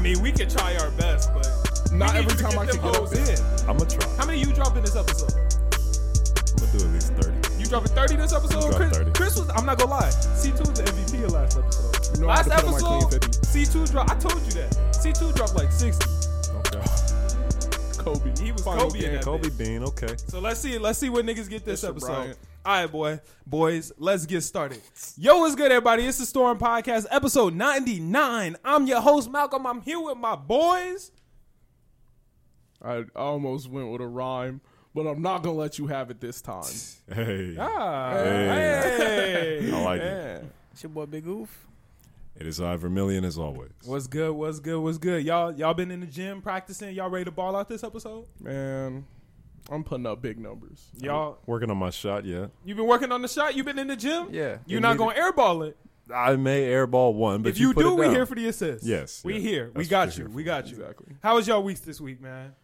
mean, we can try our best, but we Not need every you to time I them can get up hoes there. in. I'm gonna try. How many you dropping this episode? I'm gonna do at least thirty. You dropping 30 this episode? dropped Chris, 30. Chris was, I'm not gonna lie. C2 was the MVP of last episode. You know I had last to put on my clean episode, 50. C2 dropped, I told you that. C2 dropped like 60. Okay. Kobe. He was Final Kobe in game. that Kobe bitch. Bean. Okay. So let's see, let's see what niggas get this Mr. episode. Bryant. All right, boy, boys, let's get started. Yo, what's good, everybody? It's the Storm Podcast, episode ninety nine. I'm your host Malcolm. I'm here with my boys. I almost went with a rhyme, but I'm not gonna let you have it this time. Hey. Ah, Hey. hey. I like it. Yeah. It's your boy Big Oof. It is I Vermillion as always. What's good? What's good? What's good? Y'all, y'all been in the gym practicing? Y'all ready to ball out this episode? Man, I'm putting up big numbers. Y'all, Working on my shot yet. you been working on the shot? You been in the gym? Yeah. You're not gonna airball it. I may airball one, but if you, put do, it we down. here for the assist. Yes, we yeah. here. We That's got what you. we're here We got you. Exactly. How was y'all weeks this week, man?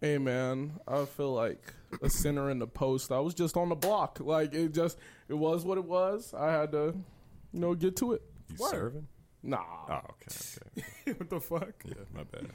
Hey man, I feel like a center in the post. I was just on the block. Like it just it was what it was. I had to, you know, get to it. You What? serving? Nah. Oh, okay, okay. what the fuck? Yeah, my bad.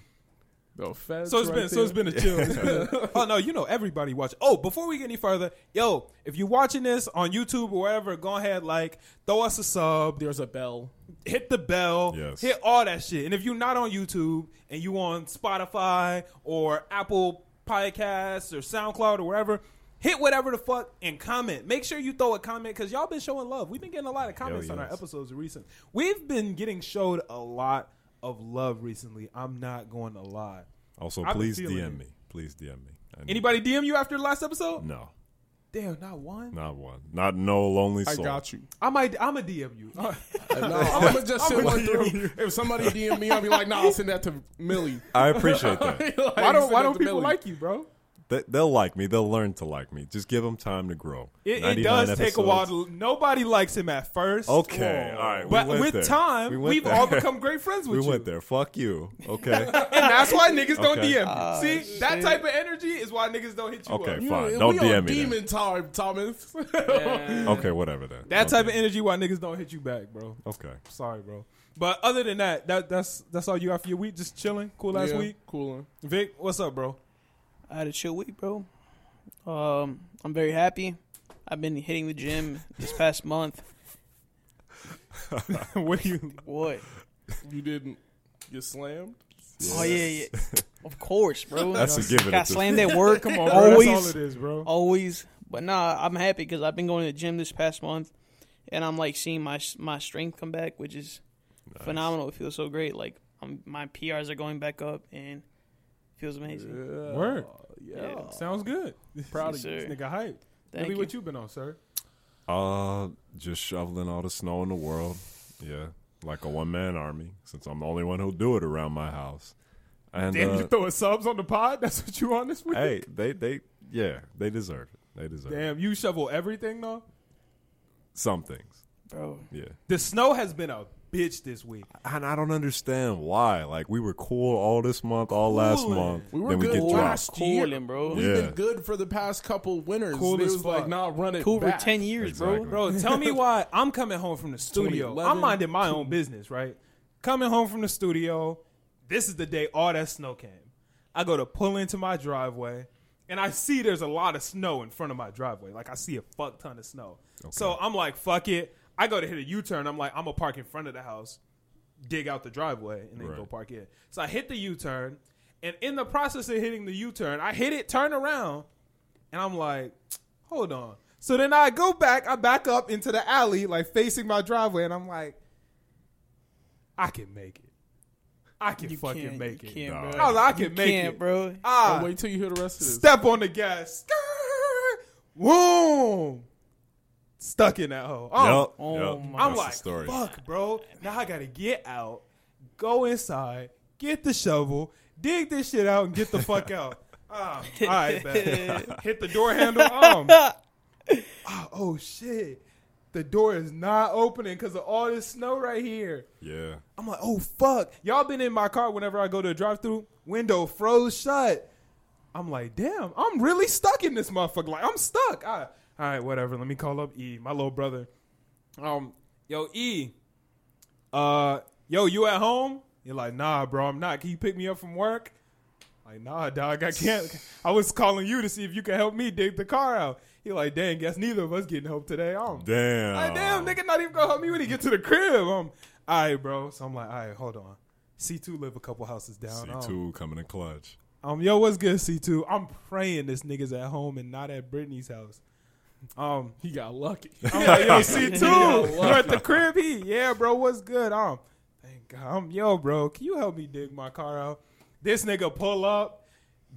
No feds. So it's right been so it's there. been a chill. It's been- oh no, you know everybody watch. Oh, before we get any further, yo, if you're watching this on YouTube or wherever, go ahead like throw us a sub, there's a bell. hit the bell, Yes. hit all that shit. And if you're not on YouTube and you on Spotify or Apple Podcasts or SoundCloud or wherever, hit whatever the fuck and comment. Make sure you throw a comment because y'all been showing love. We've been getting a lot of comments on our yes. episodes recent. We've been getting showed a lot of love recently. I'm not going to lie. Also, I've been please feeling DM it. me. Please DM me. I need- Anybody DM you after the last episode? No, Damn, not one. not one. Not no lonely I soul. got you. I might. I'm a DM you. And no, I'm gonna just send I'ma one DM through. If somebody DM me, I'll be like, nah, I'll send that to Millie. I appreciate that. Like, send why don't that Why don't to people Millie. like you, bro? they, they'll like me. They'll learn to like me. Just give them time to grow. It, it 99 does take a while. episodes. to Nobody likes him at first. Okay, all right. we but went with there. time, We went we have there. all become great friends with We you, went there. Fuck you. Okay. and that's why niggas don't Okay. DM you. See, that type of energy is why niggas don't hit you Okay, up. fine. We on Don't DM me then. Demon time, Thomas. okay. Whatever then. That okay. type of energy why niggas don't hit you back, bro. Okay. Sorry, bro. But other than that, that that's that's all you got for your week. Just chilling, cool last Yeah, week. cooling. Vic, what's up, bro? I had a chill week, bro. Um, I'm very happy. I've been hitting the gym this past month. what do you? What? You didn't. You slammed. Oh yeah, yeah. Of course, bro. That's a given. Got at this slammed at work. Come on, bro. That's all always, it is, bro. always. But nah, I'm happy because I've been going to the gym this past month, and I'm like seeing my my strength come back, which is phenomenal. It feels so great. Like I'm, my PRs are going back up, and it feels amazing. Yeah. Work. Yeah. Yeah. Sounds good. Proud Yes, of you. sir. This nigga hype. Thank Really, you. what you been on, sir? Uh, just shoveling all the snow in the world. Yeah, like a one man army. Since I'm the only one who'll do it around my house. And Damn, uh, you throwing subs on the pod? That's what you on this week? hey, they they yeah, they deserve it. They deserve it. Damn, you shovel everything though. some things. bro. Yeah, The snow has been a bitch this week. and I don't understand why. Like we were cool all this month, all last Coolin'. month. We were then we good get dropped. last year. Cooling, bro. We've Yeah. been good for the past couple winters. Cool They as was like, fuck. nah, run it Cool for back. ten years, bro. Exactly. Bro, tell me why I'm coming home from the studio. I'm 2011. minding my own business, right? Coming home from the studio, this is the day all that snow came. I go to pull into my driveway, and I see there's a lot of snow in front of my driveway. Like I see a fuck ton of snow. So I'm like, fuck it. I go to hit a U-turn. I'm like, I'm gonna park in front of the house, dig out the driveway, and then Right. go park in. So I hit the U-turn, and in the process of hitting the U-turn, I hit it, turn around, and I'm like, hold on. So then I go back, I back up into the alley, like facing my driveway, and I'm like, I can make it. I can You fucking can't, make you it. can't, Nah. bro. I was like, I can make can't, it. bro. Oh, Ah, wait till you hear the rest of this. step on the gas. Boom. Stuck in that hole. Oh, Yup, Oh yup, my- I'm that's the like, story. fuck, bro. Now I gotta get out, go inside, get the shovel, dig this shit out, and get the fuck out. Ah, all right, bet. hit the door handle. Um, ah, oh shit, the door is not opening because of all this snow right here. Yeah, I'm like, oh fuck, y'all been in my car whenever I go to a drive-through, window froze shut. I'm like, damn, I'm really stuck in this motherfucker. Like, I'm stuck. I, all right, whatever. Let me call up E, my little brother. Um, yo, E, uh, yo, you at home? You're like, nah, bro, I'm not. Can you pick me up from work? Like, nah, dog, I can't. I was calling you to see if you could help me dig the car out. He like, dang, guess neither of us getting help today. I'm Damn. like, damn, nigga, not even gonna help me when he get to the crib. Um, all right, bro. So I'm like, all right, hold on. C2 live a couple houses down. C two coming in clutch. Um, yo, what's good, C2? I'm praying this nigga's at home and not at Brittany's house. Um, He got lucky. I'm like, yo, C2, Yeah, you're at the crib. He, yeah, bro, what's good? Um, thank God. Um, yo, bro, can you help me dig my car out? This nigga pull up,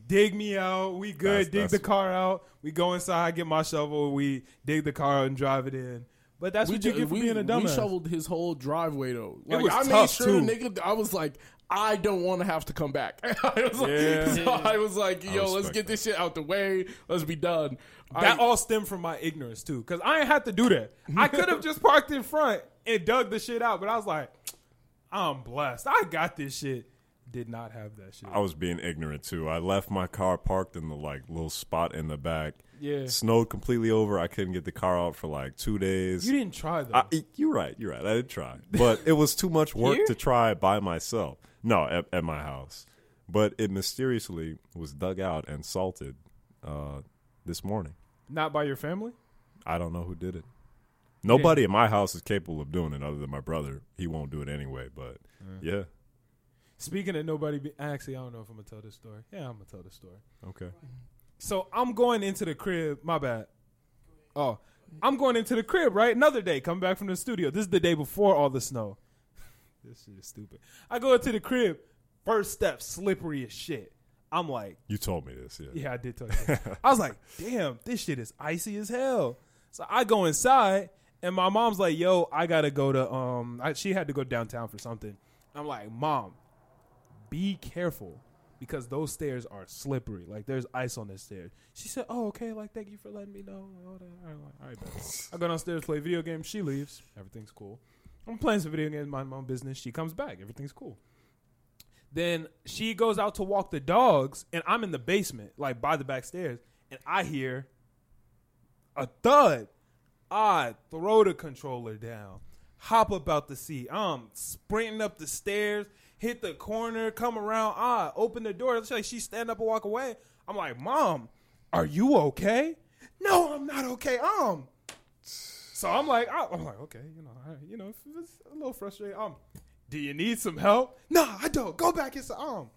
dig me out. We That's- good. dig the that's- car out. We go inside, get my shovel. We dig the car out and drive it in. But that's we what you ju- get for we- being a dumbass. We shoveled his whole driveway though. It Like, was I made tough, sure, too. nigga. I was like, I don't want to have to come back. I was Yeah. like, so I was like, yo, let's respect get this shit out the way. Let's be done. That I- all stemmed from my ignorance too, because I ain't had to do that. I could have just parked in front and dug the shit out, but I was like, I'm blessed. I got this shit. Did not have that shit. I was being ignorant too. I left my car parked in the like little spot in the back. Yeah. Snowed completely over. I couldn't get the car out for like two days. You didn't try though. I, e, you're right. You're right. I did try, but it was too much work Here? to try by myself. No, at, at my house, but it mysteriously was dug out and salted uh, this morning. not by your family. I don't know who did it. Nobody in my house is capable of doing it other than my brother. He won't do it anyway. But yeah, Speaking of nobody, be- actually, I don't know if I'm gonna tell this story. Yeah, I'm gonna tell this story. okay. So I'm going into the crib. My bad. Oh, I'm going into the crib, right? Another day, coming back from the studio. This is the day before all the snow. this shit is stupid. I go into the crib, first step, slippery as shit. I'm like, You told me this. Yeah. yeah, I did tell you. that. I was like, damn, this shit is icy as hell. So I go inside, and my mom's like, yo, I gotta go to um. I, she had to go downtown for something. I'm like, mom, be careful because those stairs are slippery. Like there's ice on the stairs. She said, oh okay, like thank you for letting me know. and All that. I'm like, all right, bet. I go downstairs play video games. She leaves. Everything's cool. I'm playing some video games, mind my own business. She comes back. Everything's cool then she goes out to walk the dogs and i'm in the basement like by the back stairs and i hear a thud i throw the controller down hop about the seat i'm sprinting up the stairs hit the corner come around i open the door it's like she stand up and walk away i'm like mom are you okay no i'm not okay um so I'm like, I- I'm like, okay, you know, all right, you know, if it's a little frustrated. Um, do you need some help? No, I don't. Go back inside. Um,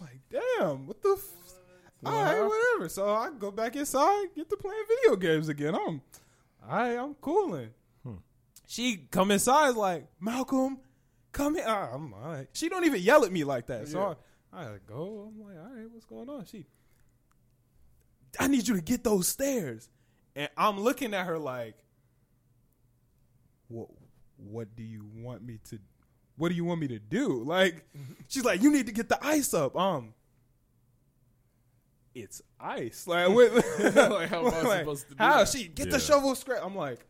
like, damn, what the? F- all right, whatever. So I go back inside, get to playing video games again. Um, all right, I'm cooling. She come inside like Malcolm, come here. Ah, I'm all right. She don't even yell at me like that. So I, I go. I'm like, all right, what's going on? She I need you to get those stairs. And I'm looking at her like, what what do you want me to what do you want me to do? Like she's like, you need to get the ice up. Um it's ice. Like, what, Like, how am I like, supposed to do how? that? She get Yeah. the shovel scrap. I'm like,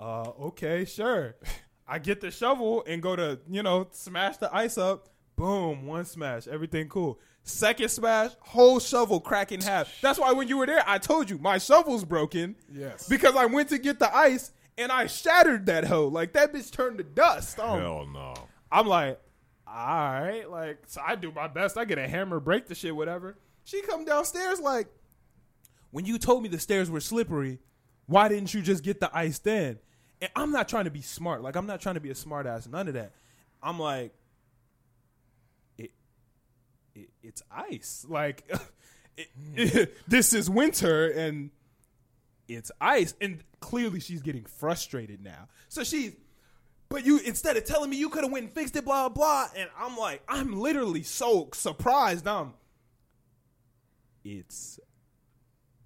uh, okay, sure. I get the shovel and go to, you know, smash the ice up. Boom, one smash, everything cool. Second smash, whole shovel crack in half. That's why when you were there, I told you my shovel's broken. Yes. Because I went to get the ice and I shattered that hoe. Like that bitch turned to dust. Um, Hell no. I'm like, all right, like so I do my best. I get a hammer, break the shit, whatever. She come downstairs like, when you told me the stairs were slippery, why didn't you just get the ice then? And I'm not trying to be smart. Like I'm not trying to be a smart ass. None of that. I'm like, it, it it's ice. Like it, this is winter and it's ice. And clearly she's getting frustrated now. So she's but you instead of telling me you could have went and fixed it, blah blah, and I'm like, I'm literally so surprised. I'm, it's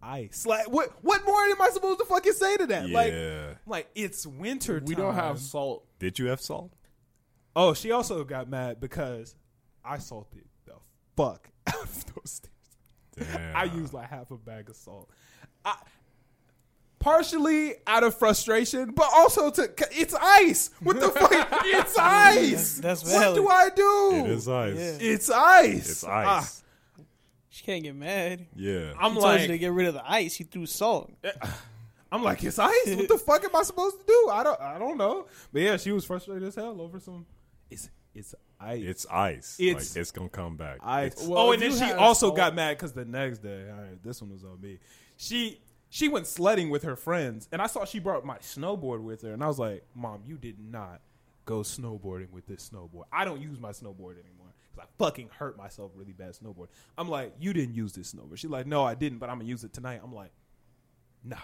ice. Like, what? What more am I supposed to fucking say to that? Yeah. Like, like it's winter. we don't time. have salt. Did you have salt? Oh, she also got mad because I salted the fuck out of those stairs. Damn. I used like half a bag of salt. I, partially out of frustration, but also to c- it's ice. What the fuck? It's ice. That's what valid. do I do? It is ice. Yeah. It's ice. It's ice. She can't get mad. yeah. Ah, I'm He told you to like, get rid of the ice. He threw salt. I'm like, it's ice. What the fuck am I supposed to do? I don't, I don't know. But yeah, she was frustrated as hell over some. It's, it's ice. It's ice. It's- It's it's gonna come back. ice. It's- Well, oh, if and then you she had also salt- got mad because the next day, all right, this one was on me. She she went sledding with her friends, and I saw she brought my snowboard with her, and I was like, "Mom, you did not go snowboarding with this snowboard. I don't use my snowboard anymore because I fucking hurt myself really bad snowboard." I'm like, "You didn't use this snowboard." She's like, "No, I didn't, but I'm gonna use it tonight." I'm like, "Nah."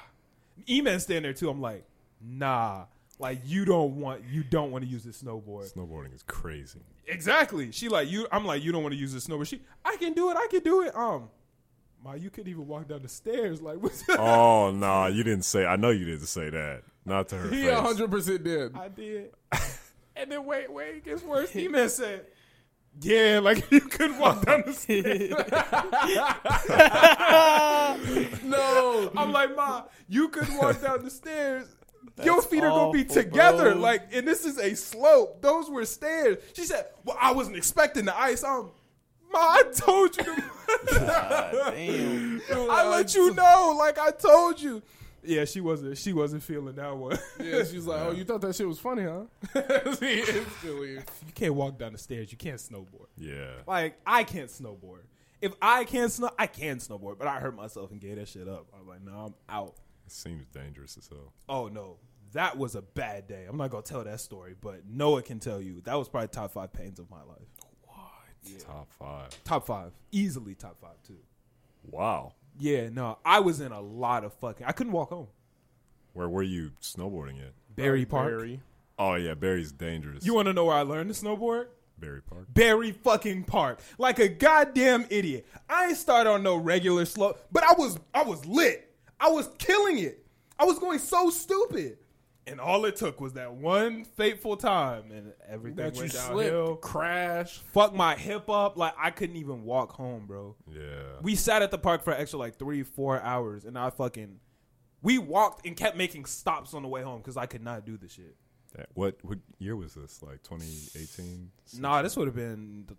E-man standing there too. I'm like, "Nah." Like you don't want you don't want to use this snowboard. snowboarding is crazy. Exactly. She like you. I'm like you don't want to use this snowboard. She, I can do it. I can do it. Um, my, you couldn't even walk down the stairs. Like what's oh nah, you didn't say. I know you didn't say that. Not to her He face. hundred percent did. I did. and then wait, wait, it gets worse. He man said, "Yeah, like you couldn't walk down the stairs." No, I'm like, ma, you couldn't walk down the stairs. Your feet are gonna be together. bro. Like, and this is a slope. Those were stairs. She said, "Well, I wasn't expecting the ice." I'm, ma, I told you. To- Damn. I let you know, like I told you. Yeah, she wasn't. She wasn't feeling that one. Yeah, she's like, "Oh, you thought that shit was funny, huh?" See, instantly. you can't walk down the stairs. You can't snowboard. Yeah. Like I can't snowboard. If I can't snow, I can snowboard. But I hurt myself and gave that shit up. I'm like, no, I'm out. It seems dangerous as hell. Oh no, that was a bad day. I'm not gonna tell that story, but Noah can tell you that was probably top five pains of my life. Top five. Top five, easily top five too. Wow. Yeah, no, I was in a lot of fucking. I couldn't walk home. Where were you snowboarding at? Barry Park. Barry. Oh yeah, Barry's dangerous. You want to know where I learned to snowboard? Barry Park. Barry fucking Park like a goddamn idiot. I ain't start on no regular slope, but I was I was lit. I was killing it. I was going so stupid. And all it took was that one fateful time and everything That you went slipped, downhill. crash. Fuck my hip up. Like I couldn't even walk home, bro. Yeah. We sat at the park for an extra like three, four hours and I fucking we walked and kept making stops on the way home because I could not do the shit. That- what what year was this? Like 2018? Nah, this would have been the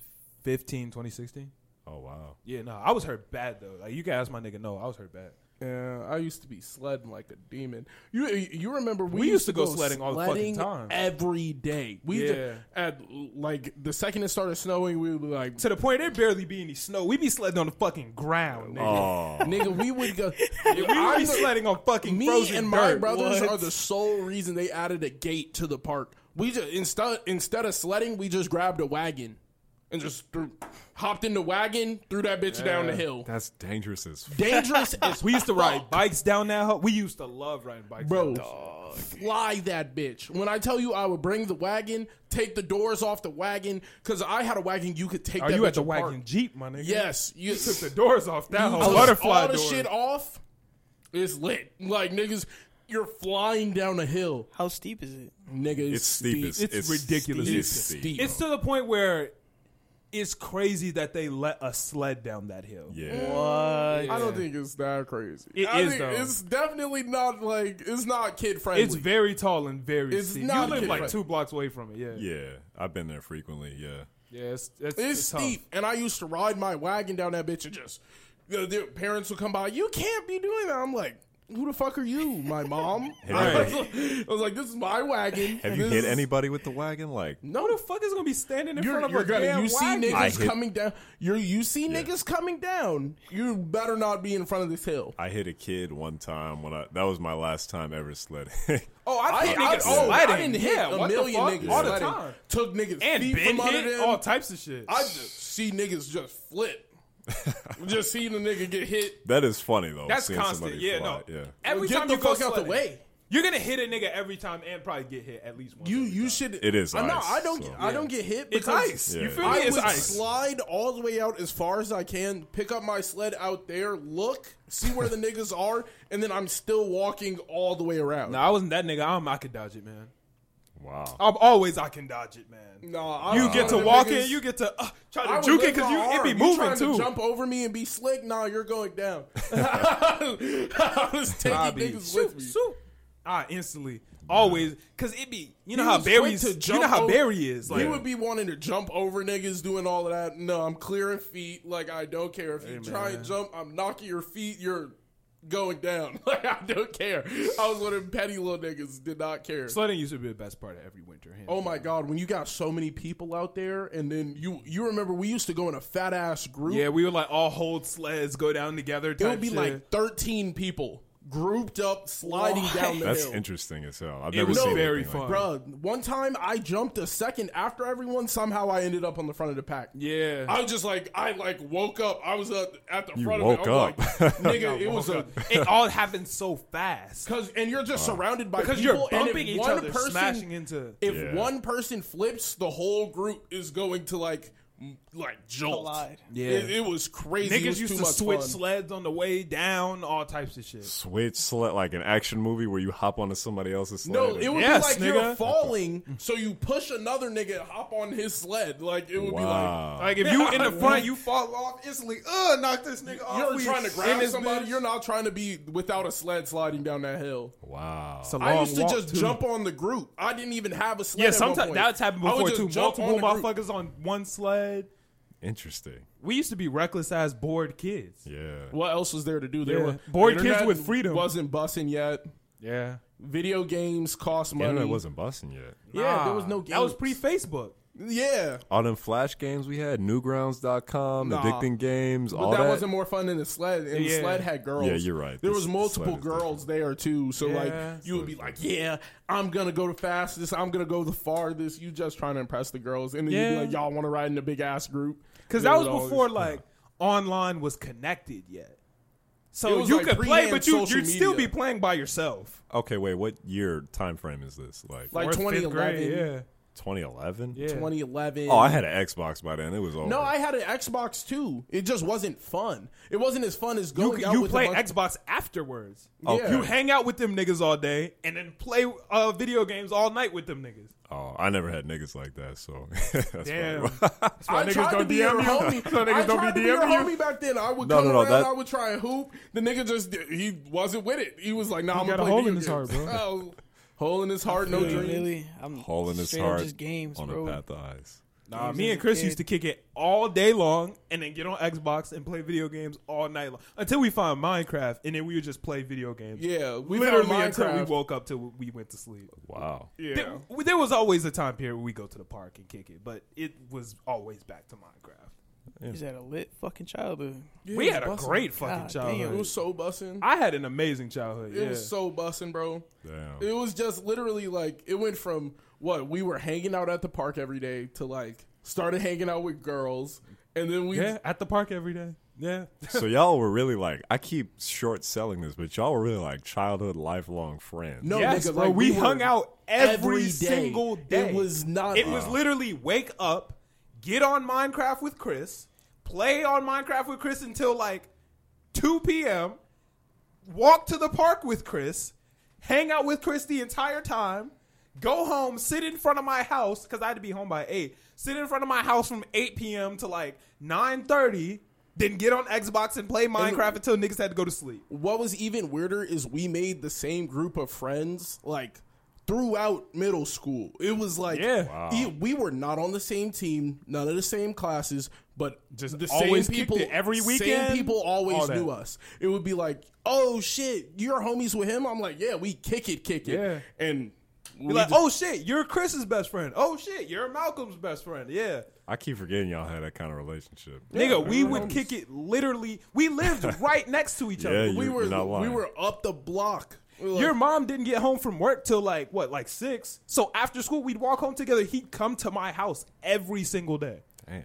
2015, 2016. Oh wow. Yeah, no, I was hurt bad though. Like you can ask my nigga, no, I was hurt bad. Yeah, I used to be sledding like a demon. You you remember we, We used to go sledding all the fucking sledding time. every day. We Yeah. ju- at like the second it started snowing, we would be like, To the point there barely be any snow. We be sledding on the fucking ground, nigga. Oh. nigga, we would go. we I'm be the- sledding on fucking me frozen and my dirt. brothers What? are the sole reason they added a gate to the park. We just instead instead of sledding, we just grabbed a wagon and just threw, hopped in the wagon, threw that bitch down the hill. That's dangerous as f- Dangerous as We used to ride bikes down that hill. We used to love riding bikes. down Bro, that shit. fly that bitch. When I tell you I would bring the wagon, take the doors off the wagon, because I had a wagon you could take are that you bitch at the apart. wagon jeep, my nigga? Yes. You, Took the doors off that you whole took butterfly all the door. shit off. It's lit. Like, niggas, you're flying down a hill. How steep is it? Nigga, it's, It's steep. steep. as- It's ridiculous. It's It's steep. steep. It's to the point where it's crazy that they let us sled down that hill. Yeah. What? I don't think it's that crazy. It I is, think though. It's definitely not like it's not kid friendly. It's very tall and very It's steep. not you live good. like two blocks away from it. Yeah, yeah. Yeah. I've been there frequently. Yeah. it's, it's, It's tough. steep, and I used to ride my wagon down that bitch and just the, the parents would come by. You can't be doing that. I'm like, who the fuck are you, my mom? I, was like, I was like, this is my wagon. Have you This hit is- anybody with the wagon? Like No, Who the fuck is gonna be standing in you're, front of you're a gonna. damn You see wagon? I niggas hit- coming down. You're you see niggas coming down. You better not be in front of this hill. I hit a kid one time when I that was my last time ever sledding. Oh, I, hit niggas oh, I sledding. didn't hit Yeah, a what the million fuck? niggas all the sledding. time. Took niggas And feet been from under hit them. all types of shit. I just see niggas just flip. just seeing a nigga get hit. that is funny though. That's seeing constant. somebody Yeah, fly. no. Yeah. Every Get time the you go fuck out the sledding, way. you're gonna hit a nigga every time and probably get hit at least once. You every you time. should. It is I know. ice, I don't. so- get- I don't get hit. It's because ice. Yeah. You feel me? I It's would ice. slide all the way out as far as I can, pick up my sled out there, look, see where the niggas are, and then I'm still walking all the way around. No, I wasn't that nigga. I'm, I could dodge it, man. Wow. I'm always I can dodge it, man. Nah, I- You I- get to the walk niggas- in, you get to uh, I try would to juke it lift because my you it arm. be You moving trying to too. jump over me and be slick. Nah, you're going down. I was taking Bobby, niggas with shoot, me. shoot. Ah, instantly, always, cause it be you know how was quick Barry's, to you jump know how over- Barry is. Like, you would be wanting to jump over niggas doing all of that. No, I'm clearing feet. Like I don't care if you try and jump. I'm knocking your feet. You're going down. Like I don't care. I was one of them petty little niggas. Did not care. Sledding used to be the best part of every winter. hands Oh down. my god, when you got so many people out there, and then you you remember we used to go in a fat ass group. Yeah, we would like all hold sleds, go down together. it Type would be shit. like thirteen people grouped up sliding down the That's hill. interesting as hell. I've It never was seen very anything like fun. that. Bruh, one time I jumped a second after everyone. Somehow I ended up on the front of the pack. yeah, I was just like, I like woke up. I was uh, at the You front woke of it. I'm up. like, I nigga, it woke was a up. it all happened so fast because and you're just surrounded by because people, you're and if bumping each one other, person, smashing into. If Yeah. one person flips, the whole group is going to like m- like jolt. Collide. Yeah. it, it was crazy. it Niggas was used too to much switch fun. sleds on the way down, all types of shit. Switch sled like an action movie where you hop onto somebody else's sled. No, and- it would Yes, be like you're nigga. falling, so you push another nigga and hop on his sled. Like it would wow. Like if you in the front, you fall off instantly. uh, knock this nigga off. You're we trying to in grab this somebody. bitch. You're not trying to be without a sled sliding down that hill. wow. It's a I long used to walk, just too. jump on the group. I didn't even have a sled. Yeah, at one sometimes point. that's happened I would before just too. jump Multiple on the group. motherfuckers on one sled. Interesting. We used to be reckless ass bored kids. Yeah. What else was there to do? There Yeah. were Bored the kids internet with freedom. Wasn't bussing yet. Yeah, Video games cost money. Internet wasn't busting yet. Yeah, there was no. Games. That was pre Facebook. Yeah, All them flash games we had, Newgrounds.com, Nah. Addicting Games, but all that, that. wasn't more fun than the sled. And the Yeah. sled had girls. Yeah, you're right. There The was s- multiple sled is different. girls there too. So Yeah. like, you would be like, "Yeah, I'm gonna go the fastest. I'm gonna go the farthest." You just trying to impress the girls, and then you'd Yeah. be like, "Y'all want to ride in a big ass group?" Because It that was would always- before like online was connected yet. It So was you like could play, pre-hand but you, social you'd still media. be playing by yourself. okay, wait, what year time frame is this? Like, Like Or fifth 2011. grade, 2011? yeah, yeah. 2011. Oh, I had an Xbox by then. It was over. No, I had an Xbox too. It just wasn't fun. It wasn't as fun as You, going out you with a play bunch- Xbox afterwards. Okay. You hang out with them niggas all day, and then play uh, video games all night with them niggas. Oh, I never had niggas like that, so that's Damn. probably why. I tried to be your homie. I tried to be your homie back then. I would No, come no, no, around. that- I would try and hoop. The nigga just he wasn't with it. He was like, "Nah, I'm got gonna a play hole video in his heart, games." bro. Oh, hole in his heart, no Really, dream. really, I'm hole in his straight up heart Just games, on bro. a path of ice. Nah, Games me as and a Chris kid. used to kick it all day long, and then get on Xbox and play video games all night long until we found Minecraft, and then we would just play video games. Yeah, we found literally until we Minecraft. woke up till we went to sleep. Wow. Yeah. There, there was always a time period where we go to the park and kick it, but it was always back to Minecraft. He's had a lit fucking childhood. Yeah, we it had a was bussin'. great fucking God childhood. damn. It was so bussing. I had an amazing childhood. It yeah. was so bussing, bro. Damn. It was just literally like it went from what we were hanging out at the park every day to like started hanging out with girls, and then we yeah, at the park every day. Yeah, so y'all were really like I keep short selling this, but y'all were really like childhood lifelong friends. No, yes, nigga, bro. like, we, we hung were out every every day. single It day. was not- It was literally wake up, get on Minecraft with Chris, play on Minecraft with Chris until like two p.m. Walk to the park with Chris, hang out with Chris the entire time. Go home, sit in front of my house because I had to be home by eight. Sit in front of my house from eight p.m. to like nine thirty. Then get on Xbox and play Minecraft until niggas had to go to sleep. what was even weirder is we made the same group of friends like throughout middle school. It was like Yeah. Wow. e- we were not on the same team, none of the same classes, but Just the always same kicked people it every Same weekend, people always all that. knew us. It would be like, "Oh shit, you're homies with him." I'm like, "Yeah, we kick it, kick it." Yeah. And we Be like, just- oh shit, you're Chris's best friend. Oh shit, you're Malcolm's best friend. Yeah. I keep forgetting y'all had that kind of relationship. Nigga, we we're would homies. kick it literally. We lived right next to each other. Yeah, we oh, you're- were you're not we lying. were up the block. We were like, Your mom didn't get home from work till like what, like six? So after school, we'd walk home together. He'd come to my house every single day. Damn.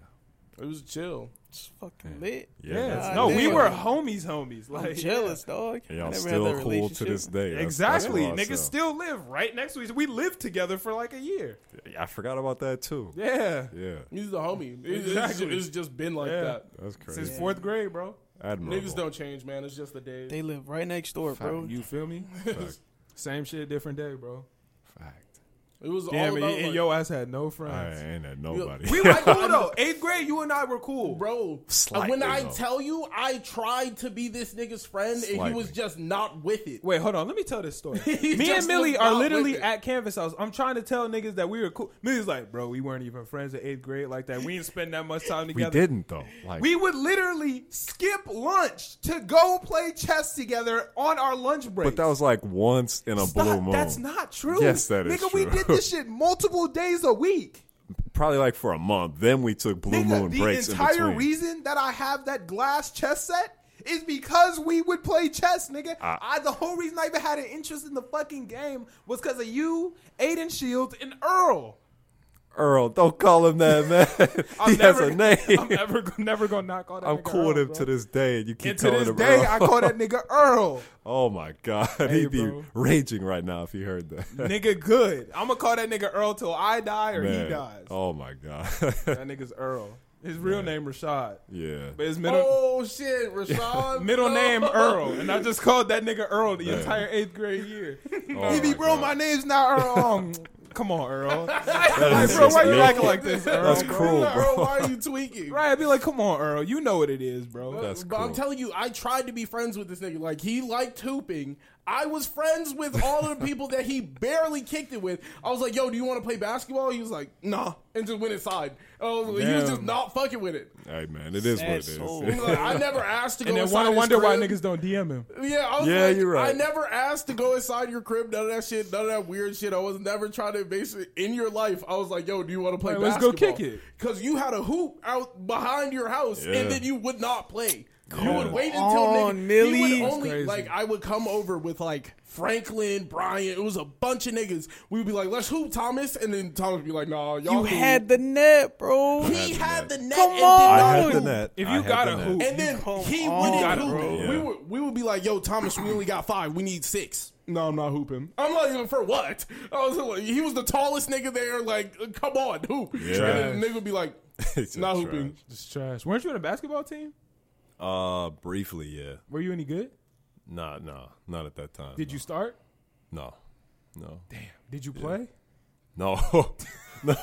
it was chill. It's fucking lit. Yeah. Yeah. that's- No, we damn. were homies, homies. Like I'm jealous, dog. And I y'all never had that still cool to relationship. this day. That's- that's Exactly. what I Niggas said. still live right next to each other. We lived together for like a year. I forgot about that too. Yeah. Yeah. He's the homie. It- it's- Exactly. It's, just been like Yeah. that. That's crazy. Since fourth grade, bro. Admirable. Niggas don't change, man. It's just the days. They live right next door, bro. You feel me? Fact. Same shit, different day, bro. Fact. It was Damn, all and, about and like, your ass had no I friends. ain't at nobody. We were cool though. Eighth grade, you and I were cool, bro. Slightly, when I though. tell you, I tried to be this nigga's friend, and he was Slightly. just not with it. Wait, hold on. Let me tell this story. He me and just Millie was are not literally with it. at Canvas House. I'm trying to tell niggas that we were cool. Millie's like, bro, we weren't even friends in eighth grade like that. We didn't spend that much time We together. didn't though. Like We would literally skip lunch to go play chess together on our lunch break. But that was like once in a blue moon. That's not true. Yes, that is Nigga, we true. did this shit multiple days a week. Probably like for a month. Then we took blue Nigga, moon the breaks in entire between. reason that I have that glass chess set is because we would play chess, nigga. I- I the whole reason I even had an interest in the fucking game was because of you, Aiden Shields, and Earl. Earl, don't call him that, man. I'm he has never, a name. I'm I'm, never, never gonna knock all that. nigga cool with Earl, him to bro. this day, and you keep And to calling this him day, Earl. I call that nigga Earl. oh my god, he'd be bro. raging right now if he heard that. nigga, good. I'm gonna call that nigga Earl till I die or Man. he dies. Oh my god. That nigga's Earl. His real name Rashad, yeah. but his middle Oh shit, Oh, Rashad. middle no. name Earl, and I just called that nigga Earl the entire eighth grade year. Oh he be, my bro, God. my name's not Earl. Um, Come on, Earl. like, is bro, why you disgusting. acting like this, Earl? That's bro? cruel, Nah, bro. Earl, why are you tweaking? Right? I'd be like, come on, Earl. You know what it is, bro. That's but I'm cool. telling you, I tried to be friends with this nigga. Like he liked hooping. I was friends with all of the people that he barely kicked it with. I was like, "Yo, do you want to play basketball?" He was like, "Nah," and just went inside. Oh, he was just Damn. not fucking with it. Hey man, it is what it is. Asshole. He was like, I never asked to go. and then inside want to his wonder why crib. niggas don't DM him. Yeah, I was Yeah, like, you're right. I never asked to go inside your crib. None of that shit. None of that weird shit. I was never trying to basically in your life. I was like, "Yo, do you want to play? All right, let's go basketball? kick it. Because you had a hoop out behind your house, Yeah. and then you would not play. You Come would wait until on, nigga, Millie. He would That's only Oh, crazy. like I would come over with like Franklin, Brian. It was a bunch of niggas. We'd be like, "Let's hoop, Thomas," and then Thomas would be like, "Nah, y'all You can- had the net, bro. He had the net. Come and did not on. I had the Dude, net. if I you had got the a net. hoop, And then come he on. wouldn't You gotta hoop. hoop. Yeah. We would we would be like, "Yo, Thomas, we only got five. We need six. No, I'm not hooping. I'm like, for what? I was like, he was the tallest nigga there. Like, come on, hoop. And then the nigga would be like, It's not trash. hooping. it's trash. Weren't you in a basketball team? Uh, briefly, yeah. Were you any good? Nah, nah, not at that time. Did you start? No, no, Did you play? no.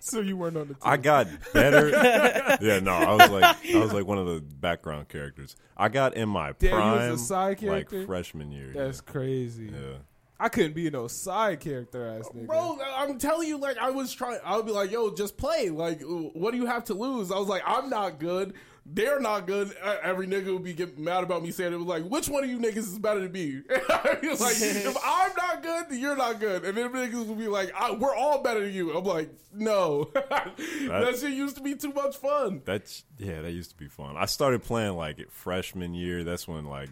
So you weren't on the team. I got better. yeah, no, I was like, I was like one of the background characters. I got in my Damn, you was a prime, side character? like freshman year. That's crazy. yeah. yeah. I couldn't be no side character ass nigga. Bro, I'm telling you, like, I was trying. I would be like, yo, just play. Like, what do you have to lose? I was like, I'm not good. They're not good. Uh, Every nigga would be getting mad about me saying it was like, which one of you niggas is better than me? He was like, if I'm not good, then you're not good. And then niggas would be like, I, we're all better than you. I'm like, no. that, shit used to be too much fun. That's yeah, that used to be fun. I started playing like at freshman year. That's when like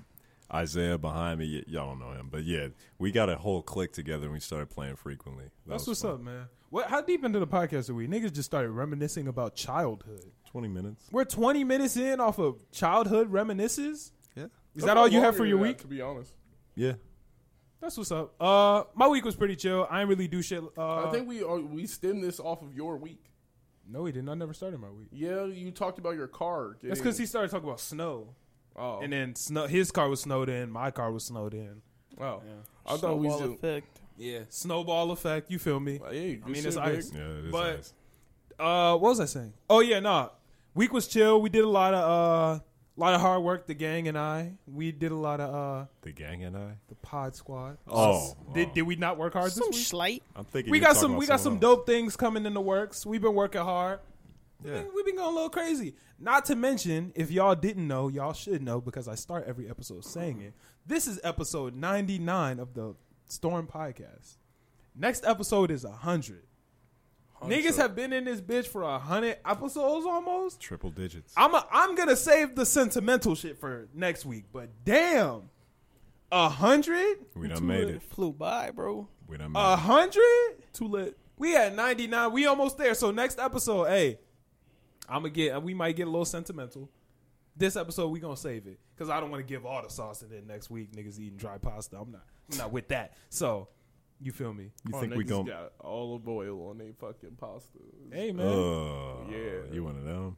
Isaiah behind me. y- Y'all don't know him, but yeah, we got a whole clique together and we started playing frequently. That That's what's was fun. up, man. What? How deep into the podcast are we? Niggas just started reminiscing about childhood. Twenty minutes. We're 20 minutes in off of childhood reminisces. Yeah, Is that all you have for your week? To be honest, yeah. That's what's up. Uh, my week was pretty chill. I didn't really do shit. Uh, I think we are, we stemmed this off of your week. no, he didn't. I never started my week. Yeah, you talked about your car. That's because he started talking about snow, Oh, and then snow. His car was snowed in. My car was snowed in. oh. I thought we Snowball was. effect. Yeah, snowball effect. You feel me? Hey, I mean, it's ice. Yeah, it is But- nice. uh what was I saying? Oh yeah, nah. Week was chill. We did a lot of uh lot of hard work, the gang and I. We did a lot of uh The gang and I. the pod squad. Oh, Did wow. did we not work hard Some this week? slight. I'm thinking we you're got talking some about we got some someone dope things coming in the works. We've been working hard. else. We've been going a little crazy. Not to mention, if y'all didn't know, y'all should know because I start every episode saying it. This is episode 99 of the Storm Podcast. Next episode is 100. Niggas have been in this bitch for 100 episodes almost. Yeah, triple digits. I'm a, I'm gonna save the sentimental shit for next week, but damn, a hundred, We done made it. Flew by, bro. We done made a it. hundred, too lit. We at ninety nine, we almost there. So next episode, hey, I'm gonna get, we might get a little sentimental. This episode, we gonna save it because I don't want to give all the sauce and then next week niggas eating dry pasta. I'm not, I'm not with that. So, you feel me? You Oh, think we niggas going got olive oil on their fucking pasta? Hey man, Uh, Yeah. You want to know?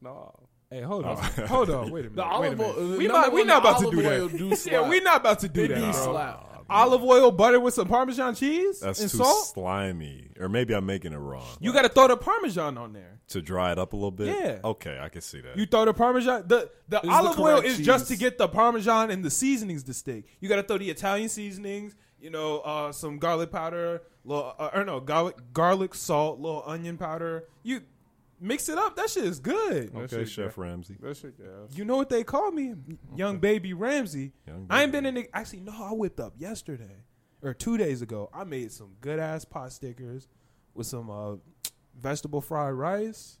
Nah, hey, hold on, hold on, wait a minute, the wait a olive minute. oil. uh, We, number about, we one, not the about to olive do oil that. Do slap. yeah, we not about to do that. They do bro. slap. Nah, Olive oil, butter with some Parmesan cheese that's and too salt. slimy. Or maybe I'm making it wrong. you got to throw the Parmesan on there. to dry it up a little bit. Yeah. Okay, I can see that. You throw the Parmesan. The the the olive oil correct is just to cheese. get the Parmesan and the seasonings to stick. You got to throw the Italian seasonings. You know, uh, some garlic powder, little, uh, or no, garlic, garlic salt, little onion powder. You mix it up. That shit is good. okay, Chef Ramsay. That shit gas. You know what they call me, young baby Ramsey. Young I ain't been in. The, actually, no, I whipped up yesterday or two days ago. I made some good ass pot stickers with some uh, vegetable fried rice.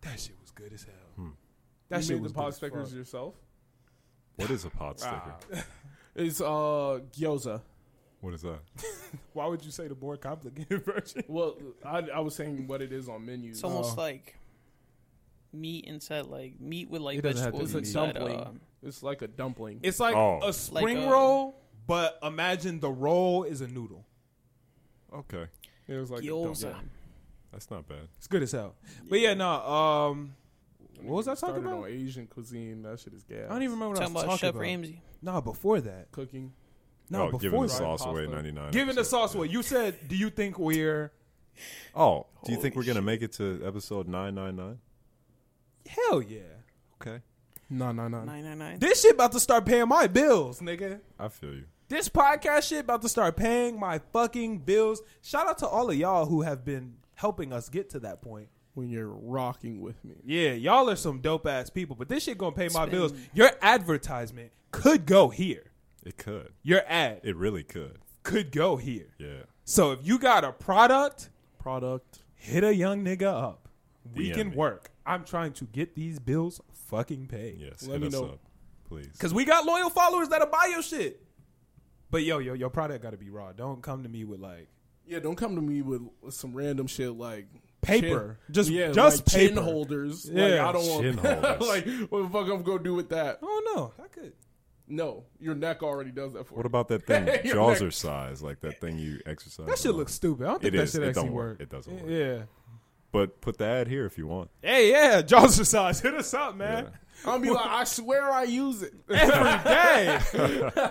Damn, that shit was good as hell. That you shit made was the good pot as stickers fuck. yourself? What is a pot sticker? It's uh gyoza. What is that? Why would you say the more complicated version? Well, I, I was saying what it is on menus. It's almost Oh. like meat inside, like meat with like It doesn't have to vegetables be it's a meat. inside. dumpling. Uh, it's like a dumpling. It's like Oh. a spring Like a- roll, but imagine the roll is a noodle. Okay, It was like gyoza. that's not bad. It's good as hell. But yeah, no. Um, what was I talking Started about? On Asian cuisine, that shit is gas. I don't even remember what I Talking was about talking Chef about. Ramsay. Nah, before that. cooking. No, oh, giving before the that. sauce. sauce Pasta. away ninety nine. Giving the sauce away. You said, do you think we're Oh, do you think Holy we're gonna make it to episode nine nine nine? hell yeah? Okay, No, no, no. Nine nine nine. This shit about to start paying my bills, nigga. I feel you. This podcast shit about to start paying my fucking bills. Shout out to all of y'all who have been helping us get to that point. When you're rocking with me. Yeah, y'all are some dope ass people, but this shit gonna pay my Spend. bills. Your advertisement could go here. It could. Your ad It really could. could go here. Yeah. So if you got a product, Product. hit a young nigga up. We DM can me. work. I'm trying to get these bills fucking paid. Yes. Let hit me us know. up, please. Cause we got loyal followers that'll buy your shit. But yo, yo, your product gotta be raw. Don't come to me with like Yeah, don't come to me with some random shit like Paper. chin- Just- yeah, just like chin paper. holders. Yeah, like, I don't want chin holders. like what the fuck I'm gonna do with that? I don't know. I could. No, your neck already does that for What you. about that thing? You're Jaws like- are size, like that thing you exercise. That shit on? looks stupid. I don't think It that is. shit It actually don't work. work. It doesn't work. Yeah. But put the ad here if you want. Hey, yeah. Jaws are size. Hit us up, man. I'll be like, I swear I use it. Every day.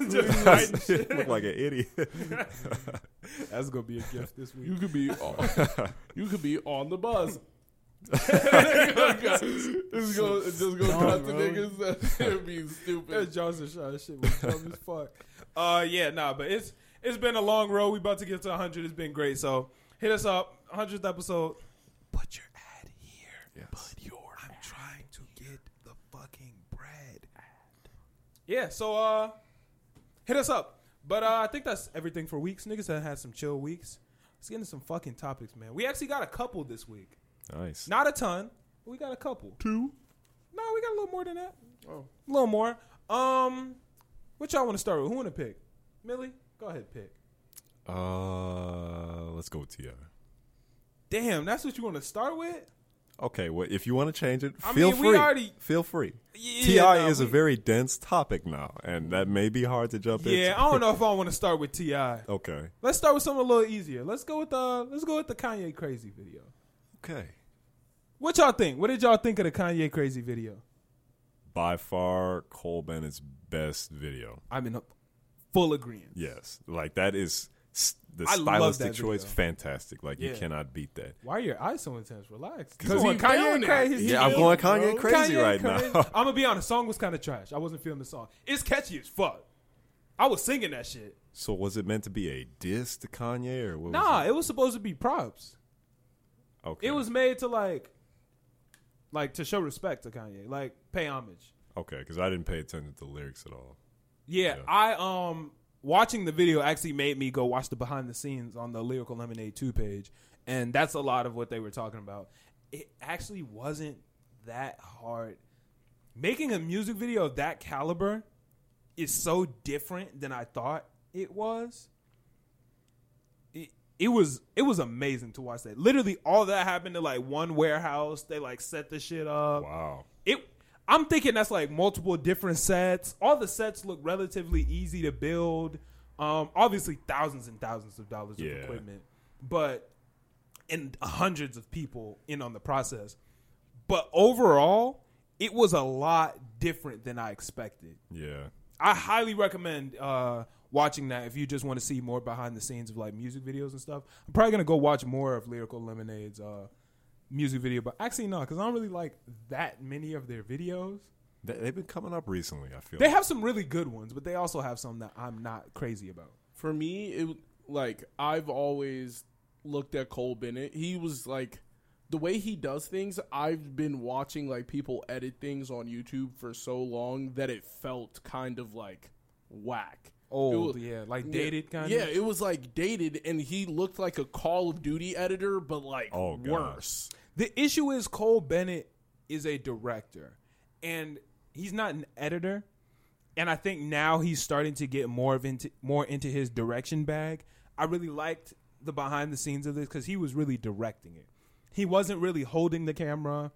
Just writing shit. Look like an idiot. That's gonna be a gift this You week. could be on, you could be on the bus. just go, just go cut the bro. niggas. That would be That stupid. Jaws are size shit was dumb as fuck. Uh, yeah, nah, but it's it's been a long road. We about to get to 100. It's been great. So hit us up. 100th episode. Put your ad here. Yes. I'm trying to get the fucking bread. Yeah, so uh hit us up. But uh, I think that's everything for weeks. Niggas have had some chill weeks. Let's get into some fucking topics, man. We actually got a couple this week. Nice. Not a ton, but we got a couple. Two. No, we got a little more than that. Oh. A little more. Um what y'all want to start with? Who wanna pick? Millie? Go ahead, pick. Uh, let's go with Ti. Damn, that's what you want to start with? Okay, well, if you want to change it, I feel mean, we free. already- feel free. Yeah, Ti nah, is a we- very dense topic now, and that may be hard to jump into. Yeah, I don't know if I want to start with T.I. Okay. Let's start with something a little easier. Let's go with the let's go with the Kanye crazy video. Okay. What y'all think? What did y'all think of the Kanye crazy video? By far, Cole Bennett's best video. I'm in full agreement. Yes, like that is s- the I love stylistic that choice. video. Fantastic. Like you Yeah. cannot beat that. Why are your eyes so intense? Relax. 'Cause he Going down there. crazy. Yeah, I'm is, going bro. Kanye crazy Kanye right crazy. now. I'm gonna be honest. Song was kind of trash. I wasn't feeling the song. It's catchy as fuck. I was singing that shit. so was it meant to be a diss to Kanye or what? Nah, was it was supposed to be props. it, okay. It was made to like, like to show respect to Kanye, like pay homage. okay because I didn't pay attention to the lyrics at all. Yeah, Yeah. I um watching the video actually made me go watch the behind the scenes on the Lyrical Lemonade 2 page, and that's a lot of what they were talking about. It actually wasn't that hard. Making a music video of that caliber is so different than I thought it was. It it was it was amazing to watch that. Literally all that happened to like one warehouse. They like set the shit up Wow. it I'm thinking that's like multiple different sets. All the sets look relatively easy to build. Um, obviously thousands and thousands of dollars Yeah. of equipment, but and hundreds of people in on the process. But overall, it was a lot different than I expected. Yeah. I highly recommend uh, watching that if you just want to see more behind the scenes of like music videos and stuff. I'm probably gonna go watch more of Lyrical Lemonade's uh, music video, but actually no, because I don't really like that many of their videos. They, they've been coming up recently. I feel They like. have some really good ones, but they also have some that I'm not crazy about. for me, it like I've always looked at Cole Bennett. He was like the way he does things. I've been watching like people edit things on YouTube for so long that it felt kind of like whack. Old, was- yeah, like dated kind Oh. yeah, of. it was like dated, and he looked like a Call of Duty editor, but like Oh, God. worse. The issue is Cole Bennett is a director and he's not an editor. And I think now he's starting to get more of into more into his direction bag. I really liked the behind the scenes of this because he was really directing it. He wasn't really holding the camera.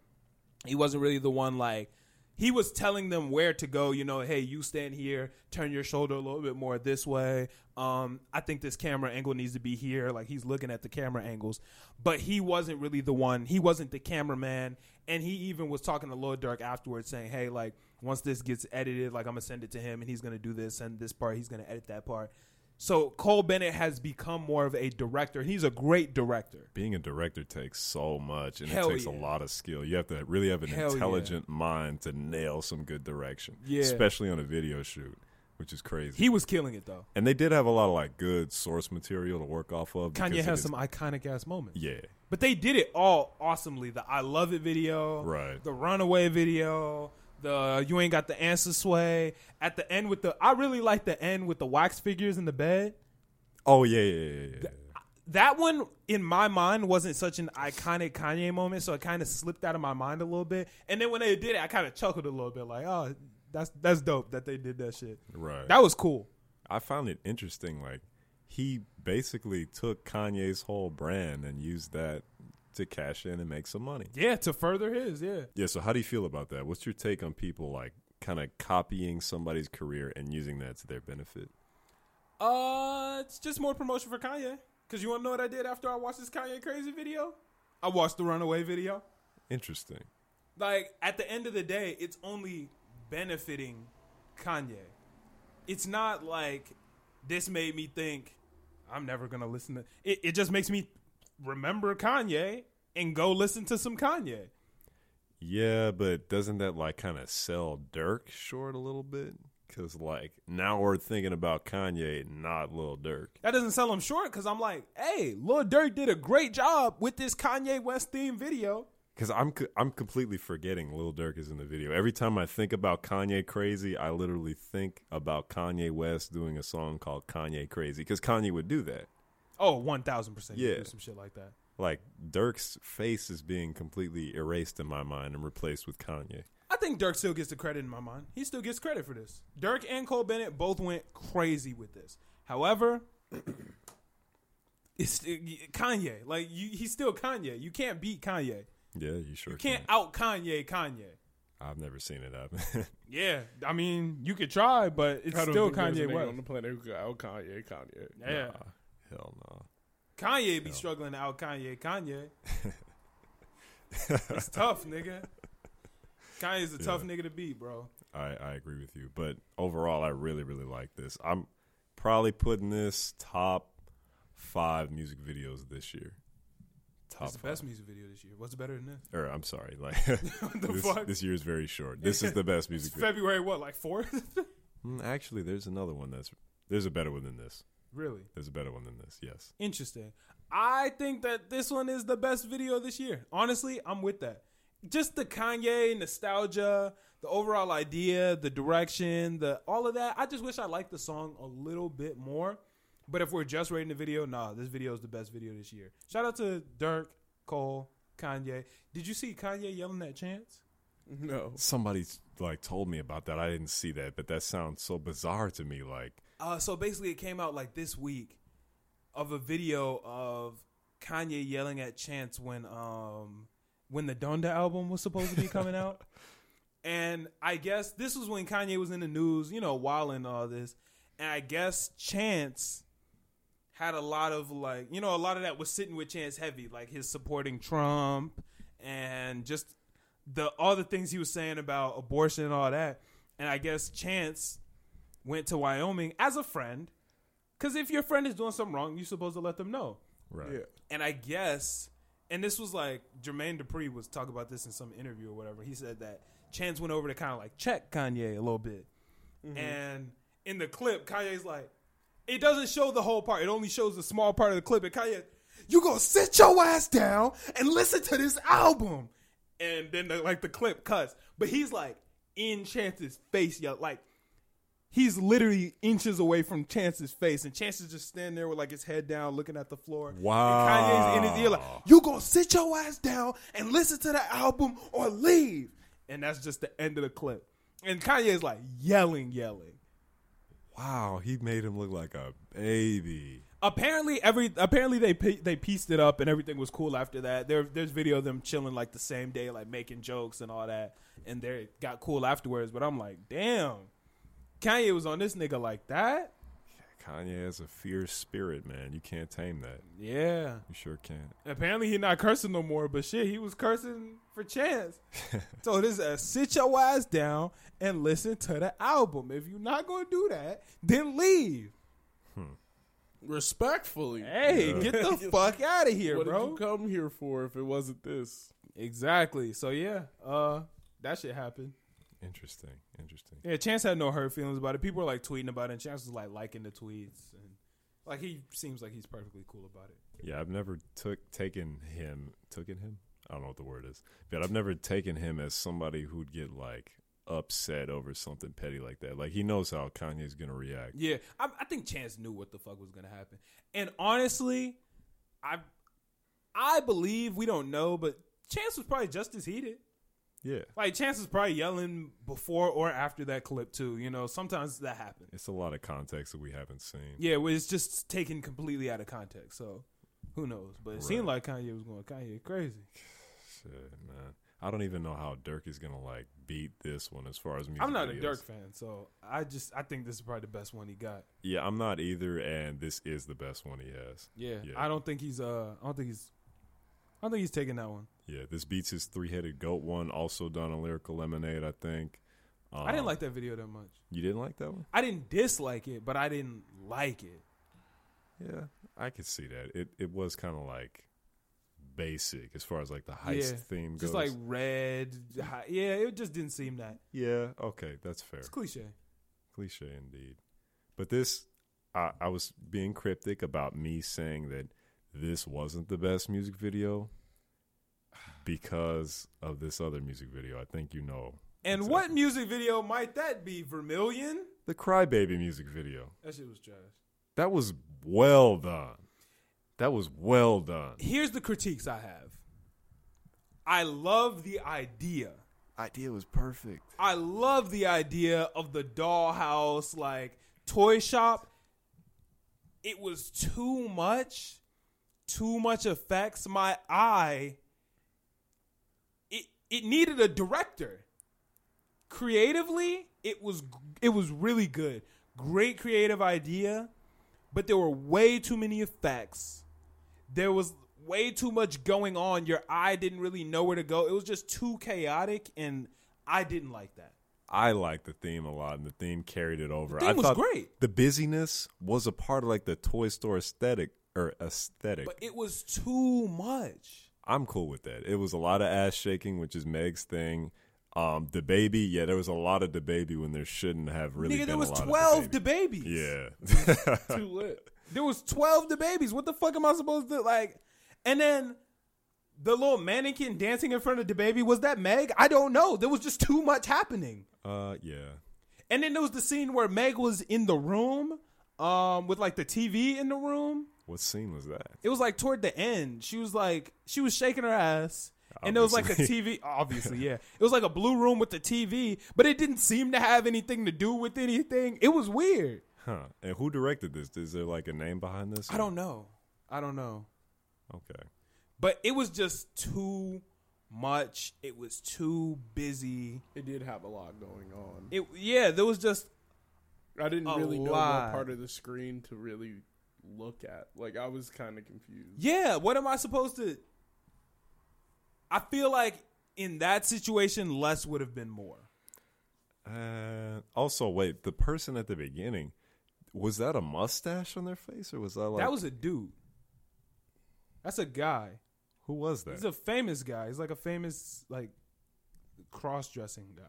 He wasn't really the one like he was telling them where to go, you know, hey, you stand here, turn your shoulder a little bit more this way. Um, I think this camera angle needs to be here. Like he's looking at the camera angles, but he wasn't really the one. He wasn't the cameraman, and he even was talking to Lord Dark afterwards, saying, "Hey, like once this gets edited, like I'm gonna send it to him, and he's gonna do this and this part. He's gonna edit that part." So Cole Bennett has become more of a director. He's a great director. being a director takes so much and Hell it takes yeah. a lot of skill. You have to really have an Hell yeah. intelligent mind to nail some good direction, Yeah. especially on a video shoot, which is crazy. He was killing it though. and they did have a lot of like good source material to work off of. because Kanye it has is- some iconic ass moments. yeah. But they did it all awesomely. The I Love It video, Right. the Runaway video, the uh, You Ain't Got the Answer Sway. At the end with the, I really like the end with the wax figures in the bed. Oh yeah, yeah, yeah, yeah, yeah. That one, in my mind, wasn't such an iconic Kanye moment, so it kind of slipped out of my mind a little bit. And then when they did it, I kind of chuckled a little bit, like, oh, that's that's dope that they did that shit. right. That was cool. I found it interesting. Like he basically took Kanye's whole brand and used that to cash in and make some money. Yeah, to further his, yeah. Yeah. So how do you feel about that? What's your take on people like kind of copying somebody's career and using that to their benefit? Uh, it's just more promotion for Kanye. Cause you wanna know what I did after I watched this Kanye crazy video? I watched the Runaway video. Interesting. Like at the end of the day, it's only benefiting Kanye. It's not like this made me think I'm never gonna listen to. It, it just makes me remember Kanye and go listen to some Kanye. Yeah, but doesn't that like kind of sell Dirk short a little bit? Because like now we're thinking about Kanye, not Lil Dirk. That doesn't sell him short because I'm like, hey, Lil Durk did a great job with this Kanye West theme video. Because I'm co- I'm completely forgetting Lil Durk is in the video. Every time I think about Kanye Crazy, I literally think about Kanye West doing a song called Kanye Crazy. Because Kanye would do that. Oh, 1000%. Yeah. Yeah. Do some shit like that. Like Dirk's face is being completely erased in my mind and replaced with Kanye. I think Dirk still gets the credit in my mind. He still gets credit for this. Dirk and Cole Bennett both went crazy with this. However, it's Kanye. Like you, he's still Kanye. You can't beat Kanye. Yeah, you sure You can't out Kanye. Kanye. I've never seen it happen. Yeah, I mean you could try, but it's I don't still think there's a Kanye nigga on West. the planet who could out Kanye. Kanye. Yeah, Hell no. Kanye be struggling to out Kanye. Kanye. it's tough, nigga. Kanye's a tough nigga to beat, bro. I, I agree with you. But overall, I really, really like this. I'm probably putting this top five music videos this year. Top It's the best music video this year. What's better than this? Or I'm sorry, like this, fuck? this year is very short. This is the best music video. February what, like fourth? Mm, actually, there's another one that's there's a better one than this. really? There's a better one than this. Yes. Interesting. I think that this one is the best video this year. Honestly, I'm with that. Just the Kanye nostalgia, the overall idea, the direction, the all of that. I just wish I liked the song a little bit more. But if we're just rating the video, nah, this video is the best video this year. Shout out to Dirk, Cole, Kanye. Did you see Kanye yelling at Chance? No. Somebody like told me about that. I didn't see that, but that sounds so bizarre to me. Like Uh, so basically, it came out like this week of a video of Kanye yelling at Chance when um when the Donda album was supposed to be coming out, and I guess this was when Kanye was in the news, you know, while and all this, and I guess Chance had a lot of like you know a lot of that was sitting with Chance heavy, like his supporting Trump and just the all the things he was saying about abortion and all that, and I guess Chance went to Wyoming as a friend. Because if your friend is doing something wrong, you're supposed to let them know. Right. Yeah. And I guess, and this was like Jermaine Dupree was talking about this in some interview or whatever. He said that Chance went over to kind of like check Kanye a little bit. And in the clip, Kanye's like, it doesn't show the whole part. It only shows the small part of the clip. And Kanye, you gonna sit your ass down and listen to this album. And then the, like the clip cuts, but he's like in Chance's face, yo, like he's literally inches away from Chance's face, and Chance is just standing there with like his head down, looking at the floor. Wow. And Kanye's in his ear like, "You gonna sit your ass down and listen to the album or leave?" And that's just the end of the clip. And Kanye's like yelling, yelling. Wow, he made him look like a baby. Apparently, every apparently they pi- they pieced it up and everything was cool after that. There, there's video of them chilling like the same day, like making jokes and all that, and they got cool afterwards. But I'm like, damn, Kanye was on this nigga like that. Kanye has a fierce spirit, man. You can't tame that. Yeah. You sure can't. Apparently he not cursing no more, but shit, he was cursing for chance. so this uh, sit your ass down and listen to the album. If you're not gonna do that, then leave. Respectfully. Hey, Yeah. get the fuck out of here, what did bro. you come here for if it wasn't this? exactly. So yeah, uh, that shit happened. Interesting. Interesting. Yeah, Chance had no hurt feelings about it. People were like tweeting about it. And Chance was like liking the tweets, and like he seems like he's perfectly cool about it. Yeah, I've never took taken him taken him. I don't know what the word is, but I've never taken him as somebody who'd get like upset over something petty like that. Like he knows how Kanye's gonna react. Yeah, I, I think Chance knew what the fuck was gonna happen, and honestly, I I believe we don't know, but Chance was probably just as heated. Yeah, Like Chance was probably yelling before or after that clip too. You know, sometimes that happens. it's a lot of context that we haven't seen. Yeah, well, it's just taken completely out of context. So who knows? But it seemed like Kanye was going Kanye crazy. Shit, man. I don't even know how Dirk is gonna like beat this one as far as music. I'm not a videos. Dirk fan, so I just I think this is probably the best one he got. Yeah, I'm not either, and this is the best one he has. Yeah, Yeah. I don't think he's uh I don't think he's I don't think he's taking that one. Yeah, this beats his three headed goat one, also done on Lyrical Lemonade, I think. Um, I didn't like that video that much. You didn't like that one? I didn't dislike it, but I didn't like it. Yeah, I could see that. It it was kind of like basic as far as like the heist Yeah, theme goes. Just like red, hi- yeah, it just didn't seem that. yeah, okay, that's fair. It's cliche. Cliche indeed. But this, I, I was being cryptic about me saying that this wasn't the best music video because of this other music video. I think you know And Exactly. what music video might that be? Vermilion? the Crybaby music video. That shit was trash. That was well done. That was well done. Here's the critiques I have. I love the idea. Idea was perfect. I love the idea of the dollhouse, like toy shop. It was too much, too much effects. My eye. It it needed a director. Creatively, it was it was really good. Great creative idea, but there were way too many effects. There was way too much going on. Your eye didn't really know where to go. It was just too chaotic, and I didn't like that. I liked the theme a lot, and the theme carried it over. The theme I was thought great. The busyness was a part of like the toy store aesthetic or aesthetic. But it was too much. I'm cool with that. It was a lot of ass shaking, which is Meg's thing. Um, the baby, yeah, there was a lot of the baby when there shouldn't have really. Nigga, been there was a lot of twelve DaBabies. babies. Yeah, Too lit. There was 12 the babies. What the fuck am I supposed to like? And then the little mannequin dancing in front of the baby was that Meg? I don't know. There was just too much happening. uh, yeah. And then there was the scene where Meg was in the room um with like the TV in the room. What scene was that? It was like toward the end. She was like she was shaking her ass. And there was like a Obviously. TV, obviously, yeah. It was like a blue room with the TV, but it didn't seem to have anything to do with anything. It was weird. Huh? And who directed this? Is there like a name behind this? I don't know. I don't know. Okay. But it was just too much. It was too busy. It did have a lot going on. It yeah, there was just I didn't A really know lot. what part of the screen to really look at. Like I was kind of confused. yeah, what am I supposed to I feel like in that situation less would have been more. Uh, also, wait, the person at the beginning was that a mustache on their face, or was that like that was a dude. That's a guy. who was that? He's a famous guy. He's like a famous like cross dressing guy.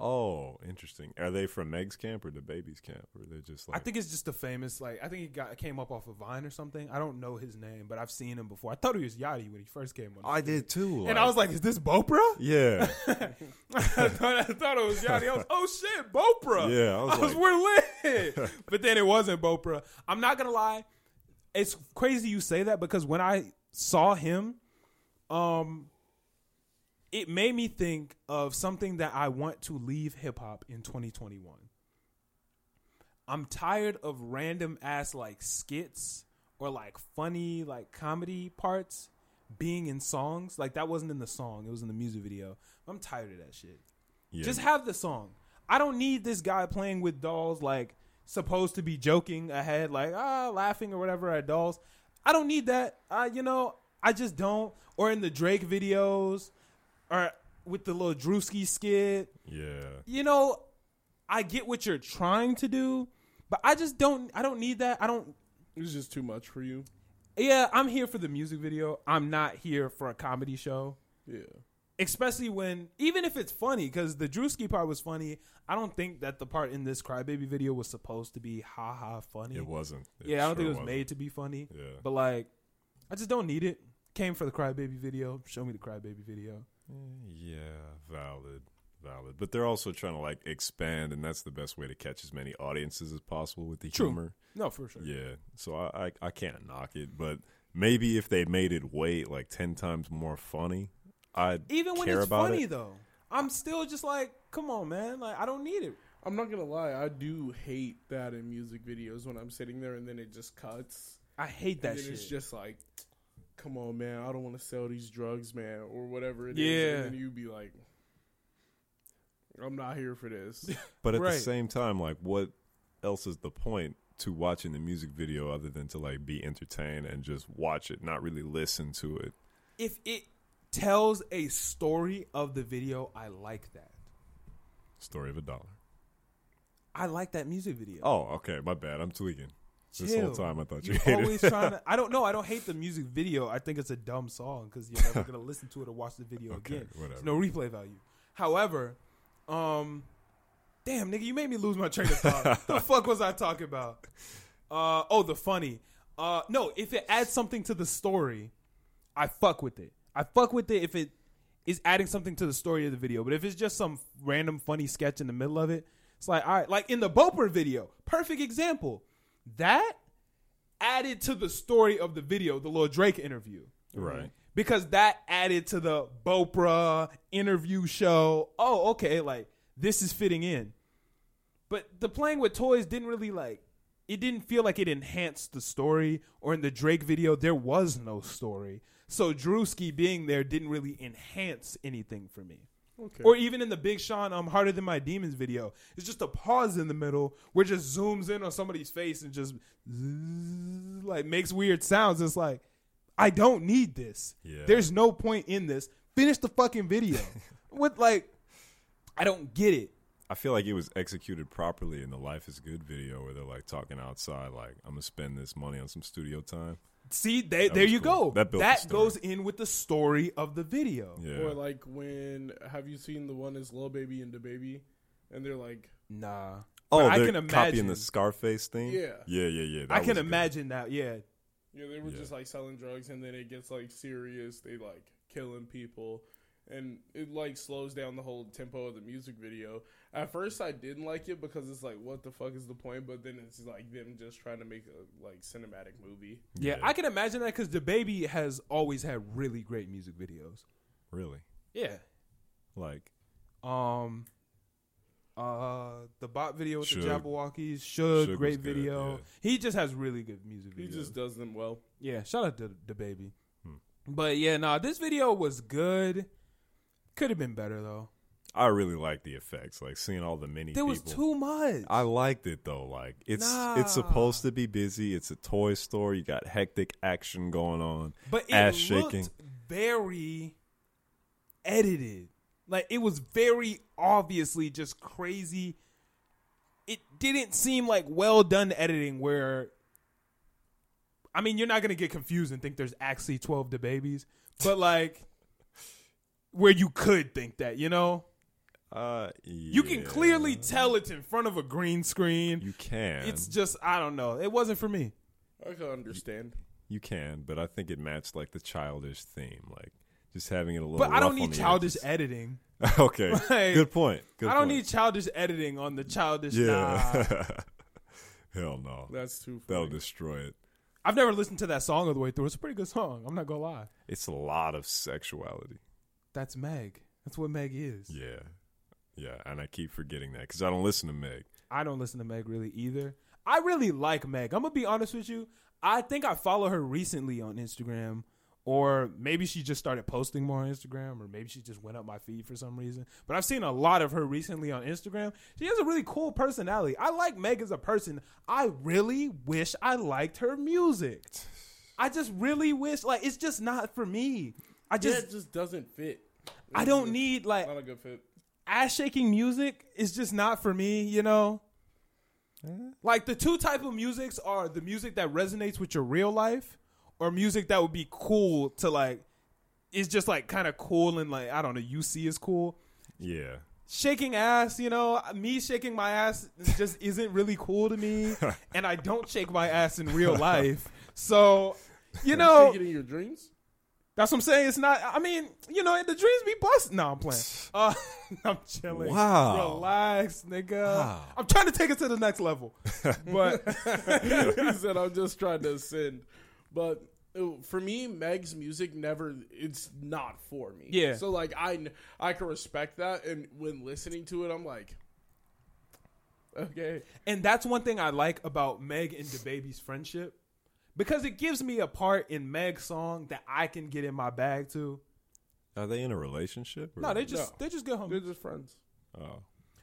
oh, interesting. Are they from Meg's camp or the baby's camp, or they're just like I think it's just a famous like I think he got came up off of Vine or something. I don't know his name, but I've seen him before. I thought he was Yachty when he first came on. I did too, and I was like, "Is this Bopra?" yeah, I, thought, I thought it was Yachty. I was, "Oh shit, Bopra!" Yeah, I was like- we're lit. but then it wasn't Bopra. I'm not gonna lie, it's crazy you say that because when I saw him, um, it made me think of something that I want to leave hip hop in 2021. I'm tired of random ass like skits or like funny like comedy parts being in songs. Like that wasn't in the song, it was in the music video. I'm tired of that shit. yeah. Just have the song. I don't need this guy playing with dolls like supposed to be joking ahead like ah laughing or whatever at dolls. I don't need that. Uh you know, I just don't or in the Drake videos or with the little Drewski skit yeah. you know, I get what you're trying to do, but I just don't. I don't need that. I don't. It was just too much for you. Yeah, I'm here for the music video. I'm not here for a comedy show. Yeah. Especially when, even if it's funny, because the Drewski part was funny. I don't think that the part in this Crybaby video was supposed to be ha ha funny. It wasn't. It yeah, I don't sure think it was wasn't. made to be funny. Yeah. But like, I just don't need it. Came for the Crybaby video. Show me the Crybaby video. Yeah, valid, valid. But they're also trying to like expand, and that's the best way to catch as many audiences as possible with the True. humor. No, for sure. Yeah, so I, I I can't knock it, but maybe if they made it way like ten times more funny, I'd Even when care it's about funny it. though, I'm still just like, come on, man. Like, I don't need it. I'm not gonna lie, I do hate that in music videos when I'm sitting there and then it just cuts. I hate that and then shit. it's just like, come on, man, I don't want to sell these drugs, man, or whatever it is. Yeah. And then you be like, I'm not here for this. But at Right. the same time, like, what else is the point to watching the music video other than to like be entertained and just watch it, not really listen to it? if it tells a story of the video, I like that. Story of a dollar. I like that music video. Oh, okay, my bad. I'm tweaking. This whole Chill. time I thought you You're hated always trying to. I don't know. I don't hate the music video. I think it's a dumb song because you're never gonna listen to it or watch the video Okay, again. There's whatever. no replay value. However, um, damn nigga, you made me lose my train of thought. the fuck was I talking about? Uh, oh, the funny. Uh, no, if it adds something to the story, I fuck with it. I fuck with it if it is adding something to the story of the video. But if it's just some random funny sketch in the middle of it, it's like, all right, like in the Boper video, perfect example. That added to the story of the video, the little Drake interview. Right. Because that added to the Bopra interview show. Oh, okay, like this is fitting in. But the playing with toys didn't really like it didn't feel like it enhanced the story or in the Drake video there was no story. So Drewski being there didn't really enhance anything for me. okay. Or even in the Big Sean um Harder Than My Demons video. It's just a pause in the middle where it just zooms in on somebody's face and just zzz, like makes weird sounds. It's like, I don't need this. Yeah. There's no point in this. Finish the fucking video. With like I don't get it. I feel like it was executed properly in the Life is Good video where they're like talking outside, like, I'm going to spend this money on some studio time. See, they, there was you cool. go. That, That built the story. goes in with the story of the video. Yeah. Or like when have you seen the one is Lil Baby and the Baby, and they're like, Nah. oh, But I they're can copying imagine- the Scarface thing? Yeah. Yeah, yeah, yeah. that I was can good. imagine that. Yeah. you know, they were Yeah. just like selling drugs, and then it gets like serious. They like killing people, and it like slows down the whole tempo of the music video. At first, I didn't like it because it's like, what the fuck is the point? But then it's like them just trying to make a like cinematic movie. Yeah, Yeah. I can imagine that because the baby has always had really great music videos. Really? Yeah. Like, Um, uh, the bot video with Suge. the Jabberwockies, Suge, Suge was great good, video. yeah. He just has really good music He videos. just does them well. yeah, shout out to the baby. Hmm. But yeah, nah, this video was good. Could have been better though. I really like the effects, like seeing all the mini There people. was too much. I liked it though. Like it's it's Nah. supposed to be busy. It's a toy store. You got hectic action going on. but it ass looked shaking. very edited. Like it was very obviously just crazy. It didn't seem like well done editing where I mean, you're not going to get confused and think there's actually 12 the babies, but like where you could think that, you know? Uh, You can clearly tell it's in front of a green screen. You can. It's just I don't know. It wasn't for me. I can understand. you can, but I think it matched like the childish theme, like just having it a little. But I rough don't on need the childish editing. edges. okay, Like, good point. Good I don't point. need childish editing on the childish. nah. Yeah. Hell no. That's too That'll funny. destroy it. I've never listened to that song all the way through. It's a pretty good song. I'm not gonna lie. It's a lot of sexuality. That's Meg. That's what Meg is. Yeah. Yeah, and I keep forgetting that because I don't listen to Meg. I don't listen to Meg really either. I really like Meg. I'm gonna be honest with you. I think I follow her recently on Instagram, or maybe she just started posting more on Instagram, or maybe she just went up my feed for some reason. But I've seen a lot of her recently on Instagram. She has a really cool personality. I like Meg as a person. I really wish I liked her music. I just really wish like it's just not for me. I Yeah, just it just doesn't fit. I don't need like Not a good fit. ass shaking music is just not for me, you know? Like the two type of musics are the music that resonates with your real life or music that would be cool to like is just like kind of cool and like I don't know, UC is cool. Yeah. Shaking ass, you know, me shaking my ass just isn't really cool to me and I don't shake my ass in real life. So, you know, Taking in your dreams. that's what I'm saying. It's not. I mean, you know, the dreams be busted. No, I'm playing. Uh, I'm chilling. Wow. Relax, nigga. Wow. I'm trying to take it to the next level. But he said, "I'm just trying to ascend," but uh, for me, Meg's music never. It's not for me. Yeah. So like, I kn- I can respect that, and when listening to it, I'm like, okay, and that's one thing I like about Meg and the baby's friendship because it gives me a part in Meg's song that I can get in my bag to. Are they in a relationship? or- No, they just they just good they're homies. just friends. Oh.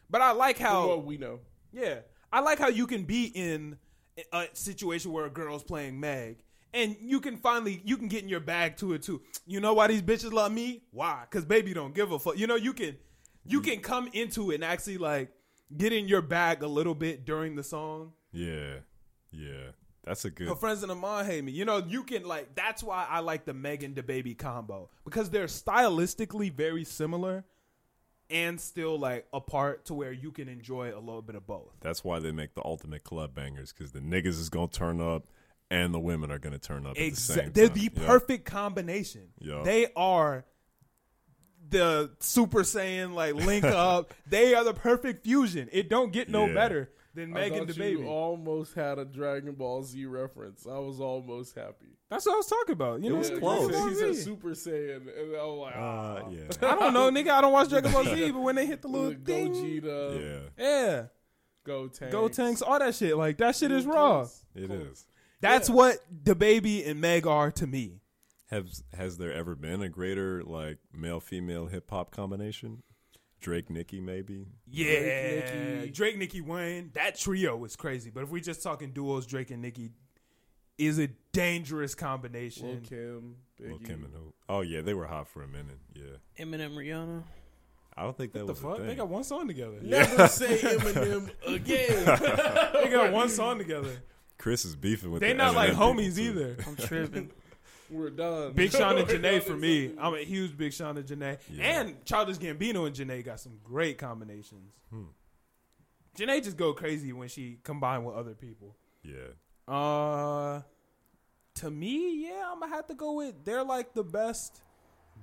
But I like From how what we know. Yeah, I like how you can be in a situation where a girl's playing Meg, and you can finally you can get in your bag to it too. You know why these bitches love me? Why? Cause baby don't give a fuck. You know you can you can come into it and actually like get in your bag a little bit during the song. Yeah. Yeah. That's a good. Her friends in the mom hate me. You know you can like that's why I like the Megan the baby combo because they're stylistically very similar. And still like apart to where you can enjoy a little bit of both. That's why they make the ultimate club bangers because the niggas is gonna turn up and the women are gonna turn up. Exactly. At the They're same the time. Yeah. perfect combination. Yeah. They are the Super Saiyan like link up. they are the perfect fusion. It don't get no Yeah. better than I Megan thought the you baby. almost had a Dragon Ball Z reference. I was almost happy. That's what I was talking about. You know, was it's close. Dragon Ball He said Z. Super Saiyan, and I'm like, ah, Uh, yeah. I don't know, nigga. I don't watch Dragon Ball Z, but when they hit the little thing, Gogeta, yeah. yeah, Go Tanks, Go Tanks, all that shit. Like that shit is raw. It is. That's what the baby and Meg are to me. Has has there ever been a greater like male female hip hop combination? Drake Nicki maybe. Yeah, Drake, Nicki. Drake, Nicki, Wayne. That trio is crazy. But if we're just talking duos, Drake and Nicki is a dangerous combination. Lil Kim, Biggie. Lil Kim and who? Oh yeah, they were hot for a minute. Yeah. Eminem, Rihanna. I don't think that The was a fuck? thing. They got one song together. Never say Eminem again. they got one song together. Chris is beefing with. They the not like Eminem people, homies too. either. I'm tripping. We're done. Big Sean and We're Janae done. for me. I'm a huge Big Sean and Janae. Yeah. And Childish Gambino and Janae got some great combinations. Hmm. Janae just go crazy when she combined with other people. Yeah. Uh, to me, yeah, I'm gonna have to go with they're like the best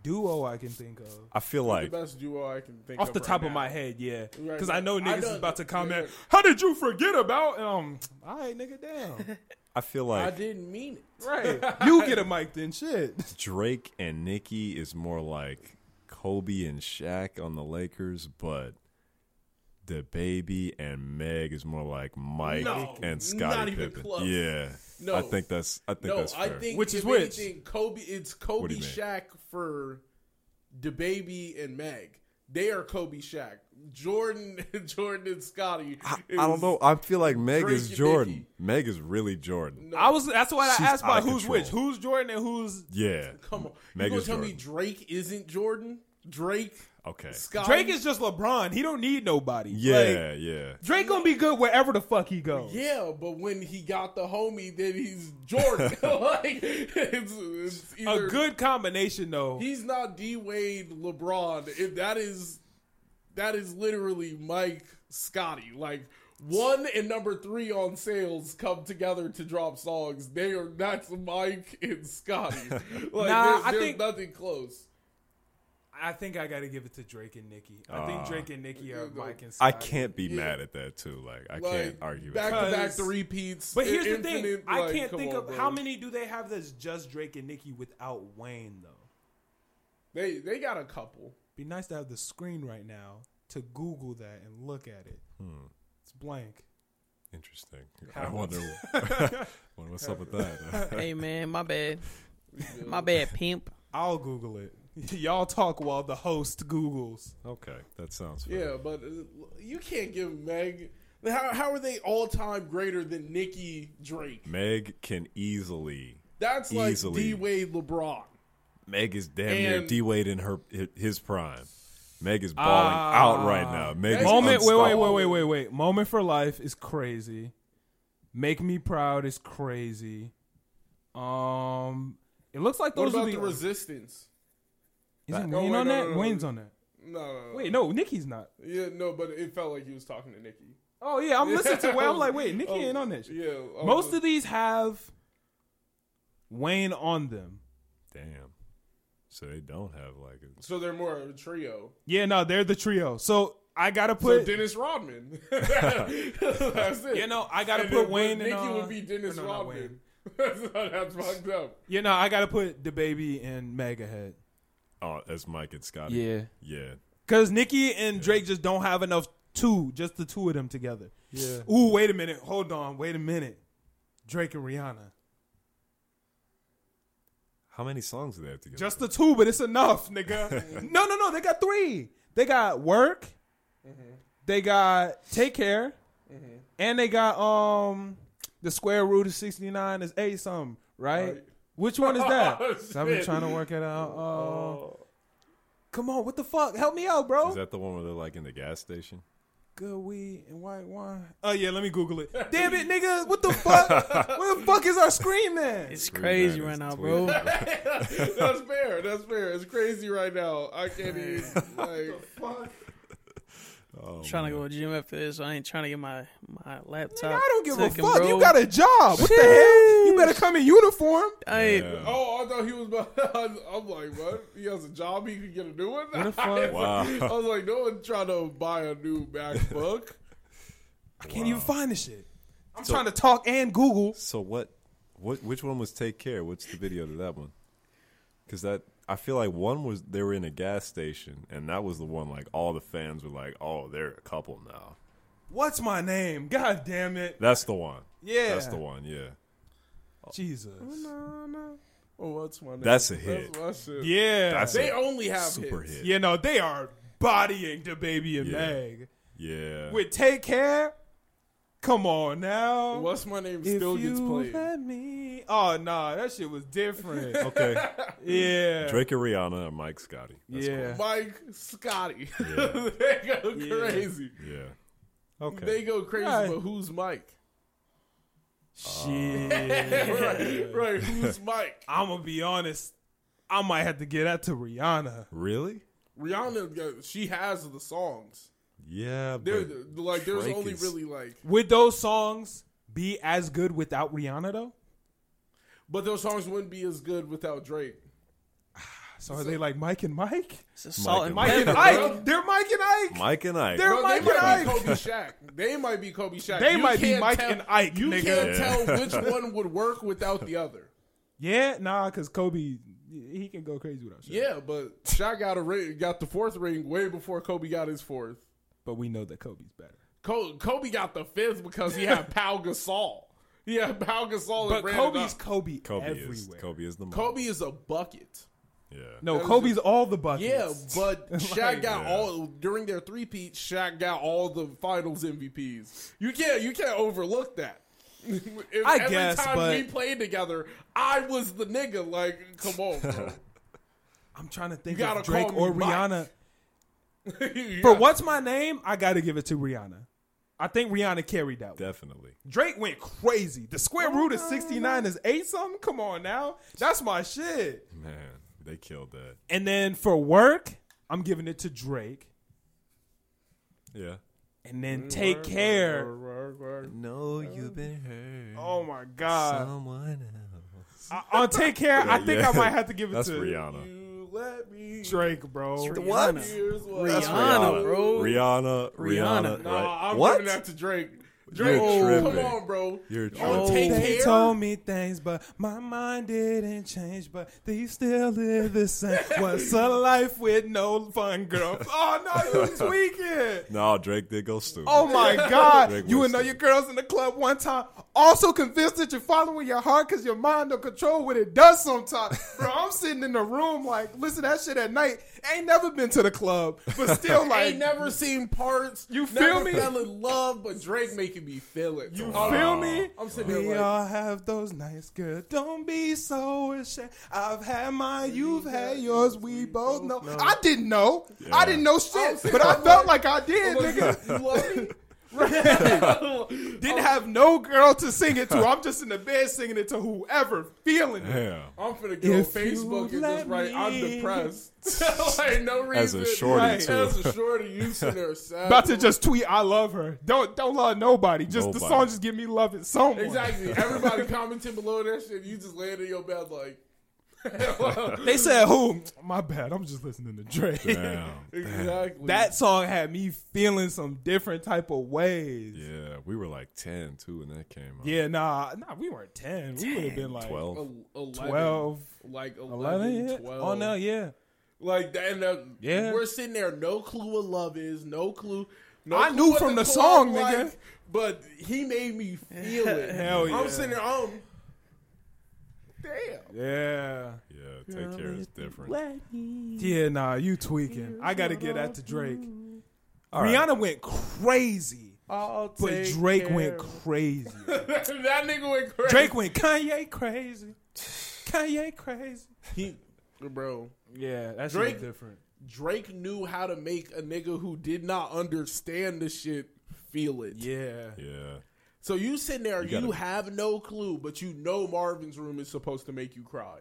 duo I can think of. I feel like the best duo I can think Off the right top of now. my head, yeah, Right because I know now. I niggas is done- about to comment. yeah. How did you forget about? And um, all right, nigga, damn, I feel I like didn't mean it. right? You get a mic then, shit. Drake and Nicki is more like Kobe and Shaq on the Lakers, but the baby and Meg is more like Mike No, and Scottie not even Pippen. close. Yeah, No. I think that's I think No, that's I fair. think Which is if which? anything, Kobe. It's Kobe do you mean? Shaq for the baby and Meg. They are Kobe Shaq. Jordan, Jordan and Scotty. I, I don't know. I feel like Meg Drake is and Jordan. Nicki. Meg is really Jordan. I was. That's why I She's asked about out of who's control. which. Who's Jordan and who's? Yeah, Come on, Meg you gonna is tell me Jordan. Drake isn't Jordan? Drake, Okay. Scott. Drake is just LeBron. He don't need nobody. Like, Yeah, yeah. Drake gonna be good wherever the fuck he goes. Yeah, but when he got the homie, then he's Jordan. like it's, it's either, A good combination though. He's not D Wade LeBron. If that is that is literally Mike Scotty. Like one and number three on sales come together to drop songs. They are that's Mike and Scotty. Like Nah, there's, I there's think- nothing close. I think I gotta give it to Drake and Nikki. I Ah. think Drake and Nikki are Mike and Scott. I can't be mad at that too. Like I can't Like, argue back with that. to back Because- three peats. But here's the infinite, thing: I like, can't come think on, of bro. how many do they have that's just Drake and Nicki without Wayne though. they they got a couple. Be nice to have the screen right now to Google that and look at it. Hmm. It's blank. Interesting. I How- wonder, wonder what's up with that. hey man, my bad, my bad, pimp. I'll Google it. Y'all talk while the host Googles. okay, that sounds fair. Yeah, but uh, you can't give Meg. How, how are they all time greater than Nikki Drake? Meg can easily. That's like Easily. D Wade LeBron. Meg is damn near And- D Wade in her hi- his prime. Meg is balling out right now. Meg is Ah. Moment. Wait, wait, wait, unstoppable. wait, wait, wait. Moment for life is crazy. Make me proud is crazy. Um, it looks like What those about are the the. Resistance? is it Wayne No, wait, on no, that? no, no. Wayne's on that. No, no, no. Wait, no, Nicki's not. Yeah, no, but it felt like he was talking to Nikki. Oh yeah, I'm listening to. Wayne. I'm like, wait, Nicki Oh, ain't on that. Shit. Yeah, oh, Most of these have Wayne on them. Damn. So they don't have like. A, so they're more of a trio. Yeah, no, they're the trio. So I gotta So put. Dennis Rodman. That's it. you know, I gotta And put then- Wayne Nikki and uh, would be Dennis no, not Rodman. Wayne. That's, that's fucked up. You know, I gotta put the baby and Meg ahead. oh, that's Mike and Scotty. Yeah. Yeah. Cause Nikki and Drake just don't have enough two, just the two of them together. Yeah. Ooh, wait a minute. Hold on. Wait a minute. Drake and Rihanna. How many songs do they have together? Just the two, but it's enough, nigga. no, no, no. They got three. They got work. They got take care, and they got um the square root of sixty nine is eight something, right? Right. Which one is that? Oh, So I've been shit. trying to work it out. Oh, Oh. come on, what the fuck? Help me out, bro. Is that the one where they're like in the gas station? Good weed and white wine. Oh yeah, let me Google it. Damn it, nigga. What the fuck? Where the fuck is our screen man? It's Three crazy minus right now, twenty. bro. that's fair. That's fair. It's crazy right now. I can't even. Like, Oh, trying to man. go to the gym after this. I ain't trying to get my my laptop. I don't give taken, a fuck. Bro. You got a job. What the hell? You better come in uniform. I ain't- Yeah. oh, I thought he was. About, I'm like, what? He has a job. He could get a new one. What the fuck? I Wow. was like, no one trying to buy a new MacBook. I can't even find this shit. I'm So- trying to talk and Google. So what? What? Which one was Take Care? What's the video to that one? Because that I feel like one was they were in a gas station, and that was the one like all the fans were like, "Oh, they're a couple now." What's my name? God damn it. That's the one. Yeah. That's the one. Yeah. Jesus. Oh, what's my name? That's a hit. That's my shit. Yeah. That's They a only have super hits. hit. you know, they are bodying the baby and Yeah. Meg. Yeah. With Take Care. Come on now. What's my name If still gets you played. let me. Oh, nah. That shit was different. Okay. yeah. Drake and Rihanna and Mike Scotty. That's yeah. Mike Scotty. Yeah. they go Yeah. crazy. Cool. Yeah. Okay. They go crazy. Right. But who's Mike? Uh, Shit. right, right. Who's Mike? I'm going to be honest. I might have to get that to Rihanna. really? Rihanna. uh, She has the songs. Yeah. There, but like, there's Drake only is- really like, Would those songs be as good without Rihanna, though? but those songs wouldn't be as good without Drake. So are they like Mike and Mike? It's a salt and Mike Mike pepper. and Pepper, bro. Ike. They're Mike and Ike. Mike and I. They're Bro, Mike they and might Ike. be Kobe Shaq. They might be Kobe Shaq. They You might be can't Mike tell- and Ike, You nigga. can't Yeah. tell which one would work without the other. Yeah, nah, because Kobe, he can go crazy without Shaq. Yeah, but Shaq got a ring, got the fourth ring way before Kobe got his fourth. But we know that Kobe's better. Kobe, Kobe got the fifth because he had Pau Gasol. He had Pau Gasol. But and ran it Kobe's up. Kobe, Kobe everywhere. is Kobe is the mom. Kobe is a bucket. Yeah. No, was Kobe's all the buckets. Yeah, but Shaq got yeah. all during their three peat. Shaq got all the Finals MVPs. You can't you can't overlook that. If I every guess, time but- we played together, I was the nigga. Like, come on, bro. I'm trying to think You of gotta Drake call me or Mike. Rihanna. Yeah. For what's my name? I got to give it to Rihanna. I think Rihanna carried that. Oh One. Definitely. Drake went crazy. The square root of 69 is 8 something? Come on now. That's my shit. Man, they killed that. And then for work, I'm giving it to Drake. Yeah. And then take care. No, you've been hurt. Oh my Uh, God. Someone else. I, on take care, I Yeah, think yeah. I might have to give it That's to Rihanna. You let me. Drake, bro. Drake. What? Rihanna. Here's what That's I- Rihanna, bro. Rihanna. Rihanna. Rihanna. right. Nah, I'm what? giving that to Drake. Drake, come tripping. on, bro. You're Oh, tripping. take They care. told me things, but my mind didn't change. But they still live the same. What's a life with no fun, girl? Oh no, you tweaking! No, Drake did go stupid. Oh my God! Drake you would was know your girls in the club one time. Also convinced that you're following your heart because your mind don't control what it does sometimes. Bro, I'm sitting in the room like, listen, to that shit at night. Ain't never been to the club, but still I like, ain't never seen parts. You never feel me? Fell in love, but Drake making me feel it. you I'm- feel me? I'm sitting We there like, all have those nights, girl. Don't be so ashamed. I've had mine, you've had yours. We both know. I didn't know. I Yeah. didn't know shit, saying, but I I'm felt like I did, I'm like, nigga. you love me? Didn't have no girl to sing it to. I'm just in the bed singing it to whoever feeling it. Damn. I'm finna go If on you Facebook and let just write, I'm me." depressed. like, no reason. As a shorty, Right. too. As a shorty, you sitting there sad. About to just tweet, I love her. Don't don't love nobody. Just the Nobody. song just give me love it so much. Exactly. Everybody commenting below that shit. You just laying in your bed like. They said who? My bad. I'm just listening to Drake. Damn. exactly. That song had me feeling some different type of ways. Yeah, we were like 10 too when that came out. Yeah, nah, nah, we weren't ten. We would have been like 12, oh, 12. 11, 12 Like 11, 11, yeah. 12. Oh no, yeah. Like that, and, uh, Yeah. we're sitting there, no clue what love is, no clue. No I clue knew what from the club song, like, nigga. But he made me feel it. Hell yeah. I'm sitting there, um, damn. Yeah. Yeah, Take Care is different. Yeah, nah, you tweaking. I gotta get that to Drake. All right. Rihanna went crazy, but Drake went crazy. that nigga went crazy. Drake went Kanye crazy. Kanye crazy. he, bro. Yeah, that's Drake- different. Drake knew how to make a nigga who did not understand the shit feel it. Yeah. Yeah. So you sitting there, you, gotta- have no clue, but you know Marvin's room is supposed to make you cry.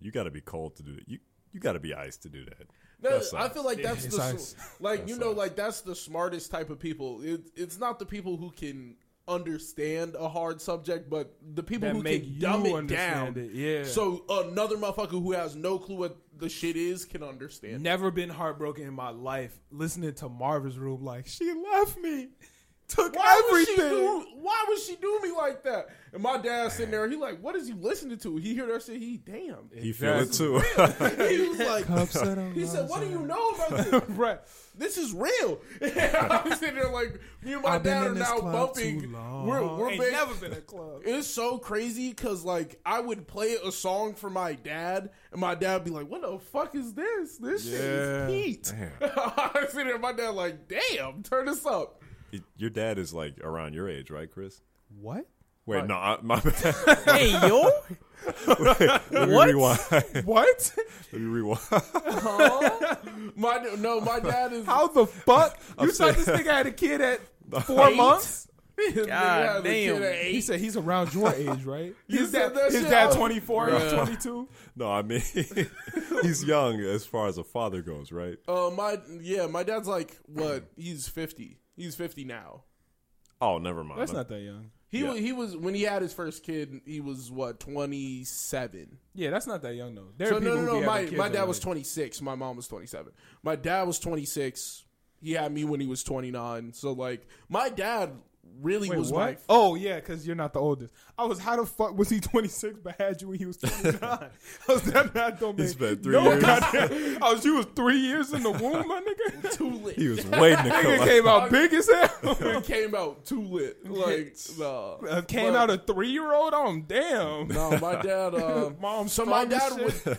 You got to be cold to do that. You you got to be ice to do that. No, That's I ice. feel like that's it's the ice. like you That's know ice. like that's the smartest type of people. It, it's not the people who can understand a hard subject, but the people That who make can you dumb it understand down. it, yeah. So another motherfucker who has no clue what the shit is can understand. Never been heartbroken in my life listening to Marvin's room like she left me. Took Why everything. Would she do, why would she do me like that? And my dad's sitting there. He like, what is he listening to? He hear that shit. He damn. He feel it too. He was like, he said, what do you know about this? Right. This is real. I'm sitting there like, me and my I've been dad in are this now club too bumping. long. We're we're Ain't big- never been a club. It's so crazy because like I would play a song for my dad, and my dad would be like, "What the fuck is this? This shit Yeah. is heat." Damn. I'm sitting there, my dad like, "Damn, turn this up." He- Your dad is like around your age, right, Chris? What? Wait, no, I, my bad. hey yo, Let me What? rewind. Let What? me rewind. My no, my dad is How the fuck? You thought Upset. this nigga had a kid at four Eight? months? This nigga God has a kid damn. at eight. He said he's around your age, right? His dad, said that his shit dad out. 24, he's 22. No, I mean he's young as far as a father goes, right? Uh, my yeah, my dad's like what? He's fifty. He's fifty now. Oh, never mind. That's not that young. He Yeah. wa- he was when he had his first kid. He was what twenty seven. Yeah, that's not that young, though. There So are no people no who no. be My having kids my dad that was age. twenty six. My mom was twenty seven. My dad was twenty six. He had me when he was twenty nine. So like my dad really Wait, was what? my. oh yeah, because you're not the oldest. I was how the fuck was he 26 but had you when he was 29? I was that math don't make It's been three no years. goddamn- I was you was three years in the womb, my nigga. Too lit. He was waiting to come. nigga Out. came out big as hell. It came out too lit. Like nah. Uh, came out But- a three year old. on damn. No, my dad. Uh, Mom so my strong dad as was.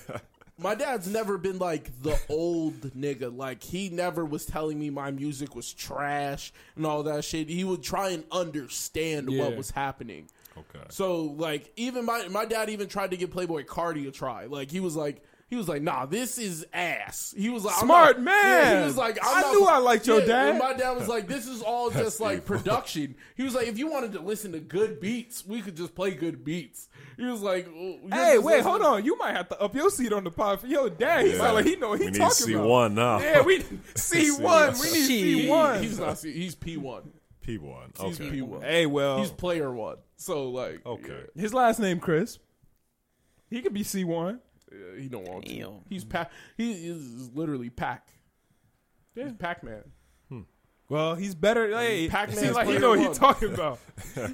My dad's never been like the old nigga. Like he never was telling me my music was trash and all that shit. He would try and understand Yeah. what was happening. Okay. So like even my my dad even tried to give Playboy Cardi a try. Like he was like, He was like, "Nah, this is ass." He was like, I'm Smart not- man. Yeah, he was like, I'm I not- knew I liked your Yeah, dad. and my dad was like, "This is all just like production." He was like, "If you wanted to listen to good beats, we could just play good beats." He was like, "Well, you're Hey, just wait, listening- hold on. You might have to up your seat on the pod for your dad. He Yeah. sound like he know what he We need talking about. C1 now. Yeah, we C one. We need C Shit. one. He's not. He's P one. P1. He's Okay. P one. Hey, well, He's player one. So like, Okay. his last name Chris. He could be C one. yeah, he don't want to. Damn. He's pack. He is literally pack. He's Pac Man. Well, he's better. Hey, Pac-Man's seems like he player know what he one. talking about.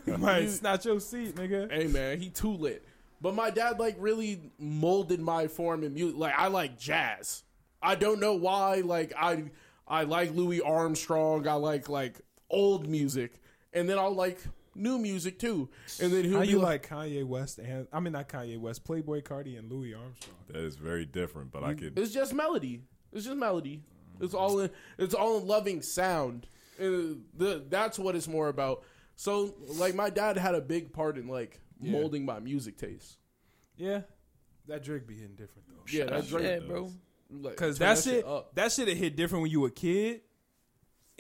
he might snatch your seat, nigga. Hey man, he too lit. But my dad like really molded my form in music. Like I like jazz. I don't know why. Like I I like Louis Armstrong. I like like old music, and then I'll like new music too. And then he'll How be you like, like Kanye West and I mean not Kanye West, Playboy Cardi and Louis Armstrong. That is very different, Mm. but I could. it's just melody. It's just melody. It's all in, it's all in loving sound. Uh, the, that's what it's more about. So like my dad had a big part in like molding my music taste. Yeah, that Drake be hitting different though. Yeah, that's Drake yeah, does. bro. Like, Cause turn that shit, up. that shit, it hit different when you were a kid.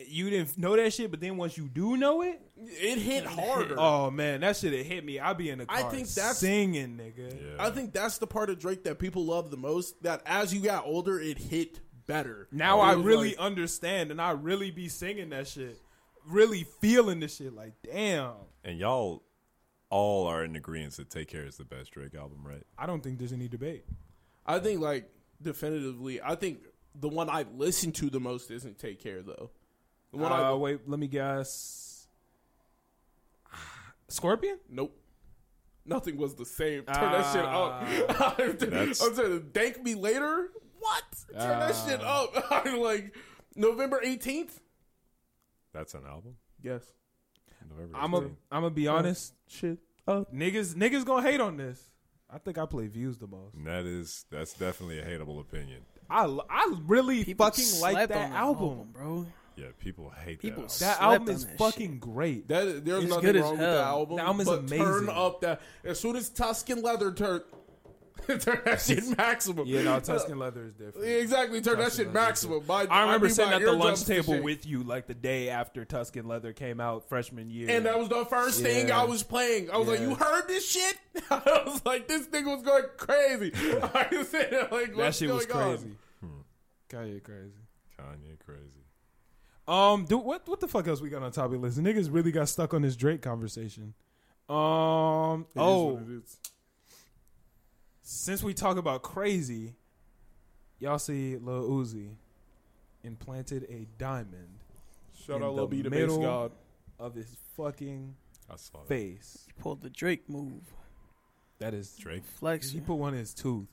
You didn't know that shit, but then once you do know it, It hit harder. oh man, that shit it hit me. I be in the car I think that's- singing, nigga. Yeah. I think that's the part of Drake that people love the most. That as you got older, it hit better. Now It I was really like- understand, and I really be singing that shit, really feeling the shit. Like, damn, and y'all all are in agreement that Take Care is the best Drake album, right? I don't think there's any debate. I think like definitively. I think the one I listen to the most isn't "Take Care" though. The one uh, I wait, let me guess. Scorpion? nope. Nothing was the same. Turn that shit Ah. up. I'm That's- saying, thank me later. What? Turn that shit up. I'm like November 18th. That's an album. Yes. November I'm a, 18th. I'm gonna be honest. Shit. up. Niggas, niggas gonna hate on this. I think I play views the most. And that is that's definitely a hateable opinion. I, I really People fucking like slept on that album. bro. Yeah, people hate that. People Album. That Slept album on is that fucking great. That there's It's nothing good as wrong with hell. that album. The album is but Turn amazing. up that as soon as Tuscan Leather turn, turn that shit maximum. yeah, no, Tuscan Leather is different. Yeah, exactly. Turn that Tuscan shit Leather is maximum. My, I remember be sitting my at the lunch eardrums to table shit. with you like the day after Tuscan Leather came out freshman year. and that was the first thing Yeah. I was playing. I was like, Yeah. "You heard this shit?" I was like, "This thing was going crazy." I was sitting there like, that "What's shit was going on?" crazy. Kanye crazy. Kanye crazy. Um, dude, what what the fuck else we got on topic list? Niggas really got stuck on this Drake conversation. Um, It is oh, what it is. since we talk about crazy, y'all see Lil Uzi implanted a diamond shout In out the Lil B, the bass middle. god. of his fucking I saw that. face. Pulled the Drake move. That is Drake. Flex. He put one in his tooth.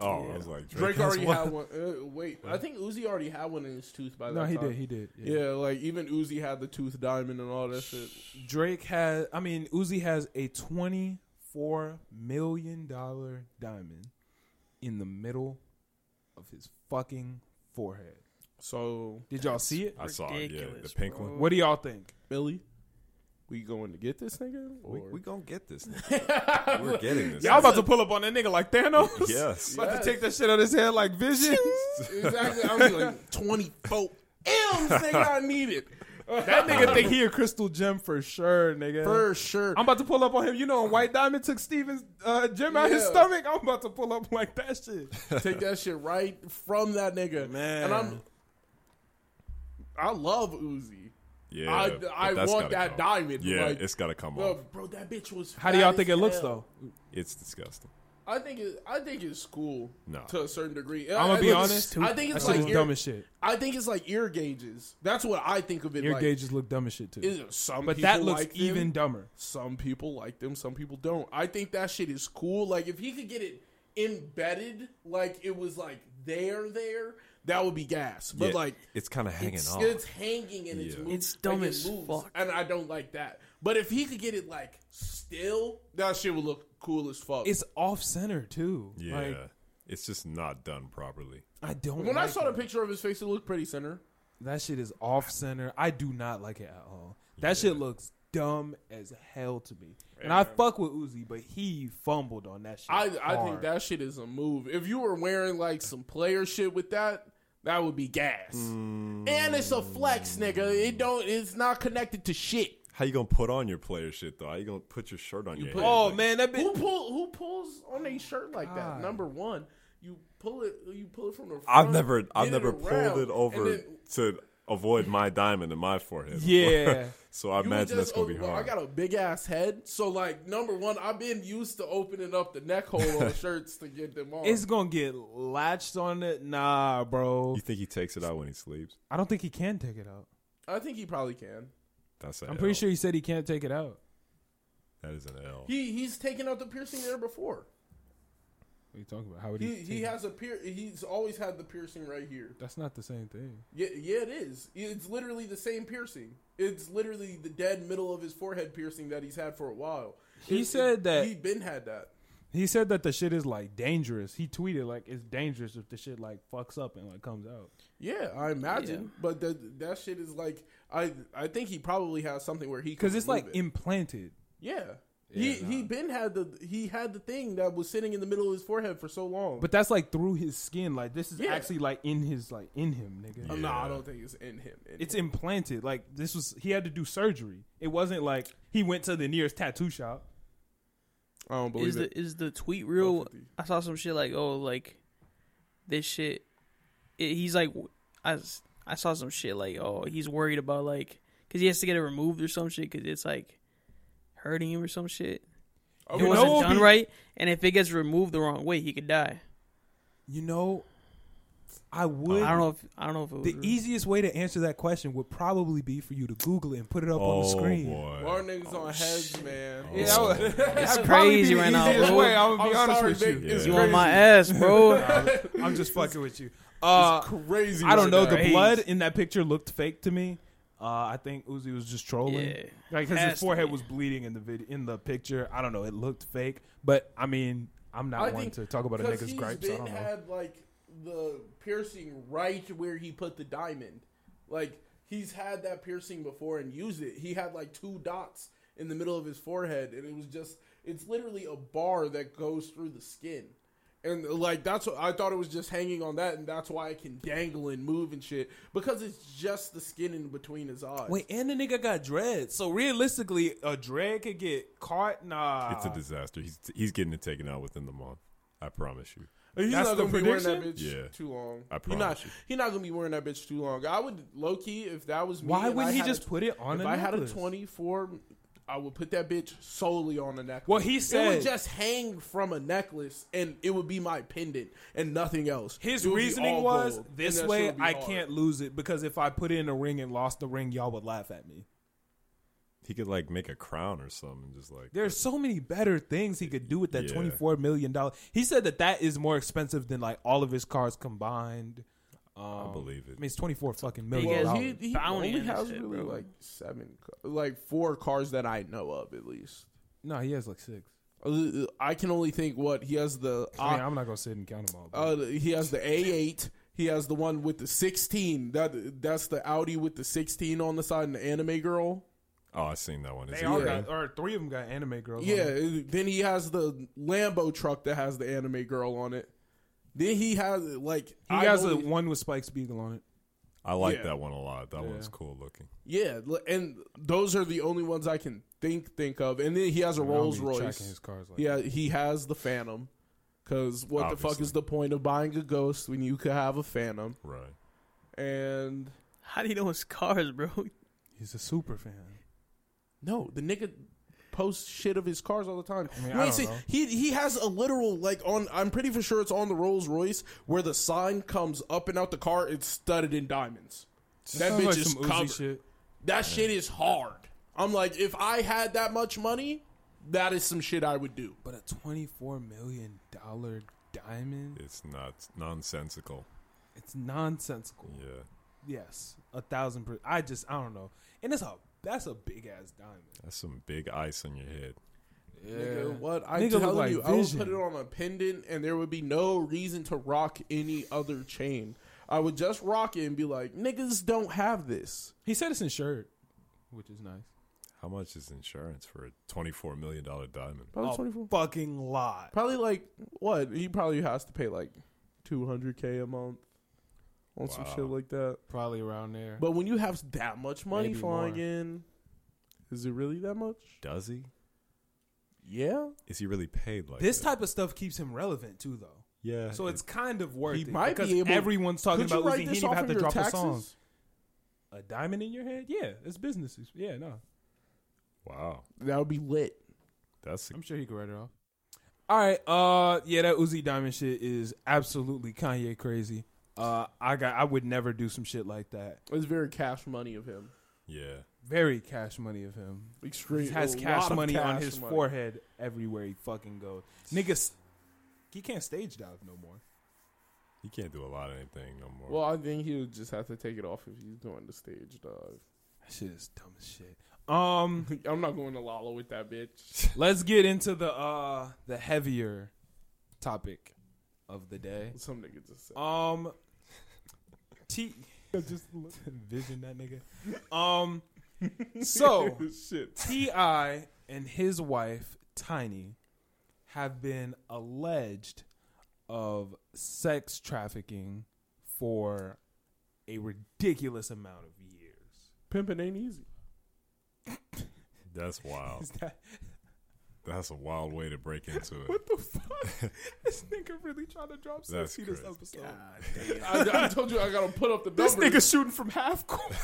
Oh, Yeah. I was like Drake. Drake already one. had one. Uh, wait, I think Uzi already had one in his tooth by that No, he time. did. He did. Yeah. like even Uzi had the tooth diamond and all that shit. Drake has. I mean, Uzi has a twenty-four million dollar diamond in the middle of his fucking forehead. So Did y'all see it? I saw it. Yeah, the Ridiculous, pink bro. one. What do y'all think? Billy, we going to get this nigga? Or? We, we gonna get this. nigga. We're getting this. Y'all about to pull up on that nigga like Thanos? Yes. About to take that shit out of his head like Vision. exactly. I was like twenty four M's nigga. I need it that nigga think he a crystal gem for sure, nigga. for sure. I'm about to pull up on him. You know, when White Diamond took Steven's uh, gem out his Yeah. stomach. I'm about to pull up like that shit. Take that shit right from that nigga, Man. And I'm. I love Uzi. Yeah. I- but I that's want gotta that come. diamond, Yeah, like- it's gotta come Well, off. bro, that bitch was. How do y'all fat think it as looks hell. though? It's disgusting. I think it. I think it's cool No. to a certain degree. I'm gonna be honest. I think it's That shit like was ear- dumb as shit. I think it's like ear gauges. That's what I think of it. Your like. gauges look dumb as shit too. Is some but people that looks like them, even dumber. Some people like them. Some people don't. I think that shit is cool. Like if he could get it embedded, like it was like there, there, that would be gas. But Yeah, like it's kind of hanging it's, off. it's hanging and it's Yeah. moving. It's dumb Like, it as fuck. and I don't like that. But if he could get it like still, that shit would look cool as fuck. It's off center too. yeah. Like, it's just not done properly. I don't. when I like saw it. the picture of his face, it looked pretty center. That shit is off center. I do not like it at all. That shit looks dumb as hell to me. And I fuck with Uzi, but he fumbled on that shit. I, I think hard. that shit is a move. If you were wearing like some player shit with that, that would be gas. And it's a flex, nigga. It don't. It's not connected to shit. How you gonna put on your player shit though? How you gonna put your shirt on your put- head? Oh man, that Who bitch. pull? Who pulls on a shirt like that? God. Number one, you pull it. You pull it from the. Front, I've never I've get never around, pulled it and over then to avoid my diamond in my forehead. Yeah. so you I would imagine that's just gonna be open- well, hard. I got a big ass head, so like number one, I've been used to opening up the neck hole on the shirts to get them on. It's gonna get latched on it. Nah, bro. you think he takes it out when he sleeps? I don't think he can take it out. I think he probably can. That's an I'm pretty L. sure he said he can't take it out. that is an L. He he's taken out the piercing there before. What are you talking about? How would He he? he has a pier. He's always had the piercing right here. That's not the same thing. Yeah, yeah, it is. It's literally the same piercing. It's literally the dead middle of his forehead piercing that he's had for a while. He It- said that- he been had that. He said that the shit is like dangerous. He tweeted like it's dangerous if the shit like fucks up and like comes out. Yeah, I imagine. But that that shit is like I I think he probably has something where he Cause can it's remove like it. implanted. yeah. he he been had the he had the thing that was sitting in the middle of his forehead for so long. But that's like through his skin. Like this is Yeah. actually like in his like in him, nigga. Oh, no, Yeah. I don't think it's in him. in It's him. implanted. Like this was he had to do surgery. It wasn't like he went to the nearest tattoo shop. I don't believe Is it. the is the tweet real? 150. I saw some shit like oh like this shit. It, he's like I s- I saw some shit like oh he's worried about like because he has to get it removed or some shit because it's like hurting him or some shit. You Oh, it wasn't know, done be- right, and if it gets removed the wrong way, he could die. You know, I would. I don't know if I don't know if it was The re- easiest way to answer that question would probably be for you to Google it and put it up on oh the screen. boy. Our niggas on heads, man. Oh, Yeah, that would- It's that'd probably be crazy the right now, easiest bro. way, I'm gonna be I'm honest sorry, with you. Vic, it's you Yeah. on my ass, bro. I'm just fucking with you. Uh, crazy. I don't know. The Crazy. blood in that picture looked fake to me. Uh, I think Uzi was just trolling. Yeah. Like because Has his to forehead be. was bleeding in the vid- in the picture. I don't know. It looked fake, but I mean, I'm not I one think to talk about a because nigga's he's gripes. I Been don't know. had like the piercing right where he put the diamond. Like he's had that piercing before and used it. He had like two dots in the middle of his forehead, and it was just it's literally a bar that goes through the skin. And like that's what I thought it was just hanging on that, and that's why it can dangle and move and shit because it's just the skin in between his eyes. Wait, and the nigga got dread. So realistically, a dread could get caught. Nah, It's a disaster. He's he's getting it taken out within the month. I promise you. He's That's not the gonna be wearing that prediction? bitch Yeah. too long. I He not promise you. he not gonna be wearing that bitch too long. I would low key if that was me. Why and I wouldn't he had a just put it on? If a I had a necklace? 24, I would put that bitch solely on a necklace. Well, he it would said- just hang from a necklace, and it would be my pendant and nothing else. His It would be reasoning all was gold, and this that way shit would be I hard. can't lose it because if I put in a ring and lost the ring, y'all would laugh at me. He could like make a crown or something, and just like There's so many better things he could do with that Yeah. 24 million dollar. He said that that is more expensive than like all of his cars combined. Um, I believe it. I mean, it's 24 fucking Big million ass Well, dollars. he, he Bounty only on that has shit, really bro. like seven, ca- like four cars that I know of at least. no, he has like six. Uh, I can only think what he has the I mean, I'm not gonna sit and count them all. but- Uh, he has the A8. He has the one with the 16. That that's the Audi with the 16 on the side and the anime girl. oh, I seen that one. Is they it all red? got, or three of them got anime girls. on Yeah. them. Then he has the Lambo truck that has the anime girl on it. Then he has like he I has a, only- one with Spike Spiegel on it. I like Yeah. that one a lot. That Yeah. one's cool looking. yeah, li- and those are the only ones I can think think of. And then he has a I don't Rolls be tracking Royce. his cars like Yeah, he has the Phantom. Cause what the fuck Obviously. is the point of buying a ghost when you could have a Phantom? Right. And How do you know his cars, bro? he's a super fan. No, the nigga posts shit of his cars all the time. mean, I Wait, don't see, know. he he has a literal like on. I'm pretty for sure it's on the Rolls Royce where the sign comes up and out the car. It's studded in diamonds. That Sounds bitch like is some Uzi covered. shit. That shit is hard. I'm like, if I had that much money, that is some shit I would do. But a 24 million dollar diamond. It's not it's nonsensical. It's nonsensical. Yeah. Yes, a thousand percent. I just I don't know, and it's a that's a big ass diamond. That's some big ice on your head. Nigga, what I Nigga tell look like you, I would Vision. put it on a pendant, and there would be no reason to rock any other chain. I would just rock it and be like, niggas don't have this. He said it's insured, which is nice. How much is insurance for a twenty-four million dollar diamond? Probably twenty four. A fucking lot. Probably like what he probably has to pay like two hundred k a month on some Wow. shit like that. Probably around there. But when you have that much money Maybe flying more. in, is it really that much? Does he? Yeah, Is he really paid like this that? type of stuff keeps him relevant too, though. Yeah. So Uh, it- it's kind of worth He it might because be able- everyone's talking Could you about write losing. He this didn't even off have of to your drop a taxes? song. A diamond in your head? Yeah, it's business. It's- Yeah, no. wow. That would be lit. That's I'm sure he could write it off. All right. Uh, yeah, that Uzi Diamond shit is absolutely Kanye crazy. Uh, I got. I would never do some shit like that. It's very cash money of him. yeah. Very cash money of him. Extreme. He has a cash lot of money on cash his money. forehead everywhere he fucking goes. Niggas, he can't stage dive no more. He can't do a lot of anything no more. Well, I think he would just have to take it off if he's doing the stage dive. That shit is dumb as shit. Um, I'm not going to Lala with that bitch. let's get into the uh the heavier topic of the day. Some nigga just said. Um, T. Just vision that nigga. Um, so shit. Ti and his wife Tiny have been alleged of sex trafficking for a ridiculous amount of years. Pimping ain't easy. That's wild. Is that That's a wild way to break into it. what the fuck? this nigga really trying to drop That's sexy this crazy. episode. I, I told you I gotta put up the numbers. This nigga shooting from half court.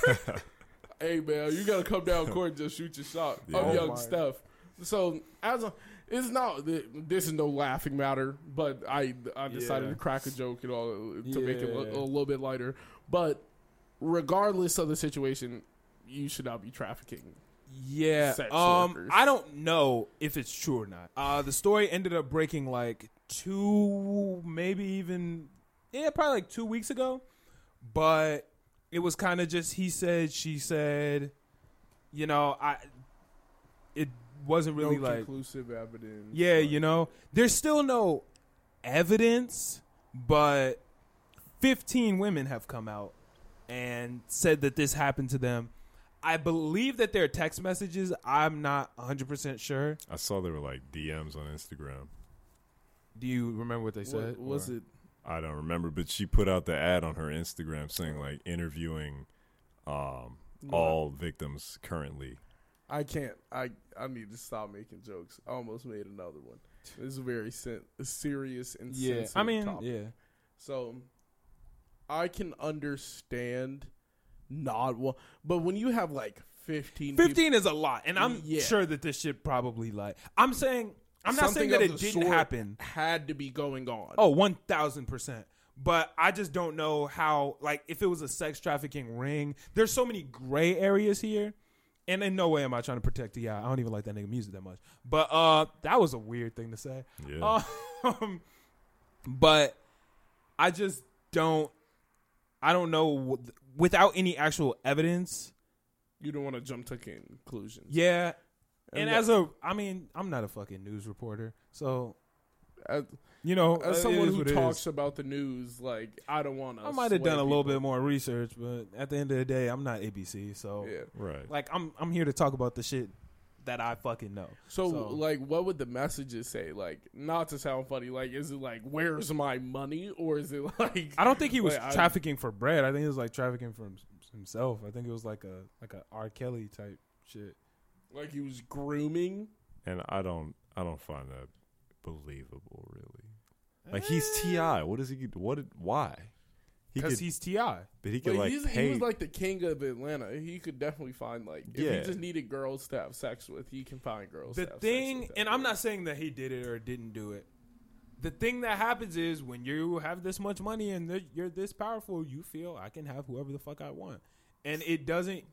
hey man, you gotta come down court and just shoot your shot. Yeah. I'm Oh young my. stuff. So as a, it's not this is no laughing matter, but I I decided Yeah. to crack a joke and all to make it Yeah. a, a little bit lighter. But regardless of the situation, you should not be trafficking. Yeah. sex Um, workers. I don't know if it's true or not. Uh, the story ended up breaking like two, maybe even, yeah, probably like two weeks ago. But it was kind of just he said, she said. You know, I. It wasn't really no like. conclusive evidence. Yeah, Like, you know, there's still no evidence, but 15 women have come out and said that this happened to them. I believe that there are text messages. I'm not 100% sure. I saw there were like DMs on Instagram. Do you remember what they what- said? was it? I don't remember, but she put out the ad on her Instagram saying like interviewing um all victims currently. I can't. I I need to stop making jokes. I almost made another one. This is a very sen- serious and Yeah. sensitive I mean, topic. yeah. So I can understand not one, but when you have like fifteen, people- 15 is a lot, and I'm Yeah. sure that this shit probably like. I'm saying, I'm not something saying that of it the didn't sort happen. had to be going on. Oh, 1000%. But I just don't know how, like, if it was a sex trafficking ring, there's so many gray areas here. And in no way am I trying to protect the guy. I don't even like that nigga music that much. But uh that was a weird thing to say. Yeah. Oh. Um, but I just don't, I don't know without any actual evidence. you don't want to jump to conclusions. Yeah. And And as a, I mean, I'm not a fucking news reporter. So, As, you know, as Oh, Uh, it someone is who what it is. talks about the news, like I don't want to. I might have done a little bit more research, but at the end of the day, I'm not ABC, so Yeah. Right. like I'm I'm here to talk about the shit that I fucking know. So, So- like, what would the messages say? Like, not to sound funny, like, is it like, where's my money, or is it like, I don't think he was Wait, I- trafficking for bread. I think it was like trafficking for him- himself. I think it was like a like a R. Kelly type shit. like he was grooming? And I don't I don't find that believable really. Like he's Eh. TI. What is he what did- why? He Because could he's Ti. but he could But like he's, pay he was like the king of Atlanta. He could definitely find like if Yeah. he just needed girls to have sex with, he can find girls. The to have thing, sex with and I'm not saying that he did it or didn't do it. The thing that happens is when you have this much money and th- you're this powerful, you feel I can have whoever the fuck I want, and it doesn't.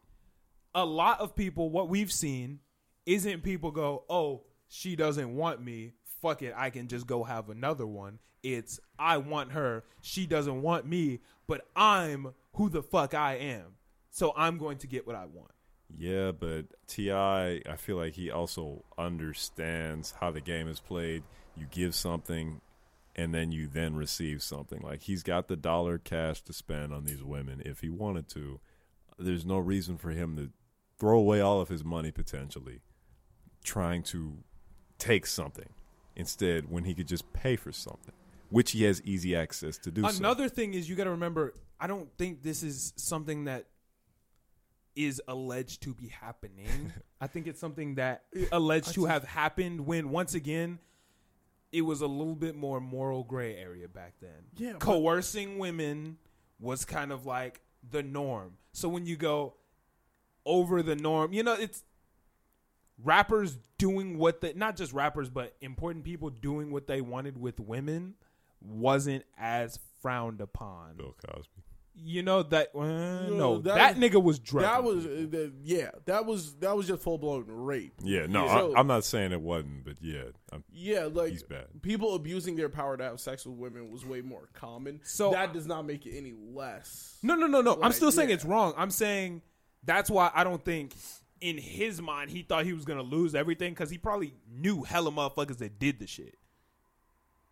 A lot of people, what we've seen, isn't people go, "Oh, she doesn't want me. Fuck it, I can just go have another one." It's I want her. She doesn't want me, but I'm who the fuck I am, so I'm going to get what I want. Yeah, but Ti, I feel like he also understands how the game is played. You give something, and then you then receive something. Like he's got the dollar cash to spend on these women if he wanted to. There's no reason for him to throw away all of his money potentially trying to take something instead when he could just pay for something, which he has easy access to do. so. Another thing is you got to remember. I don't think this is something that is alleged to be happening. I think it's something that alleged to have happened when once again it was a little bit more moral gray area back then. Yeah, but- coercing women was kind of like the norm. So when you go over the norm, you know it's rappers doing what the not just rappers but important people doing what they wanted with women wasn't as frowned upon. Bill Cosby. You know that uh, no that, that- nigga was drugged. That was uh, the, yeah. That was that was just full blown rape. Yeah, no, Yeah. So- I, I'm not saying it wasn't, but yeah, I'm, Yeah, like He's bad. people abusing their power to have sex with women was way more common. So So- that does not make it any less. No, no, no, no. I'm Like, still saying yeah. it's wrong. I'm saying that's why I don't think in his mind he thought he was gonna lose everything because he probably knew hella motherfuckers that did the shit.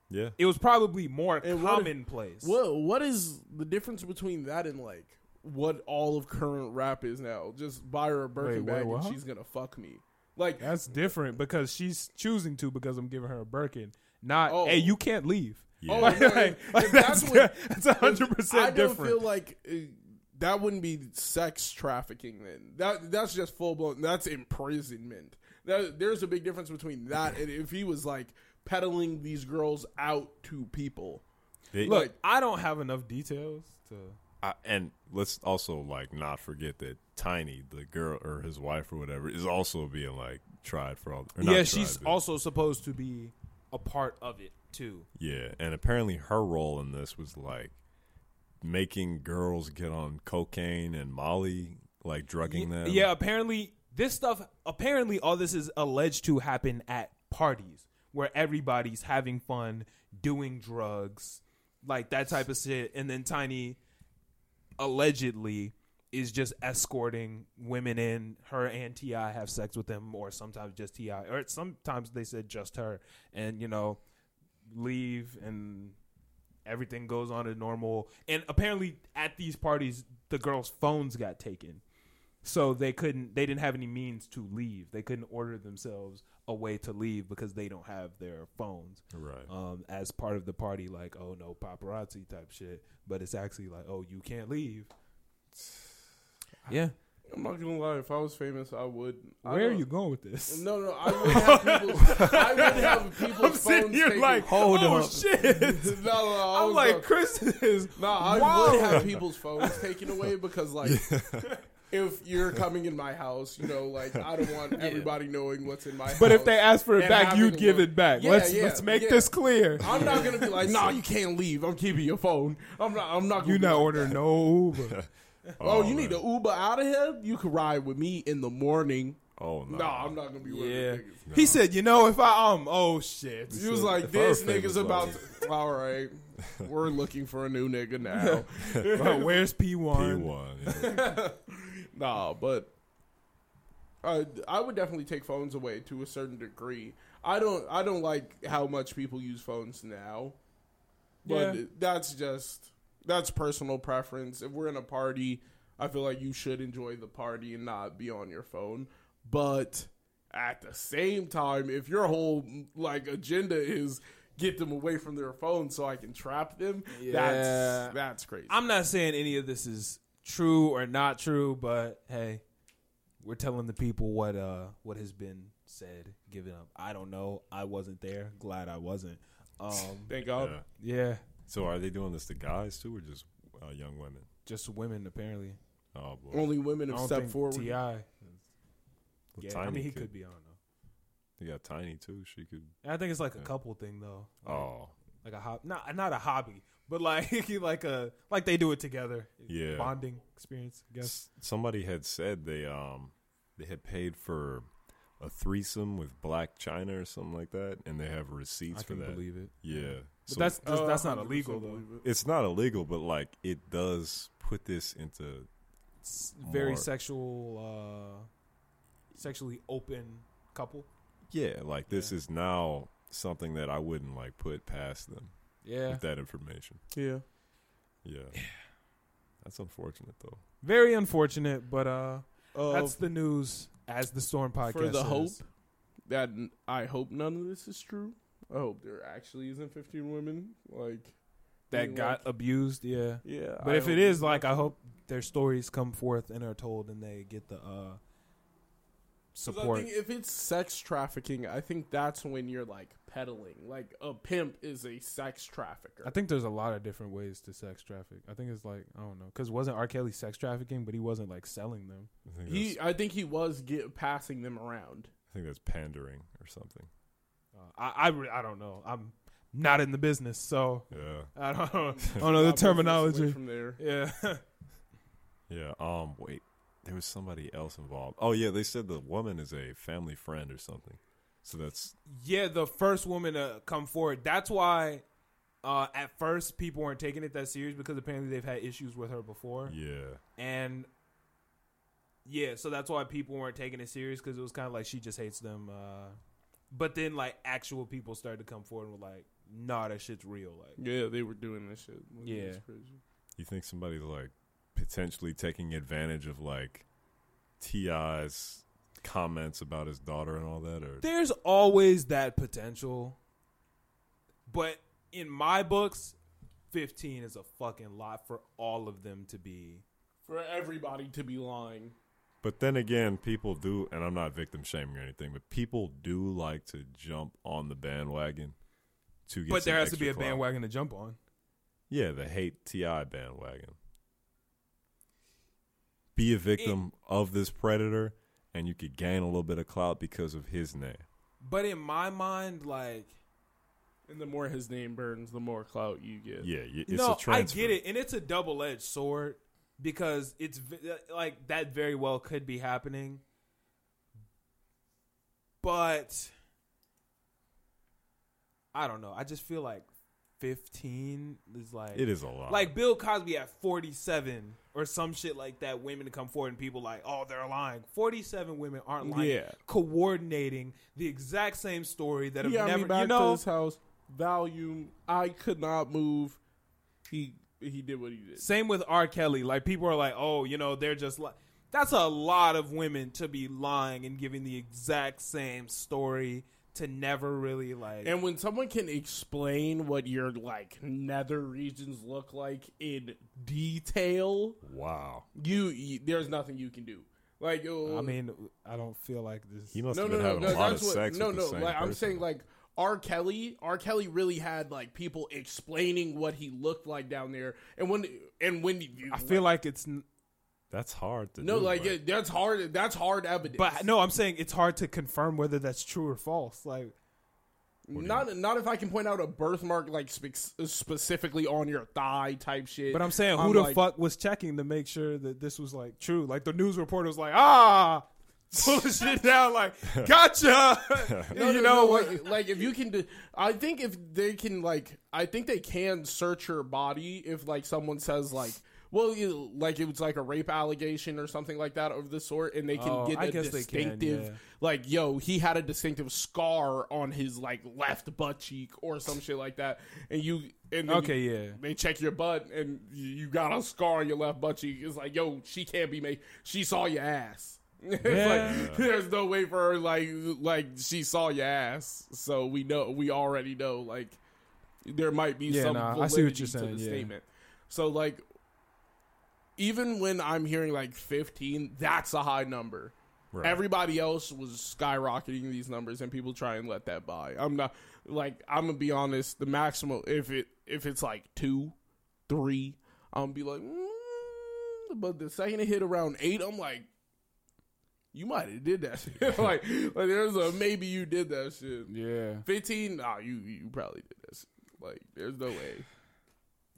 yeah. It was probably more And what if- commonplace. Well, what is the difference between that and like what all of current rap is now? Just buy her a Wait, Birkin bag what, and what? she's gonna fuck me. Like that's different because she's choosing to because I'm giving her a Birkin. Not Oh. hey, you can't leave. Yeah. Oh, Like, no, like, if- like, if that's that's what- that's a hundred I percent don't different. feel like uh, that wouldn't be sex trafficking. Then that that's just full blown. That's imprisonment. That, there's a big difference between that and if he was like peddling these girls out to people. They- Look, like- I don't have enough details to. I, and let's also like not forget that Tiny, the girl or his wife or whatever, is also being like tried for all. Or not Yeah, tried, she's but- also supposed to be a part of it too. Yeah, and apparently her role in this was like making girls get on cocaine and Molly, like drugging yeah, them. yeah, apparently this stuff apparently all this is alleged to happen at parties where everybody's having fun, doing drugs, like that type of shit and then Tiny allegedly is just escorting women in her and TI have sex with them or sometimes just TI or sometimes they said just her and you know leave and everything goes on as normal and apparently at these parties the girls phones got taken so they couldn't they didn't have any means to leave they couldn't order themselves a way to leave because they don't have their phones Right. um, as part of the party like oh no paparazzi type shit but it's actually like oh you can't leave yeah I'm not gonna lie. If I was famous, I would. I where are don't- you going with this No, no. I would have people. I would have people. i'm sitting here like Hold oh up. shit no, no, no, I i'm was like not- chris is No, I wild. would have people's phones taken away because, like, if you're coming in my house, you know, like, I don't want everybody knowing what's in my house. But if they ask for it And back, having you'd to give look- it back. Yeah, let's yeah, let's make yeah. this clear. I'm not gonna be like, nah, you can't leave. I'm keeping your phone. I'm not. I'm not. Gonna You be not like, ordering no Uber. Oh, you need man. the Uber out of here. You can ride with me in the morning. Oh No, no. nah, I'm not gonna be with yeah. yeah. He said, you know, if I um oh shit. He was like, If I this was famous, nigga's I about. To, all right, we're looking for a new nigga now. Well, where's P1? P1. yeah. Nah, but I I would definitely take phones away to a certain degree. I don't I don't like how much people use phones now. But Yeah. that's just that's personal preference. If we're in a party, I feel like you should enjoy the party and not be on your phone. But at the same time, if your whole like agenda is get them away from their phone so I can trap them, Yeah. that's that's crazy. I'm not saying any of this is true or not true, but hey, we're telling the people what uh what has been said, given up. I don't know. I wasn't there. Glad I wasn't. Um Thank God. Yeah. yeah, So are they doing this to guys too, or just uh, young women? just women apparently. Oh boy. Only women I have don't stepped think forward. Ti. Well, Yeah, I mean he could- could, be. I don't know. They got Tiny too. She could. I think it's like a couple thing though. Oh Like a hob not not a hobby, but like like a like they do it together. yeah. Bonding experience, I guess. S- Somebody had said they um they had paid for a threesome with Black China or something like that, and they have receipts I for can that. believe it. Yeah, But So that's that's, Uh, that's not 100% illegal though. believe it. it's not illegal, but like it does put this into s- very More. sexual uh sexually open couple yeah, like this Yeah. is now something that I wouldn't like put past them yeah with that information. Yeah. Yeah, that's unfortunate though. very unfortunate but uh of That's the news as the storm podcast. for the is. hope that n- I hope none of this is true. I hope there actually isn't 15 women like that being got like- abused. Yeah, yeah. but I if it hope- is like, I hope their stories come forth and are told, and they get the uh, 'Cause I support. think if it's sex trafficking, I think that's when you're like peddling. Like a pimp is a sex trafficker. I think there's a lot of different ways to sex traffic. I think it's like I don't know because wasn't R. Kelly sex trafficking, but he wasn't like selling them. I think, he, that's, I think he was get, passing them around. I think that's pandering or something. Uh, I I, re- I don't know. I'm not in the business, so Yeah, I don't, I don't know the Bob was just away terminology. from there. Yeah, yeah. Um, wait, there was somebody else involved. Oh yeah, they said the woman is a family friend or something. So that's yeah. The first woman to come forward. That's why. Uh, at first, people weren't taking it that serious because apparently they've had issues with her before. yeah, and yeah, so that's why people weren't taking it serious because it was kind of like she just hates them. Uh, but then like actual people started to come forward and were like, "Nah, that shit's real." Like, Yeah, they were doing this shit. Like, Yeah. it's crazy. You think somebody's like potentially taking advantage of like Ti's comments about his daughter and all that, or there's always that potential, but in my books, fifteen is a fucking lot for all of them to be. For everybody to be lying. but then again, people do, and I'm not victim shaming or anything, but people do like to jump on the bandwagon to get. but there some has to extra be a clout. bandwagon to jump on. Yeah, the hate Ti bandwagon. Be a victim of this predator, and you could gain a little bit of clout because of his name. But in my mind, like And the more his name burns, the more clout you get. Yeah, y- it's no, a transfer. I get it, and it's a double edged sword because it's v- like that very well could be happening, but I don't know. I just feel like fifteen is like It is a lot. like Bill Cosby at forty seven or some shit like that. Women to come forward and people like, oh, they're lying. Forty seven women aren't lying. Yeah. coordinating the exact same story that have He got never me back you know to his house. Volume. I could not move. He he did what he did. Same with R. Kelly. Like people are like, oh, you know, they're just like. That's a lot of women to be lying and giving the exact same story to never really like. And when someone can explain what your like nether regions look like in detail, wow. you, you there's nothing you can do. Like uh, I mean, I don't feel like this. He must no, have no, been no, having no, a lot of that's what, sex no, with no. the same like I'm person. saying, like R. Kelly, R. Kelly really had like people explaining what he looked like down there, and when and when you, I feel like it's, n- that's hard to no, do, like it- that's hard. That's hard evidence. but no, I'm saying it's hard to confirm whether that's true or false. Like, not not if I can point out a birthmark like spec specifically on your thigh type shit. but I'm saying who I'm the like- fuck was checking to make sure that this was like true? Like the news reporter was like, ah, pull the shit down. Like, gotcha. No, you know, no, no, what? like, like if you can, do, I think if they can, like, I think they can search your body if, like, someone says, like, well, you, like it was like a rape allegation or something like that of the sort, and they can Oh, get I a guess they can, distinctive, yeah. like, yo, he had a distinctive scar on his like left butt cheek or some shit like that, and you, and then okay, you- yeah. They check your butt and you you got a scar on your left butt cheek. It's like, yo, she can't be made. She saw your ass. It's Yeah. like there's no way for her like like she saw your ass. So we know we already know like there might be Yeah, some nah, validity I see what you're to saying, the yeah. statement. So like even when I'm hearing like 15, that's a high number. Right. Everybody else was skyrocketing these numbers, and people try and let that by. I'm not like I'm gonna be honest. The maximum, if it if it's like two, three, I'm gonna be like, mm, but the second it hit around eight, I'm like, you might have did that. shit." like, like there's a maybe you did that shit. Yeah. Fifteen, nah, you you probably did this. Like, there's no way.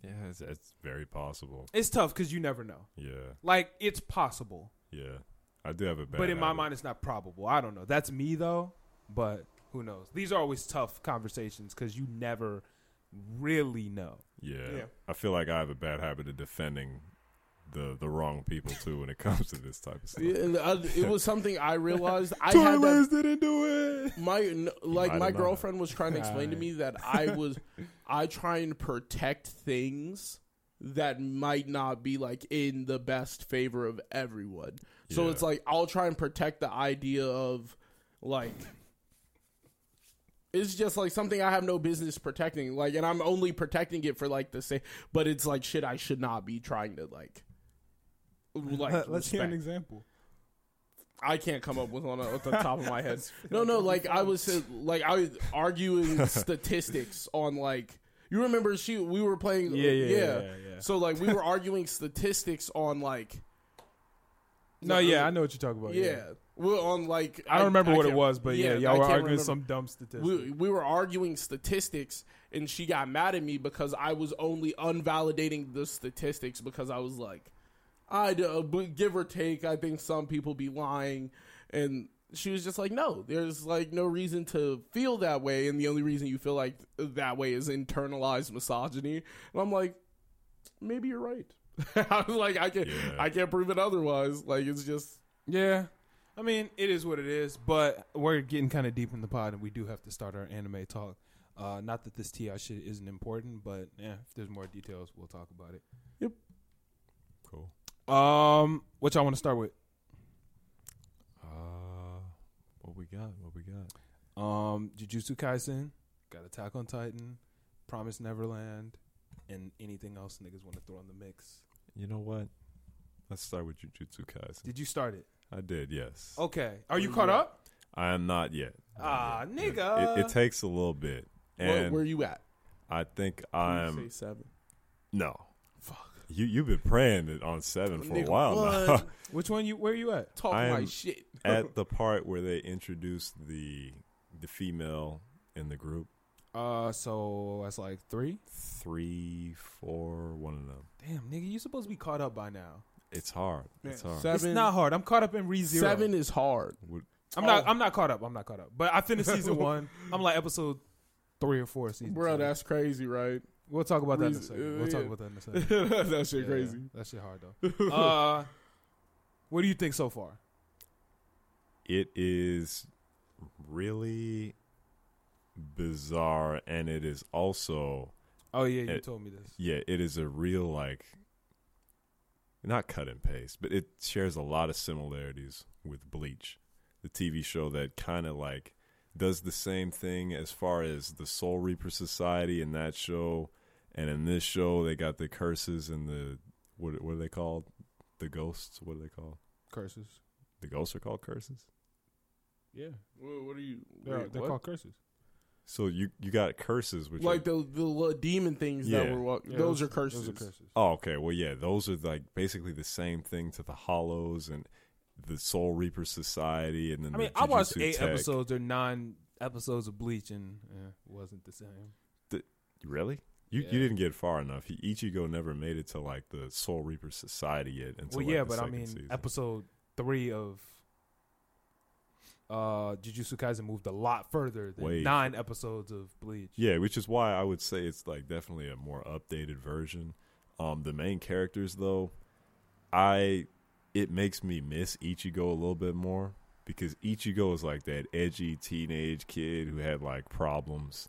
yeah, it's, it's very possible. It's tough because you never know. Yeah, Like it's possible, yeah. I do have a bad. but in my habit. mind, it's not probable. I don't know. That's me though, but who knows? These are always tough conversations because you never really know. yeah. Yeah. I feel like I have a bad habit of defending the the wrong people too when it comes to this type of stuff. It, it was something I realized. I had that didn't do it. my n- like might my have known. girlfriend was trying to explain to me that I was I try and protect things that might not be like in the best favor of everyone. So Yeah. it's like I'll try and protect the idea of like it's just like something I have no business protecting. Like and I'm only protecting it for like the sake but it's like shit I should not be trying to like like Let's hear an respect. example. I can't come up with one off the top of my head. No, no, like I was uh, like I was arguing statistics on like you remember she we were playing Yeah, yeah, yeah, yeah, yeah. So like we were arguing statistics on like No, yeah, I know what you're talking about. uh, yeah, we're on like I don't remember what it can't- was, but yeah, I y'all were can't arguing remember. some dumb statistics. We, we were arguing statistics, and she got mad at me because I was only unvalidating the statistics because I was like, I d- uh, but give or take, I think some people be lying, and she was just like, no, there's like no reason to feel that way, and the only reason you feel like that way is internalized misogyny, and I'm like, maybe you're right. I was like, I can't, Yeah. I can't prove it otherwise. Like it's just. yeah. I mean, it is what it is, but we're getting kind of deep in the pod, and we do have to start our anime talk. Uh, not that this TI shit isn't important, but yeah, if there's more details, we'll talk about it. Cool. Um, what y'all want to start with? Uh, what we got? What we got? Um, Jujutsu Kaisen, got Attack on Titan, Promise Neverland, and anything else niggas want to throw in the mix. You know what? Let's start with Jujutsu Kaisen. Did you start it? I did, yes. Oh. Okay. Are you caught up? I am not yet. Ah, It- nigga. It, it takes a little bit, Where, and where you at? I think Say I'm seven. no. Fuck. You you've been praying it on seven for Nigga, a while what? now. Which one you? Where you at? Talk I my am shit. At the part where they introduced the the female in the group, Uh, so that's like three. three, four, one of them. Damn, nigga, you supposed to be caught up by now. It's hard. Man, It's hard. seven- It's not hard. I'm caught up in ReZero. Seven is hard. Would- I'm not. Oh. I'm not caught up. I'm not caught up. But I finished season one. I'm like episode three or four. of Season. Bro, two. that's crazy, right? We'll talk about that in a Rez- second. uh, We'll talk yeah. about that in a second. that shit Yeah, crazy. That shit hard though. uh, what do you think so far? it is really bizarre, and it is also Oh yeah, you It- told me this. yeah, it is a real like not cut and paste, but it shares a lot of similarities with Bleach, the TV show that kind of like does the same thing as far as the Soul Reaper Society in that show, and in this show they got the curses and the what what are they called? The ghosts? What are they called? Curses. The ghosts are called curses. Yeah, What, what are you? they're, wait, they're what? called curses. So you you got curses, which are like the the little demon things that Yeah. were walking. Yeah, those, are Those curses. are curses. Oh, okay. Well, yeah, those are like basically the same thing to the Hollows and the Soul Reaper Society, and then I mean, the I watched Jujutsu eight Tech. episodes or nine episodes of Bleach, and eh, wasn't the same. Really? You Yeah. you didn't get far enough. He- Ichigo never made it to like the Soul Reaper Society yet. Until, Well, yeah, like, the but I second mean, season. episode three of uh Jujutsu Kaisen moved a lot further than Way nine episodes of Bleach. Yeah, which is why I would say it's like definitely a more updated version. Um, the main characters though, I it makes me miss Ichigo a little bit more because Ichigo is like that edgy teenage kid who had like problems.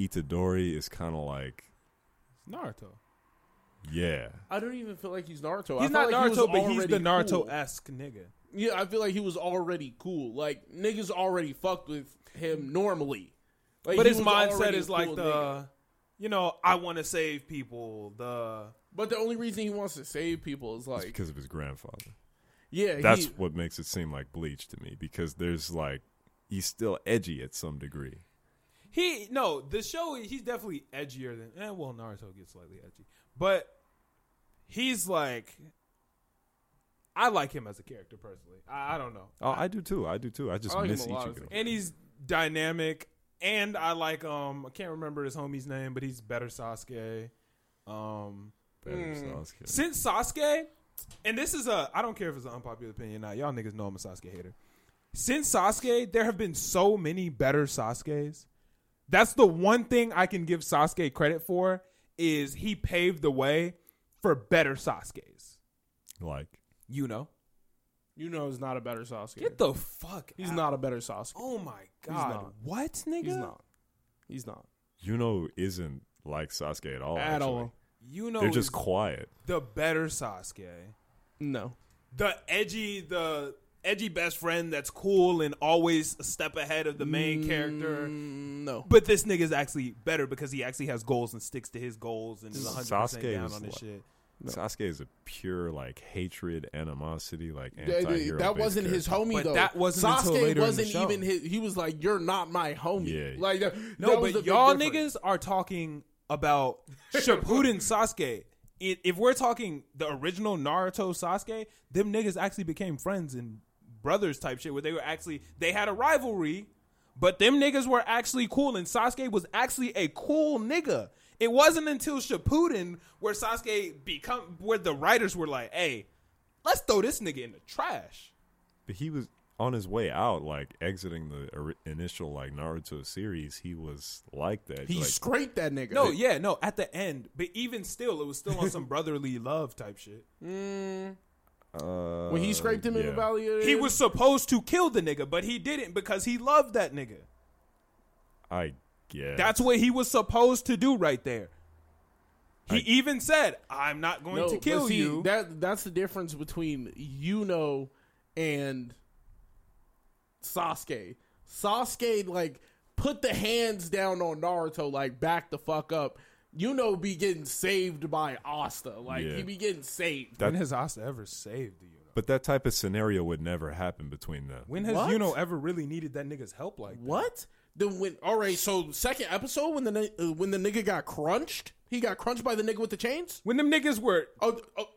Itadori is kind of like Naruto. yeah, I don't even feel like he's Naruto. I He's feel not like he was Naruto, but he's the already Naruto cool. esque nigga. Yeah, I feel like he was already cool. Like niggas already fucked with him normally. Like, But he his was mindset already is a like cool the, nigga. you know, I want to save people. The But the only reason he wants to save people is it's like, because of his grandfather. yeah, That's he, what makes it seem like Bleach to me because there's like he's still edgy at some degree. he no, the show he's definitely edgier than. Eh, well, Naruto gets slightly edgy, but he's like, I like him as a character personally. I, I don't know. Oh, I do too. I do too. I just I like him miss a lot as a Ichigo. and he's dynamic. And I like um I can't remember his homie's name, but he's better Sasuke. Um, Better Mm. Sasuke. since Sasuke, and this is a I don't care if it's an unpopular opinion now. Y'all niggas know I'm a Sasuke hater. Since Sasuke, there have been so many better Sasuke's. That's the one thing I can give Sasuke credit for is he paved the way for better Sasuke's. like You know, you know, he's not a better Sasuke. get the fuck. he's out. not a better Sasuke. Oh my god. not. What nigga? He's not. He's not Yuno isn't like Sasuke at all. at Oh, actually. all. You know, They're just is quiet. the better Sasuke. No. the edgy the edgy best friend that's cool and always a step ahead of the main character Mm, No. but this nigga's actually better because he actually has goals and sticks to his goals and is 100% Sasuke down was on this like- shit Sasuke is a pure like hatred, animosity, like That- anti That, hero. that wasn't his homie But though. that wasn't Sasuke until later in the wasn't show. even his. He was like, "You're not my homie." Yeah. Like that, that no was the but big y'all niggas difference. are talking about Shippuden Sasuke I- if we're talking the original Naruto Sasuke them niggas actually became friends and brothers type shit where they were actually they had a rivalry But them niggas were actually cool, and Sasuke was actually a cool nigga. It wasn't until Shippuden where Sasuke become where the writers were like, "Hey, let's throw this nigga in the trash." But he was on his way out, like exiting the ori- initial like Naruto series. He was like that. He like, scraped that nigga. No, yeah, no. At the end, but even still, it was still on some brotherly love type shit. uh, when he scraped him in yeah. the valley, of- He was supposed to kill the nigga, but he didn't because he loved that nigga. I guess That's what he was supposed to do right there. He I- even said, "I'm not going No, to but kill see, you." That that's the difference between you know and Sasuke. Sasuke like put the hands down on Naruto, like back the fuck up. You know, be getting saved by Asta. Like Yeah. he be getting saved. when has Asta ever saved you? But that type of scenario would never happen between them. When has What? Yuno ever really needed that nigga's help like that? What? Then when? All right. So second episode when the ni- uh, when the nigga got crunched, he got crunched by the nigga with the chains. When them niggas were, Oh, oh,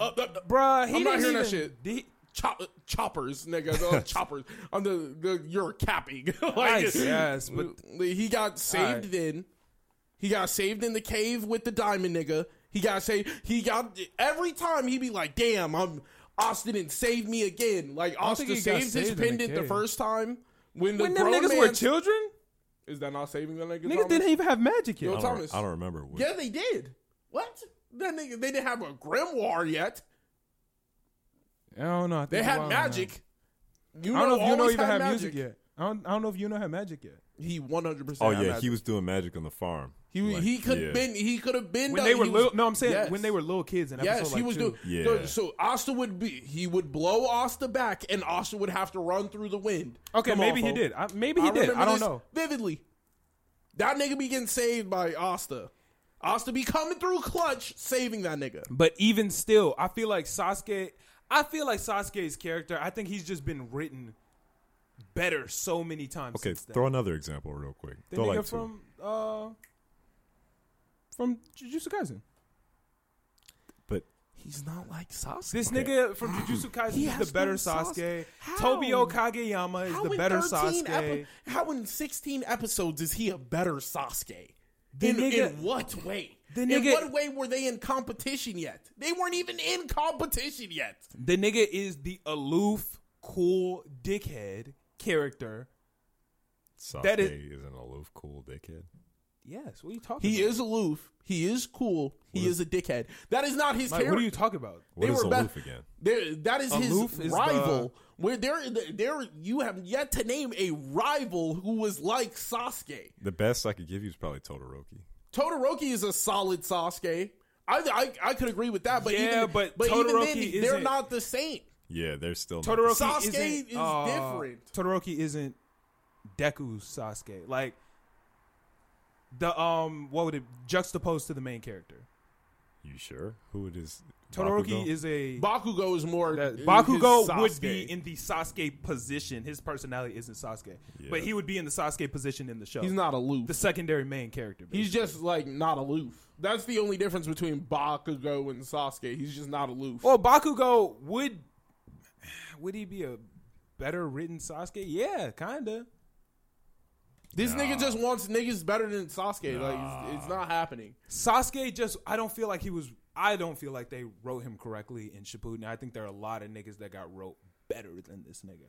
oh, oh, oh, bruh, he I'm didn't not hearing even, that shit. did he- chop, choppers, nigga. The choppers. On the, the you're capping. like, I guess, but- he got saved Alright. then. He got saved in the cave with the diamond nigga. He got saved. He got every time he be like, "Damn, I'm Austin and save me again." Like think Austin he got saves his saved in the pendant the, cave. first time when the when them grown niggas were man's- children, Is that not saving the nigga? niggas didn't even have magic yet. Yo, I talk- don't, Thomas. I don't remember. What, Yeah, they did. What? That nigga, they didn't have a grimoire yet. I don't know. I think They a had while magic. You now. I don't know if Yuno always even had had music yet. I don't, I don't know if Yuno had magic yet. He one hundred percent. Oh yeah, he was doing magic on the farm. He Like, he could yeah. have been he could have been When done. they were He was- little, no, I'm saying yes. when they were little kids. In episode Yes, like he was two. doing. Yeah. so- So Asta would be he would blow Asta back, and Asta would have to run through the wind. Okay, Come on, maybe he folks. did. I, maybe he did. remember I don't this know. vividly. That nigga be getting saved by Asta. Asta be coming through clutch, saving that nigga. But even still, I feel like Sasuke. I feel like Sasuke's character. I think he's just been written better so many times. Okay, since then. throw another example real quick. The throw nigga like two. from uh from Jujutsu Kaisen. but He's not like Sasuke. This Okay. nigga from Jujutsu Kaisen He is the has better no Sasuke. Sasuke. How? Tobio Kageyama is How the in better 13 Sasuke. epi- how in 16 episodes is he a better Sasuke? The in, nigga- in what way? The in nigga- what way were they in competition yet? They weren't even in competition yet. the nigga is the aloof, cool dickhead character. Sasuke That is- is an aloof, cool dickhead. Yes, what are you talking He about? is aloof. He is cool. He is a dickhead. That is not his like, what character. are you talking about? What They is were ba- aloof again? There, that is Aloof his is rival. Where there, there, you have yet to name a rival who was like Sasuke. The best I could give you is probably Todoroki. Todoroki is a solid Sasuke. I, I, I could agree with that, but Yeah, even, but even then, Todoroki they're isn't- not the same. Yeah, they're still not the Todoroki Sasuke isn't, is uh, different. Todoroki isn't Deku's Sasuke. Like the um, what would it juxtapose to the main character? You sure? Who it is? Todoroki Bakugo? is a Bakugo is more. that his Bakugo would Sasuke. be in the Sasuke position. His personality isn't Sasuke, Yeah. but he would be in the Sasuke position in the show. He's not aloof. the secondary main character. He's just like not aloof. That's the only difference between Bakugo and Sasuke. He's just not aloof. well, Bakugo would would he be a better written Sasuke? Yeah, kinda. this nigga just wants niggas better than Sasuke. Like it's, it's not happening. Sasuke just I don't feel like he was. I don't feel like they wrote him correctly in Shippuden. I think there are a lot of niggas that got wrote better than this nigga.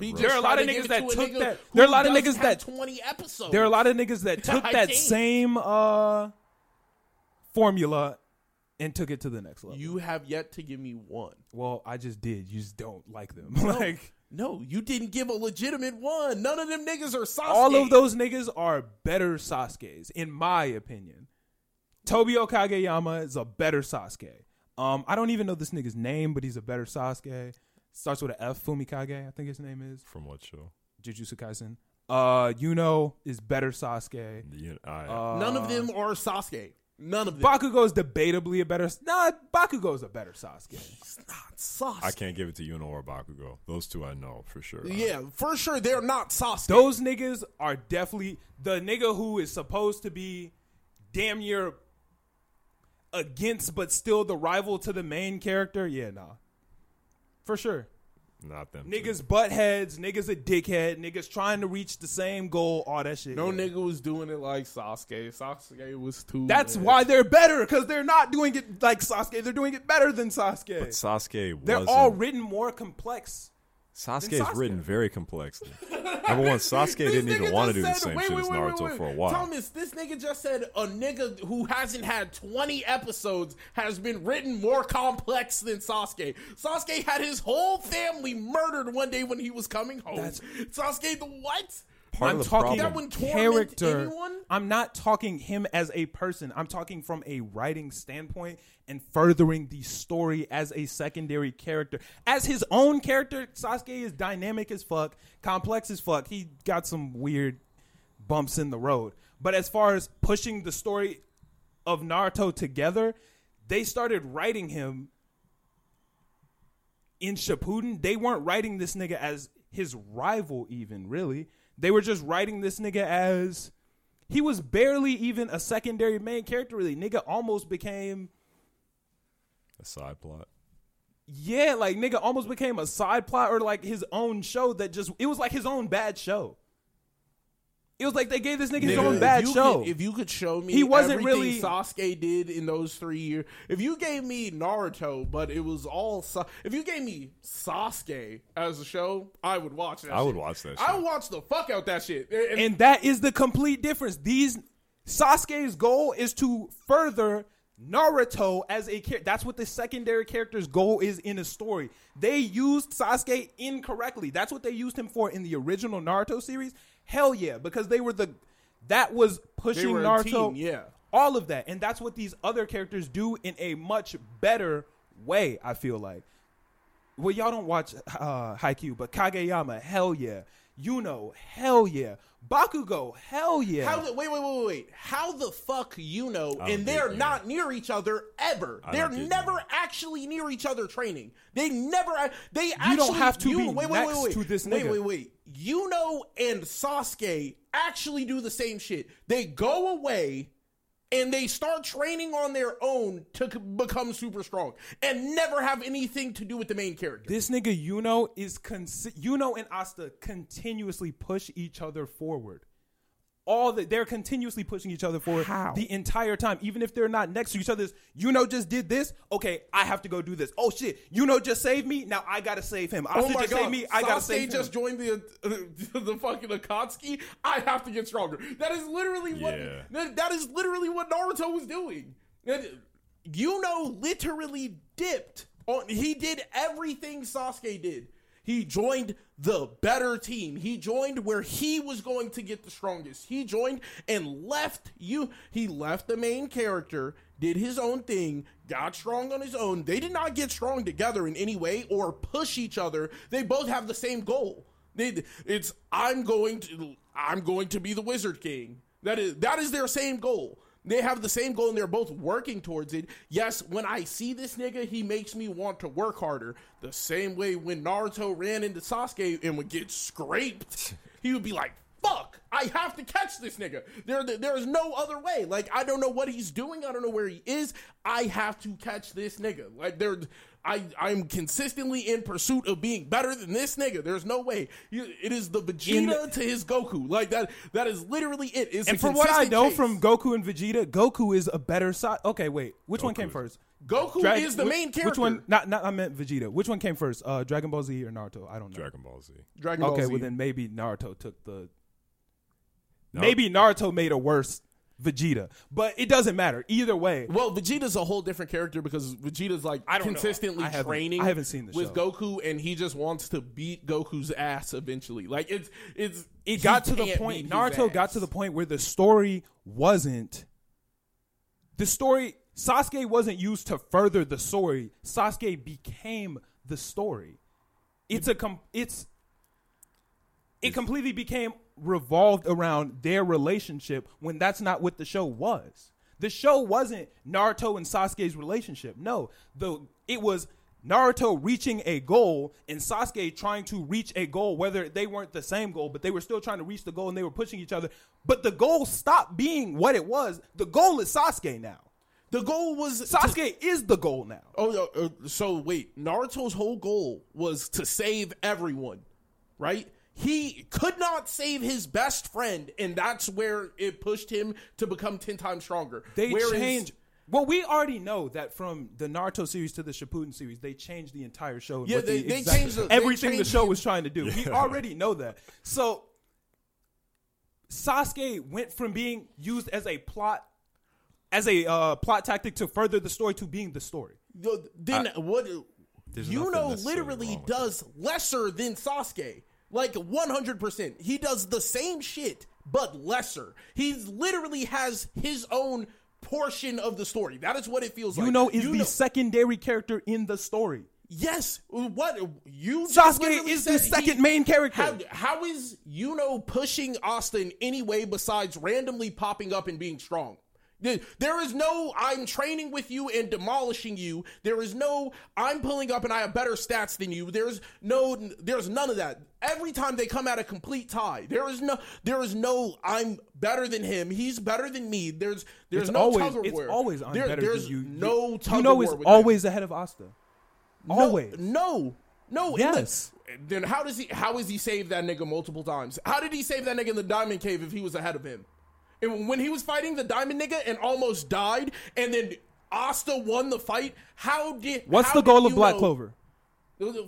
He There just are a lot tried of to niggas give it that to took nigga that- who there are a lot of does niggas have that- twenty episodes. There are a lot of niggas that took I that can't. same uh formula and took it to the next level. You have yet to give me one. well, I just did. You just don't like them. like No, you didn't give a legitimate one. None of them niggas are Sasuke. all of those niggas are better Sasuke's, in my opinion. Tobi Okageyama is a better Sasuke. Um, I don't even know this nigga's name, but he's a better Sasuke. Starts with an F, Fumikage, I think his name is. From what show? Jujutsu Kaisen. Uh, Yuno is better Sasuke. The, I, None Uh, of them are Sasuke. None of them. Bakugo's debatably a better. Nah, Bakugo's a better Sasuke. It's not Sasuke. I can't give it to Yuno or Bakugo. Those two I know for sure. Yeah, for sure they're not Sasuke. Those niggas are definitely the nigga who is supposed to be damn near against, but still the rival to the main character. Yeah, nah. For sure. Uh, Not them. two. Niggas butt heads, niggas a dickhead, niggas trying to reach the same goal, all that shit. no Yeah. nigga was doing it like Sasuke. Sasuke was too. That's man. why they're better, because they're not doing it like Sasuke. They're doing it better than Sasuke. But Sasuke they're wasn't. all written more complex. Sasuke than is Sasuke. written very complexly. Number one, Sasuke This didn't even nigga want to do just the said- same wait, shit wait, as wait, wait, Naruto wait. for a while. Thomas, this nigga just said a nigga who hasn't had 20 episodes has been written more complex than Sasuke. Sasuke had his whole family murdered one day when he was coming home. That's- Sasuke, the what? Part I'm of the talking That problem. wouldn't torment character. anyone? I'm not talking him as a person. I'm talking from a writing standpoint and furthering the story as a secondary character. As his own character, Sasuke is dynamic as fuck, complex as fuck. He got some weird bumps in the road. But as far as pushing the story of Naruto together, they started writing him in Shippuden, they weren't writing this nigga as his rival, even really. They were just writing this nigga as he was barely even a secondary main character. Really, nigga almost became a side plot. yeah, like nigga almost became a side plot or like his own show that just it was like his own bad show. It was like they gave this nigga, his Nigga, own If bad you show. could- if you could show me, He wasn't everything really- Sasuke did in those three years. If you gave me Naruto, but it was all Sa- if you gave me Sasuke as a show, I would watch that. I would shit. watch that I shit. would watch the fuck out that shit. And- and and that is the complete difference. These Sasuke's goal is to further Naruto as a character. That's what the secondary character's goal is in a story. They used Sasuke incorrectly. That's what they used him for in the original Naruto series. Hell yeah, because they were the that was pushing were a Naruto. team, yeah. all of that, and that's what these other characters do in a much better way. I feel like. Well, y'all don't watch uh, Haikyuu, but Kageyama, hell yeah. Yuno, hell yeah. Bakugo, hell yeah. How the, wait, wait, wait, wait, wait. How the fuck you know? I don't And they're get you. not near each other ever. I They're don't get never you. actually near each other training. They never. They actually. don't have to you, be wait, wait, next wait, wait. to this Wait, nigga. wait, wait. You know and Sasuke actually do the same shit. They go away. And they start training on their own to c- become super strong, and never have anything to do with the main character. this nigga Yuno is con- Yuno and Asta continuously push each other forward. All that they're continuously pushing each other forward How? the entire time, even if they're not next to each other. Yuno just did this. Okay, I have to go do this. Oh shit, Yuno just saved me. Now I gotta save him. Asta Oh my just god! saved me. I gotta Sasuke save him. just joined the uh, the fucking Akatsuki. I have to get stronger. That is literally what Yeah. that- that is literally what Naruto was doing. And Yuno literally dipped on. He did everything Sasuke did. He joined the better team. He joined where he was going to get the strongest. He joined and left you. He left the main character, did his own thing, got strong on his own. They did not get strong together in any way or push each other. They both have the same goal. They, it's I'm going to I'm going to be the Wizard King. That is that is their same goal. They have the same goal and they're both working towards it. Yes, when I see this nigga, he makes me want to work harder. The same way when Naruto ran into Sasuke and would get scraped, he would be like, "Fuck, I have to catch this nigga." There there is no other way. Like I don't know what he's doing. I don't know where he is. I have to catch this nigga. Like there I I'm consistently in pursuit of being better than this nigga. There's no way. You- It is the Vegeta to his Goku. Like that that is literally it. It's And a from what I consistent know chase. from Goku and Vegeta, Goku is a better side. Okay, wait, which one Goku came is- first? Goku Drag- is the whi- main character. Which one? Not, not. I meant Vegeta. Which one came first? Uh, Dragon Ball Z or Naruto? I don't know. Dragon Ball Z. Dragon Ball okay, Z. well then maybe Naruto took the. Nar- Maybe Naruto made a worse Vegeta. But it doesn't matter. Either way, Well, Vegeta's a whole different character because Vegeta's like I don't know. consistently I haven't- training. I haven't seen the with show. Goku, and he just wants to beat Goku's ass eventually. Like it's it's it got to the point Naruto got to the point where the story wasn't the story Sasuke wasn't used to further the story. Sasuke became the story. It's a com- it's it completely became revolved around their relationship when that's not what the show was. The show wasn't Naruto and Sasuke's relationship. No, the it was Naruto reaching a goal and Sasuke trying to reach a goal, whether they weren't the same goal, but they were still trying to reach the goal and they were pushing each other. But the goal stopped being what it was. The goal is Sasuke now. the goal was Sasuke is the goal now. Oh no! Uh, so wait, Naruto's whole goal was to save everyone, right? He could not save his best friend, and that's where it pushed him to become ten times stronger. They Whereas- change. Well, we already know that from the Naruto series to the Shippuden series, they changed the entire show. and Yeah, what they- they exact- changed the- they everything the changed show the- was trying to do. We already know that. So Sasuke went from being used as a plot, as a uh, plot tactic to further the story, to being the story. Yo, Then what? There's nothing Yuno necessarily literally wrong with does lesser than Sasuke, like one hundred percent. He does the same shit but lesser. He literally has his own portion of the story. That is what it feels like. Yuno is the Yuno- secondary character in the story. Yes. What you just Sasuke literally is the said second main character. How, how is Yuno pushing Austin anyway besides randomly popping up and being strong? There- There is no I'm training with you and demolishing you. There is no I'm pulling up and I have better stats than you. There's no there's none of that. Every time they come at a complete tie. There is no there is no I'm better than him. He's better than me. There's there's It's no always tug of it's war. always on There- better there's than you. no tug of Yuno war is with him. always ahead of Asta. No, Always. No. No. in the- Yes. then how does he how is he saved that nigga multiple times? How did he save that nigga in the diamond cave if he was ahead of him? And when he was fighting the diamond nigga and almost died and then Asta won the fight, how did What's how the did goal of you Black know- Clover?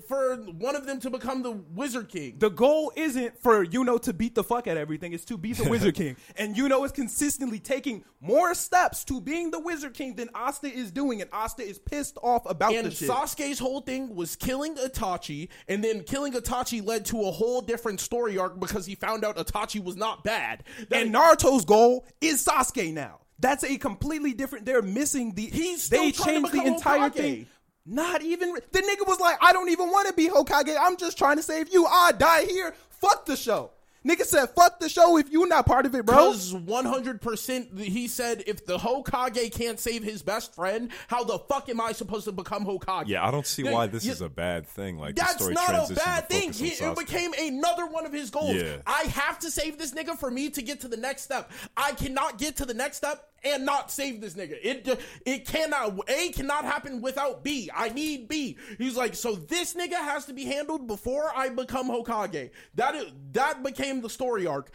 For one of them to become the wizard king. The goal isn't for Yuno to beat the fuck out of everything. It's to beat the Wizard King. And Yuno is consistently taking more steps to being the Wizard King than Asta is doing. And Asta is pissed off about and the shit. Sasuke's whole thing was killing Itachi, and then killing Itachi led to a whole different story arc because he found out Itachi was not bad. That- and Naruto's goal is Sasuke now. That's a completely different. They're missing the. He's still they trying to changed the become entire Hokage. thing. Not even the nigga was like, I don't even want to be Hokage. I'm just trying to save you. I die here. Fuck the show. Nigga said, "Fuck the show if you not part of it, bro." Because 100%, he said, if the Hokage can't save his best friend, how the fuck am I supposed to become Hokage? Yeah, I don't see Dude, why this you- is a bad thing. Like the That's story not a transitioned to bad thing. focus on He, it Sasuke. became another one of his goals. Yeah. I have to save this nigga for me to get to the next step. I cannot get to the next step and not save this nigga. It it cannot A cannot happen without B. I need B. He's like, so this nigga has to be handled before I become Hokage. That is, that became the story arc.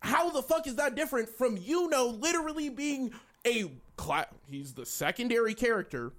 How the fuck is that different from Yuno literally being a cla- he's the secondary character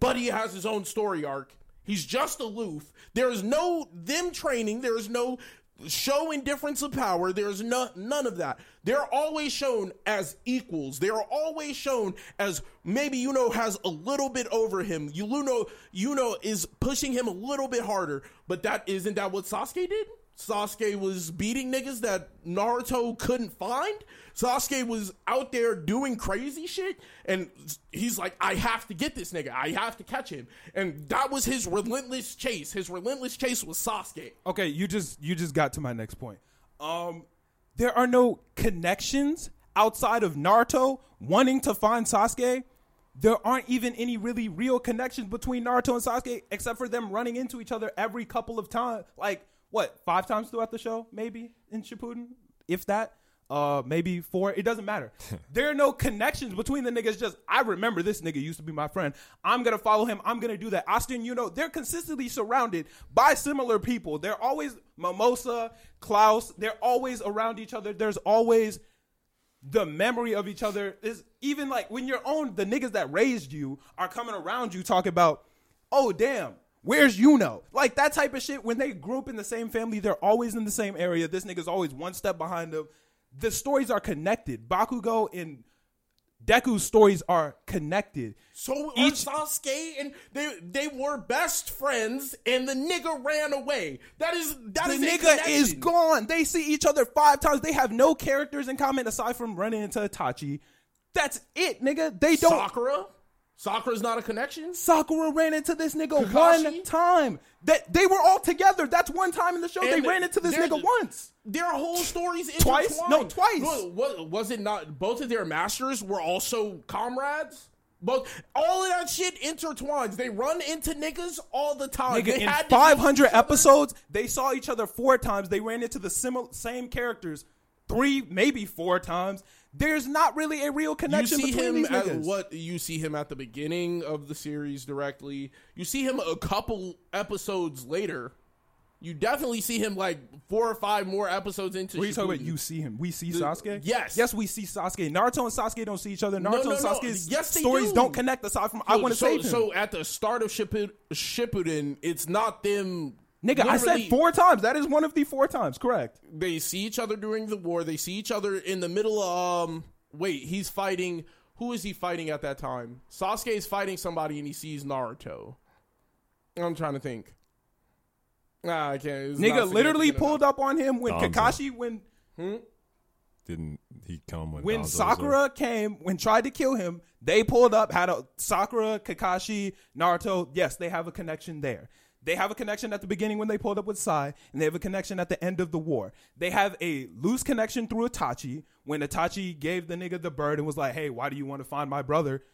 but he has his own story arc. He's just aloof. There is no them training. There is no show indifference of power. There is no, none of that. They're always shown as equals. They are always shown as maybe you know has a little bit over him. You know you know is pushing him a little bit harder, but that isn't that what Sasuke did? Sasuke was beating niggas that Naruto couldn't find. Sasuke was out there doing crazy shit, and he's like, I have to get this nigga. I have to catch him. And that was his relentless chase. His relentless chase was Sasuke. okay you just you just got to my next point um there are no connections outside of naruto wanting to find sasuke there aren't even any really real connections between naruto and sasuke except for them running into each other every couple of times like what five times throughout the show maybe in shippuden if that uh maybe four it doesn't matter there are no connections between the niggas just i remember this nigga used to be my friend i'm gonna follow him i'm gonna do that austin you know they're consistently surrounded by similar people they're always mimosa klaus they're always around each other there's always the memory of each other is even like when your own the niggas that raised you are coming around you talking about oh damn where's Yuno like that type of shit when they grew up in the same family they're always in the same area this nigga's always one step behind them the stories are connected. Bakugo and Deku's stories are connected. So are Each- Sasuke and they they were best friends, and the nigga ran away. That is that The is a nigga is connection. gone. They see each other five times. They have no characters in common aside from running into Itachi. That's it, nigga. They don't. Sakura. Sakura's not a connection. Sakura ran into this nigga Kakashi? one time. That they were all together. That's one time in the show. And they ran into this they're- nigga once. Their whole stories Twice? intertwined. No, twice. Wa- wa- was it not? Both of their masters were also comrades. Both all of that shit intertwines. They run into niggas all the time. Nigga, They in had to- 500 episodes, they saw each other four times. They ran into the simil- same characters three, maybe four times. There's not really a real You connection see between him these at niggas. what you see him at the beginning of the series directly. You see him a couple episodes later. You definitely see him like four or five more episodes into. What are you talking about? Shippuden. You see him. We see Sasuke? yes. Yes, we see Sasuke. Naruto and Sasuke don't see each other. Naruto no, and no. Sasuke's Yes, they stories do. do. not connect aside from I want to so, save him. So at the start of Shippuden, Shippuden it's not them. Nigga, I literally- said four times. That is one of the four times. Correct. They see each other during the war. They see each other in the middle. Of, um, wait, he's fighting. Who is he fighting at that time? Sasuke is fighting somebody, and he sees Naruto. I'm trying to think. Nah, I can't. it's not Nigga literally significant pulled up on him when Danzo. Kakashi when Didn't he come when when Danzo was Sakura came when tried to kill him, they pulled up had a Sakura, Kakashi, Naruto. Yes, they have a connection there. They have a connection at the beginning when they pulled up with Sai, and they have a connection at the end of the war. They have a loose connection through Itachi when Itachi gave the nigga the bird and was like, "Hey, why do you want to find my brother?"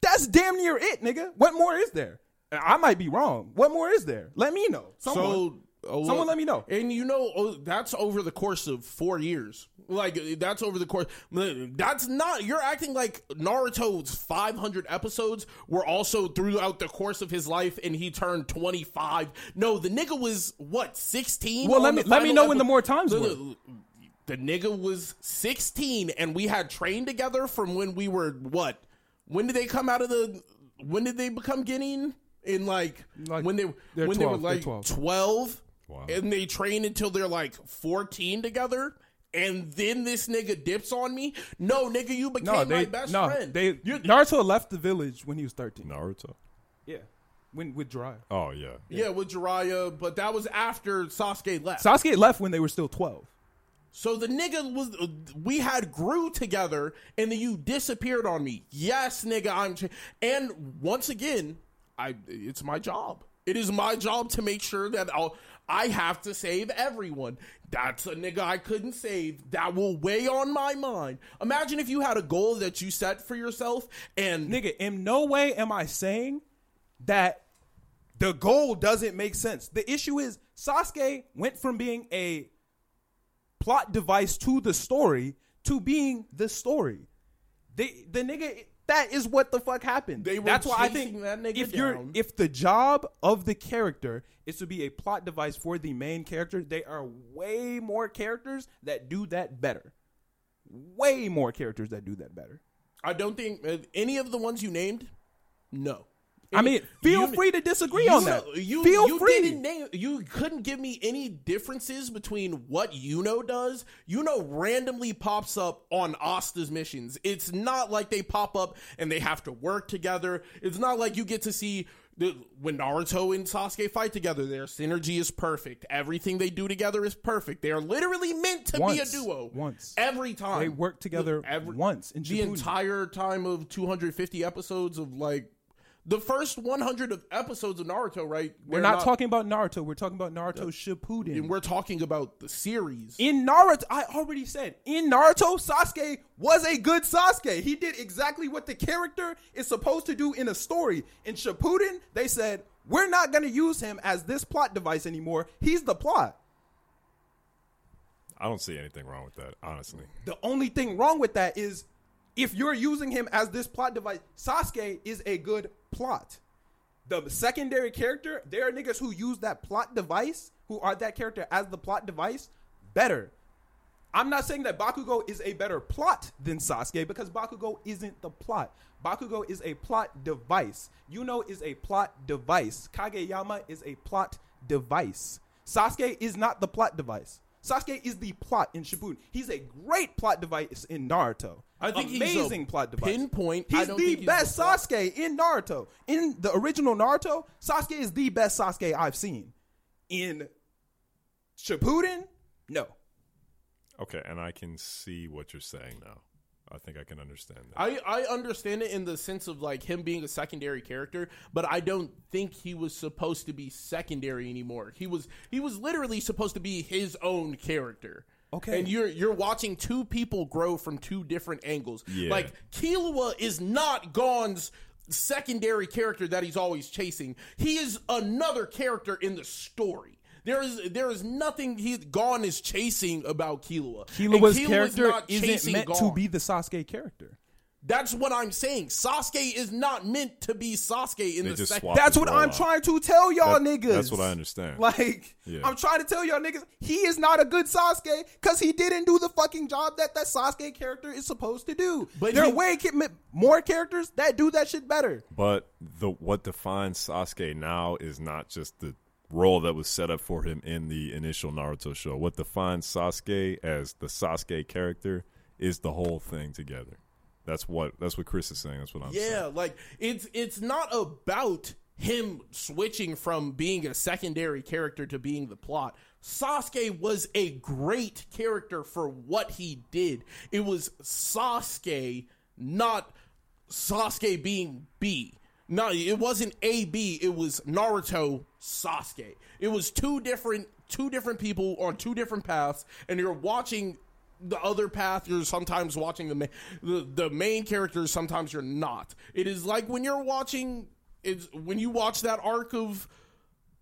That's damn near it, nigga. What more is there? And I might be wrong. What more is there? Let me know. Someone. So, oh, Someone let me know. And you know, oh, that's over the course of four years. Like uh, that's over the course. uh, That's not. You're acting like Naruto's 500 episodes were also throughout the course of his life, and he turned 25. No, the nigga was what 16. Well, let on me- the let me final know when the more times The- were. the- The nigga was 16, and we had trained together from when we were what? When did they come out of the? When did they become Guinean? In like, Like, when they they're when they 12, were they're like 12. 12 Wow. and they train until they're like 14 together and then this nigga dips on me no nigga you became No, my they best no, friend they Naruto left the village when he was 13. in? Naruto? Yeah. When with Jiraiya. Oh yeah. yeah with jiraiya but that was after sasuke left Sasuke left when they were still 12. so the nigga was we had grew together and then you disappeared on me yes nigga i'm ch- and once again i it's my job it is my job to make sure that I'll, i have to save everyone that's a nigga i couldn't save that will weigh on my mind imagine if you had a goal that you set for yourself and Nigga, in no way am I saying that the goal doesn't make sense. The issue is Sasuke went from being a plot device to the story to being the story. The the nigga that is what the fuck happened. They were That's why I chasing think that nigga if down. if the job of the character is to be a plot device for the main character, they are way more characters that do that better. Way more characters that do that better. i don't think uh, any of the ones you named no I mean, feel you- free to disagree you on that. know- You, feel you free. Didn't name, you couldn't give me any differences between what Yuno does. Yuno randomly pops up on Asta's missions. It's not like they pop up and they have to work together. It's not like you get to see. The, when Naruto and Sasuke fight together, their synergy is perfect. Everything they do together is perfect. They are literally meant to be a Once. duo. Once. every time They work together once in the Shippuden. entire time of 250 episodes of like the first 100 of episodes of Naruto, right? We're they're not, talking about Naruto. We're talking about Naruto Shippuden. And we're talking about the series. in Naruto, I already said in Naruto, Sasuke was a good Sasuke. He did exactly what the character is supposed to do in a story. In Shippuden, they said we're not going to use him as this plot device anymore. He's the plot. I don't see anything wrong with that, honestly. The only thing wrong with that is if you're using him as this plot device, Sasuke is a good plot. The secondary character, there are niggas who use that plot device, who are that character as the plot device, better. I'm not saying that Bakugo is a better plot than Sasuke because Bakugo isn't the plot. Bakugo is a plot device. Yuno is a plot device. Kageyama is a plot device. Sasuke is not the plot device. Sasuke is the plot in Shippuden. He's a great plot device in Naruto. I think he's a amazing plot device. pinpoint. I He's don't the think he's best a plot- Sasuke in Naruto. In the original Naruto, Sasuke is the best Sasuke I've seen. In Shippuden, no. Okay, and I can see what you're saying now. I think I can understand that. I, I understand it in the sense of like him being a secondary character, but I don't think he was supposed to be secondary anymore. He was he was literally supposed to be his own character. Okay. And you're you're watching two people grow from two different angles. Yeah. Like Killua is not Gon's secondary character that he's always chasing. He is another character in the story. There is there is nothing he Gon is chasing about Killua. And Killua's Killua's character not isn't chasing meant to Gon. be the Sasuke character. That's what I'm saying. Sasuke is not meant to be Sasuke in They the just second. swapped That's his what role I'm out. trying to tell y'all Uh, That- niggas. That's what I understand. Like, Yeah. I'm trying to tell y'all niggas, he is not a good Sasuke because he didn't do the fucking job that that Sasuke character is supposed to do. But there are he- way ca- mi- more characters that do that shit better. But the what defines Sasuke now is not just the role that was set up for him in the initial Naruto show. What defines Sasuke as the Sasuke character is the whole thing together. That's what that's what Chris is saying. That's what I'm saying. Yeah, like it's it's not about him switching from being a secondary character to being the plot. Sasuke was a great character for what he did. It was Sasuke, not Sasuke being B. No, it wasn't A B. It was Naruto Sasuke. It was two different two different people on two different paths, and you're watching the other path. You're sometimes watching the ma- the, the main characters. Sometimes you're not. It is like when you're watching. It's when you watch that arc of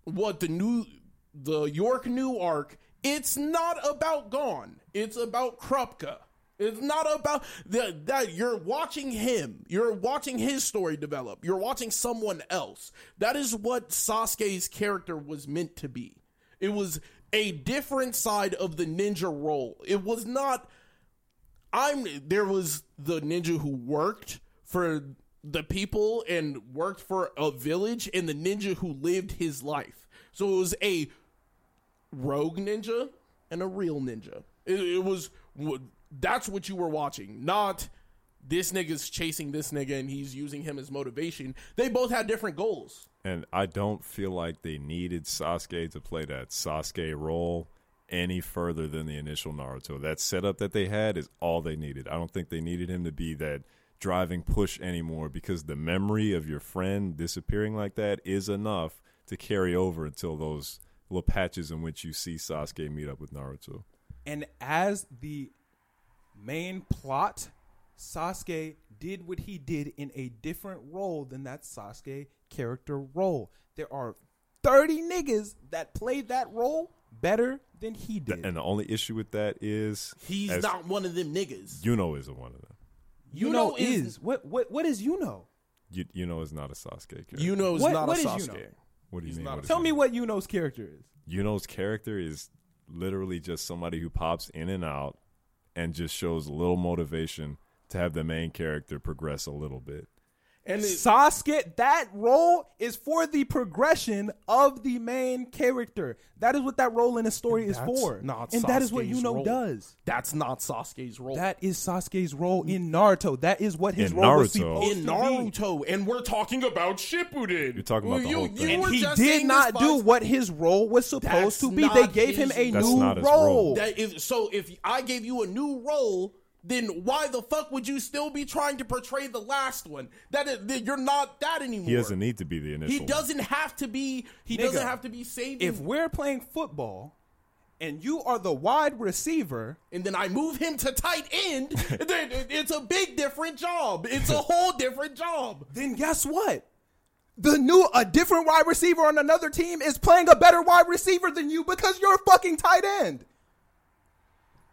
what the new the York new arc, it's not about Gone. It's about Krupka. It's not about that that you're watching him. You're watching his story develop. You're watching someone else. That is what Sasuke's character was meant to be. It was a different side of the ninja role. It was not I'm there was the ninja who worked for the people and worked for a village and the ninja who lived his life. So it was a rogue ninja and a real ninja. It, it was that's what you were watching, not this nigga's chasing this nigga and he's using him as motivation. They both had different goals. And I don't feel like they needed Sasuke to play that Sasuke role any further than the initial Naruto. That setup that they had is all they needed. I don't think they needed him to be that driving push anymore because the memory of your friend disappearing like that is enough to carry over until those little patches in which you see Sasuke meet up with Naruto. And as the main plot, Sasuke did what he did in a different role than that Sasuke character role. There are 30 niggas that played that role better than he did. And the only issue with that is He's as not one of them niggas. Yuno isn't one of them. you know is what what what is you know? Y- Yuno is not a Sasuke character. you know is What- not what a is Sasuke. Yuno? what do you mean? not What a- is Tell he? me what you know's character is. Yuno's character is literally just somebody who pops in and out and just shows a little motivation to have the main character progress a little bit. And it, Sasuke, that role is for the progression of the main character. That is what that role in the story is That's for. not and that is what Sasuke's Yuno role. does. that's not Sasuke's role. That is Sasuke's role in Naruto. That is what his In role was Naruto. supposed to in be. Naruto, and we're talking about Shippuden. You're talking about the whole thing. And were he just did saying not this do fight- what his role was supposed That's to be. They not gave him a his- That's new not his role. role. That is so. If I gave you a new role, then why the fuck would you still be trying to portray the last one? That, is, that you're not that anymore. He doesn't need to be the initial. He one. doesn't have to be. He Nigga, doesn't have to be saving. if we're playing football and you are the wide receiver, and then I move him to tight end, then it- it's a big different job. It's a whole different job. then guess what? The new, a different wide receiver on another team is playing a better wide receiver than you because you're a fucking tight end.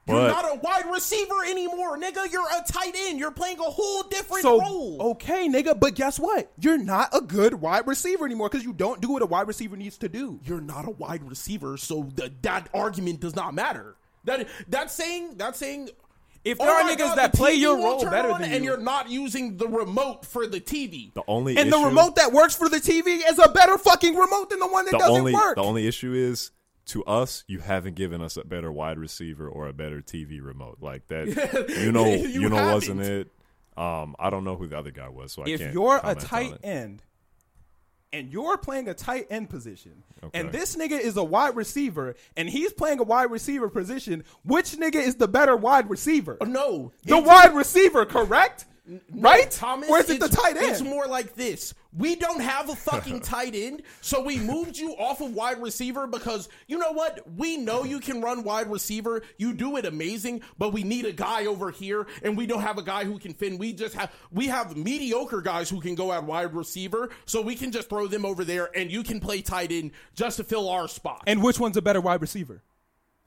you're But- not a wide receiver anymore, nigga. You're a tight end. You're playing a whole different So, role. okay, nigga, but guess what? You're not a good wide receiver anymore because you don't do what a wide receiver needs to do. you're not a wide receiver, so the, that argument does not matter. That that's saying that's saying "Oh If there are my niggas that the play TV your will role turn better on than and you. are not using the remote for the TV. The only And issue, the remote that works for the TV is a better fucking remote than the one that the doesn't only work. the only issue is to us, you haven't given us a better wide receiver or a better TV remote like that. you know, you, You know, wasn't haven't. it? Um, I don't know who the other guy was, so I can't. if you're a comment on tight it. end and you're playing a tight end position Okay. and this nigga is a wide receiver and he's playing a wide receiver position which nigga is the better wide receiver Oh, No, the it's- wide receiver correct right Thomas, or is it the it's- tight It's end more like this. We don't have a fucking tight end, so we moved you off of wide receiver because you know what? We know you can run wide receiver. You do it amazing, but we need a guy over here, and we don't have a guy who can fit. We just have we have mediocre guys who can go at wide receiver, so we can just throw them over there, and you can play tight end just to fill our spot. and which one's a better wide receiver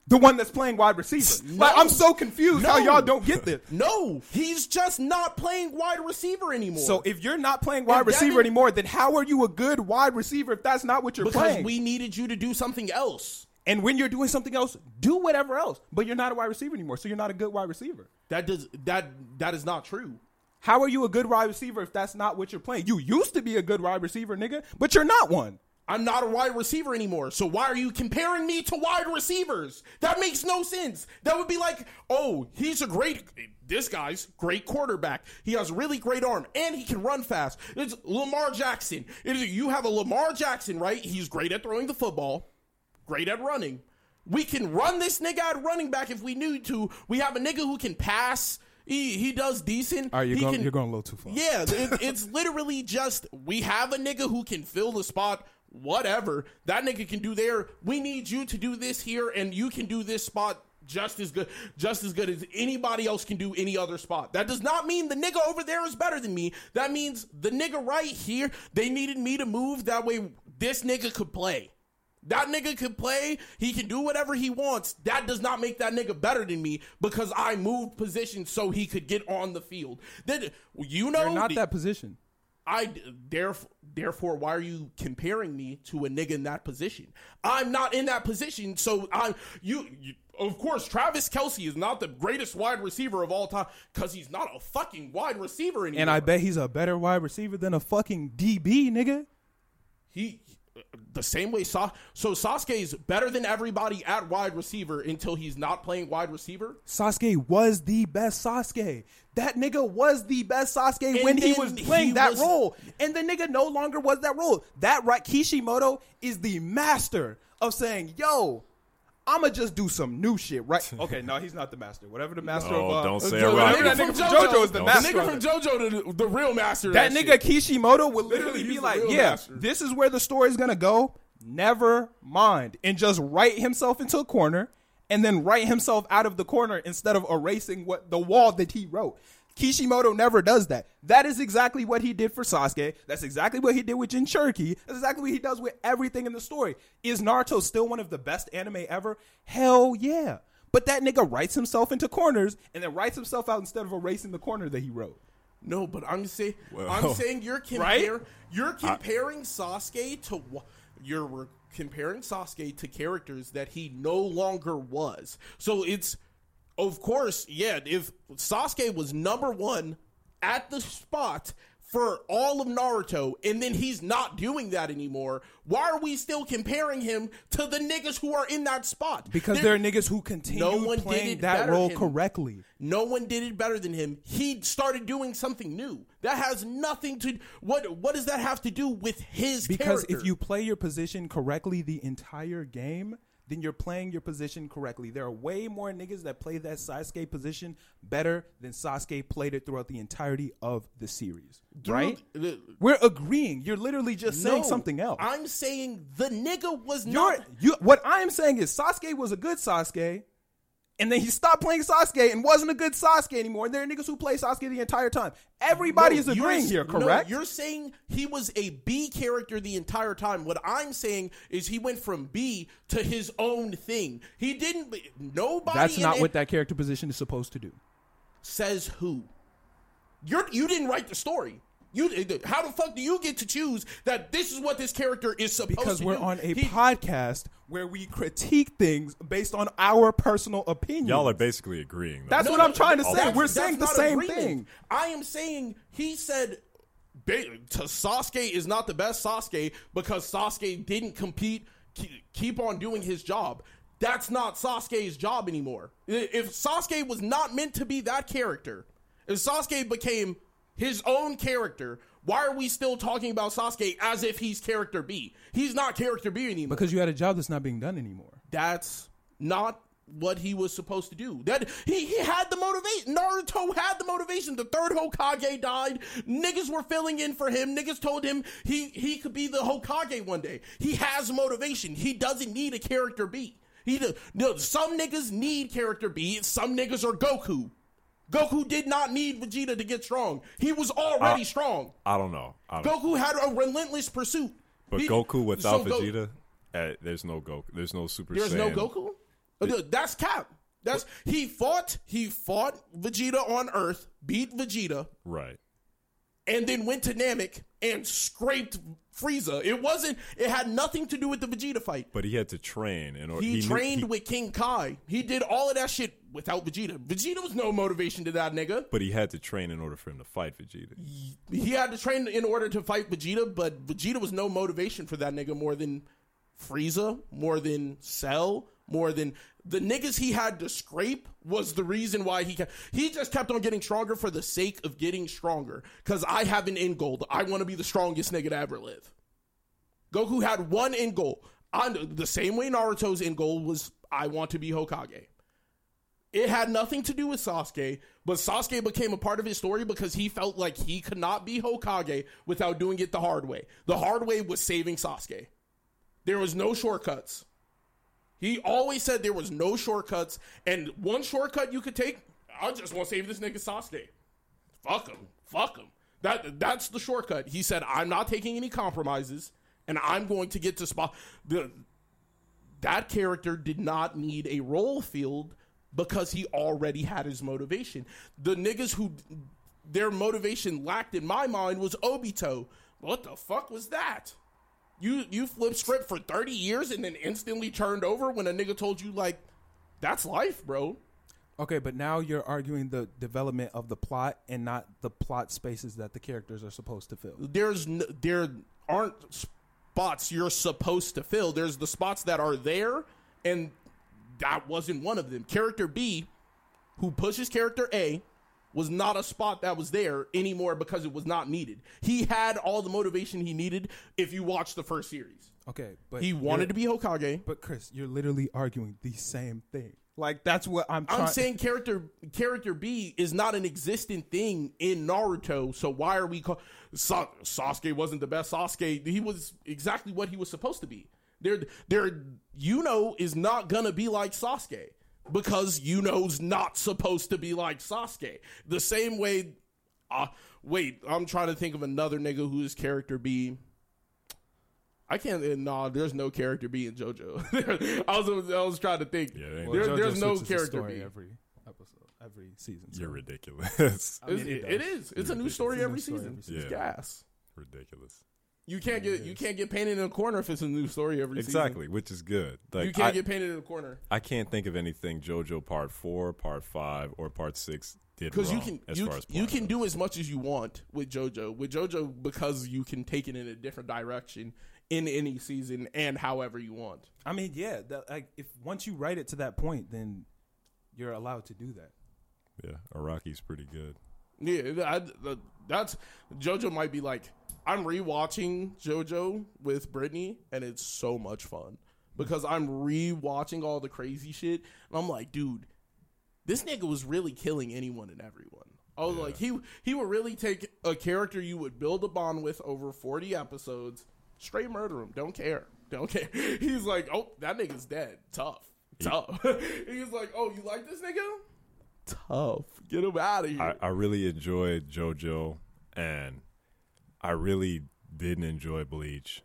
the one that's playing wide receiver like i'm so confused how No. y'all don't get this no, he's just not playing wide receiver anymore. so if you're not playing wide If receiver Devin- anymore then how are you a good wide receiver if that's not what you're because playing we needed you to do something else. And when you're doing something else, do whatever else. But you're not a wide receiver anymore, so you're not a good wide receiver. That does that that is not true. How are you a good wide receiver if that's not what you're playing? You used to be a good wide receiver, nigga, but you're not one. I'm not a wide receiver anymore. So why are you comparing me to wide receivers? That makes no sense. That would be like, "Oh, he's a great this guy's great quarterback. He has a really great arm and he can run fast." It's Lamar Jackson. It is- you have a Lamar Jackson, right? He's great at throwing the football, great at running. We can run this nigga at running back if we need to. We have a nigga who can pass. He, he does decent. All right, you're He going, can- you're going a little too far. Yeah, it, it's literally just we have a nigga who can fill the spot. Whatever that nigga can do there, we need you to do this here, and you can do this spot just as good, just as good as anybody else can do any other spot. That does not mean the nigga over there is better than me. That means the nigga right here, they needed me to move that way. This nigga could play. That nigga can play. He can do whatever he wants. That does not make that nigga better than me because I moved position so he could get on the field. Then you know You're not that position. I therefore, therefore, why are you comparing me to a nigga in that position? I'm not in that position, so I'm you. you of course, Travis Kelsey is not the greatest wide receiver of all time because he's not a fucking wide receiver anymore. And I bet he's a better wide receiver than a fucking DB, nigga. he the same way Sa- so Sasuke's better than everybody at wide receiver until he's not playing wide receiver. Sasuke was the best Sasuke. That nigga was the best Sasuke And when he then was playing he that was- role. And the nigga no longer was that role. That right, Kishimoto is the master of saying, yo, I'ma just do some new shit, right? Okay, no, he's not the master. Whatever the master No, of uh, don't say whatever it that right. nigga from JoJo is the Don't master. nigga of from it. JoJo, the, the real master. of that shit. nigga Kishimoto would literally Literally, be he's like, the real yeah, master. this is where the story's gonna go. Never mind. And just write himself into a corner and then write himself out of the corner instead of erasing what the wall that he wrote. Kishimoto never does that. That is exactly what he did for Sasuke. That's exactly what he did with Jinchuriki. That's exactly what he does with everything in the story. Is Naruto still one of the best anime ever? Hell yeah. But that nigga writes himself into corners and then writes himself out instead of erasing the corner that he wrote. No, but I'm saying Well, I'm saying you're compare, you're comparing Sasuke to wha- you're re- comparing Sasuke to characters that he no longer was. So it's of course, yeah, if Sasuke was number 1 at the spot for all of Naruto and then he's not doing that anymore, why are we still comparing him to the niggas who are in that spot? Because They're- there are niggas who continue no one did playing it that better role than- correctly. No one did it better than him. He started doing something new. That has nothing to what what does that have to do with his Because character? if you play your position correctly the entire game, then you're playing your position correctly. There are way more niggas that play that Sasuke position better than Sasuke played it throughout the entirety of the series. right? the- We're agreeing. You're literally just saying No, something else. I'm saying the nigga was You're not you what I'm saying is Sasuke was a good Sasuke. And then he stopped playing Sasuke and wasn't a good Sasuke anymore. And there are niggas who play Sasuke the entire time. Everybody is No, you're agreeing s- here, no, correct? you're saying he was a B character the entire time. What I'm saying is he went from B to his own thing. He didn't. be- Nobody. That's in not it- what that character position is supposed to do. says who? You're you didn't write the story. You how the fuck do you get to choose that this is what this character is supposed Because to we're do? on a Oh, He- podcast where we critique things based on our personal opinion. Y'all are basically agreeing. Though. That's No, what no, I'm trying to no, say. that's- We're that's saying the not same agreement. thing. I am saying he said ba- to Sasuke is not the best Sasuke because Sasuke didn't compete ke- keep on doing his job. That's not Sasuke's job anymore. I- If Sasuke was not meant to be that character, if Sasuke became his own character, why are we still talking about Sasuke as if he's character B? He's not character B anymore. because you had a job that's not being done anymore. that's not what he was supposed to do. That he, he had the motivation. Naruto had the motivation. The third Hokage died. Niggas were filling in for him. Niggas told him he he could be the Hokage one day. He has motivation. He doesn't need a character B. He do- no, some niggas need character B. Some niggas are Goku. Goku did not need Vegeta to get strong. He was already Uh, strong. I don't know. I don't, Goku had a relentless pursuit. but He- Goku so without Go- Vegeta, eh, there's no Goku. There's no Super There's Saiyan. no Goku. Uh, dude, That's Cap. That's he fought. He fought Vegeta on Earth, beat Vegeta, Right. and then went to Namek and scraped Frieza. It wasn't. It had nothing to do with the Vegeta fight. But he had to train in order. He, knew- trained he- with King Kai. He did all of that shit without Vegeta. Vegeta was no motivation to that nigga. but he had to train in order for him to fight Vegeta. He had to train in order to fight Vegeta, but Vegeta was no motivation for that nigga more than Frieza, more than Cell, more than the niggas he had to scrape was the reason why he kept, he just kept on getting stronger for the sake of getting stronger. Cause I have an end goal. I want to be the strongest nigga to ever live. Goku had one end goal. On the same way Naruto's end goal was I want to be Hokage. It had nothing to do with Sasuke, but Sasuke became a part of his story because he felt like he could not be Hokage without doing it the hard way. The hard way was saving Sasuke. There was no shortcuts. He always said there was no shortcuts, and one shortcut you could take, I just want to save this nigga Sasuke. Fuck him. Fuck him. That that's the shortcut. He said, I'm not taking any compromises, and I'm going to get to spot the that character did not need a role field because he already had his motivation. The niggas who their motivation lacked in my mind was Obito. What the fuck was that? You you flipped script for 30 years and then instantly turned over when a nigga told you like that's life, bro. Okay, but now you're arguing the development of the plot and not the plot spaces that the characters are supposed to fill. there's n- there aren't spots you're supposed to fill. There's the spots that are there, and that wasn't one of them. Character B, who pushes character A, was not a spot that was there anymore because it was not needed. He had all the motivation he needed. If you watch the first series, Okay, but he wanted to be Hokage. But Chris, you're literally arguing the same thing. Like that's what I'm. Trying, I'm saying character character B is not an existent thing in Naruto. So why are we call Sa- Sasuke wasn't the best Sasuke. He was exactly what he was supposed to be. There there you know is not gonna be like Sasuke because you know's not supposed to be like Sasuke. The same way uh, wait, I'm trying to think of another nigga who is character B. I can't. uh, Nah, there's no character B in JoJo. I was I was trying to think. Yeah, there ain't There- no- there's no switches the character story B. every episode, every season. so- you're ridiculous. I mean, It's- it it does. is. It's a new ridiculous. story It's a every new story season. every It's season. Yeah. gas. ridiculous. You can't get you can't get painted in a corner if it's a new story every season. Exactly, which is good. Like You can't I, get painted in a corner I can't think of anything JoJo Part Four, Part Five, or Part Six did because wrong. you can as you, far as you plot can goes. do as much as you want with JoJo. With JoJo, because you can take it in a different direction in any season and however you want. I mean, yeah. That, like, if once you write it to that point, then you're allowed to do that. Yeah, Araki's pretty good. Yeah, I, the- that's JoJo might be like I'm rewatching JoJo with Brittany, and it's so much fun because I'm rewatching all the crazy shit, and I'm like, dude, this nigga was really killing anyone and everyone. I was like, he he would really take a character you would build a bond with over 40 episodes, straight murder him, don't care, don't care. He's like, oh, that nigga's dead, tough, tough. He's like, oh, you like this nigga? Tough, get him out of here. I, I really enjoyed JoJo, and I really didn't enjoy Bleach.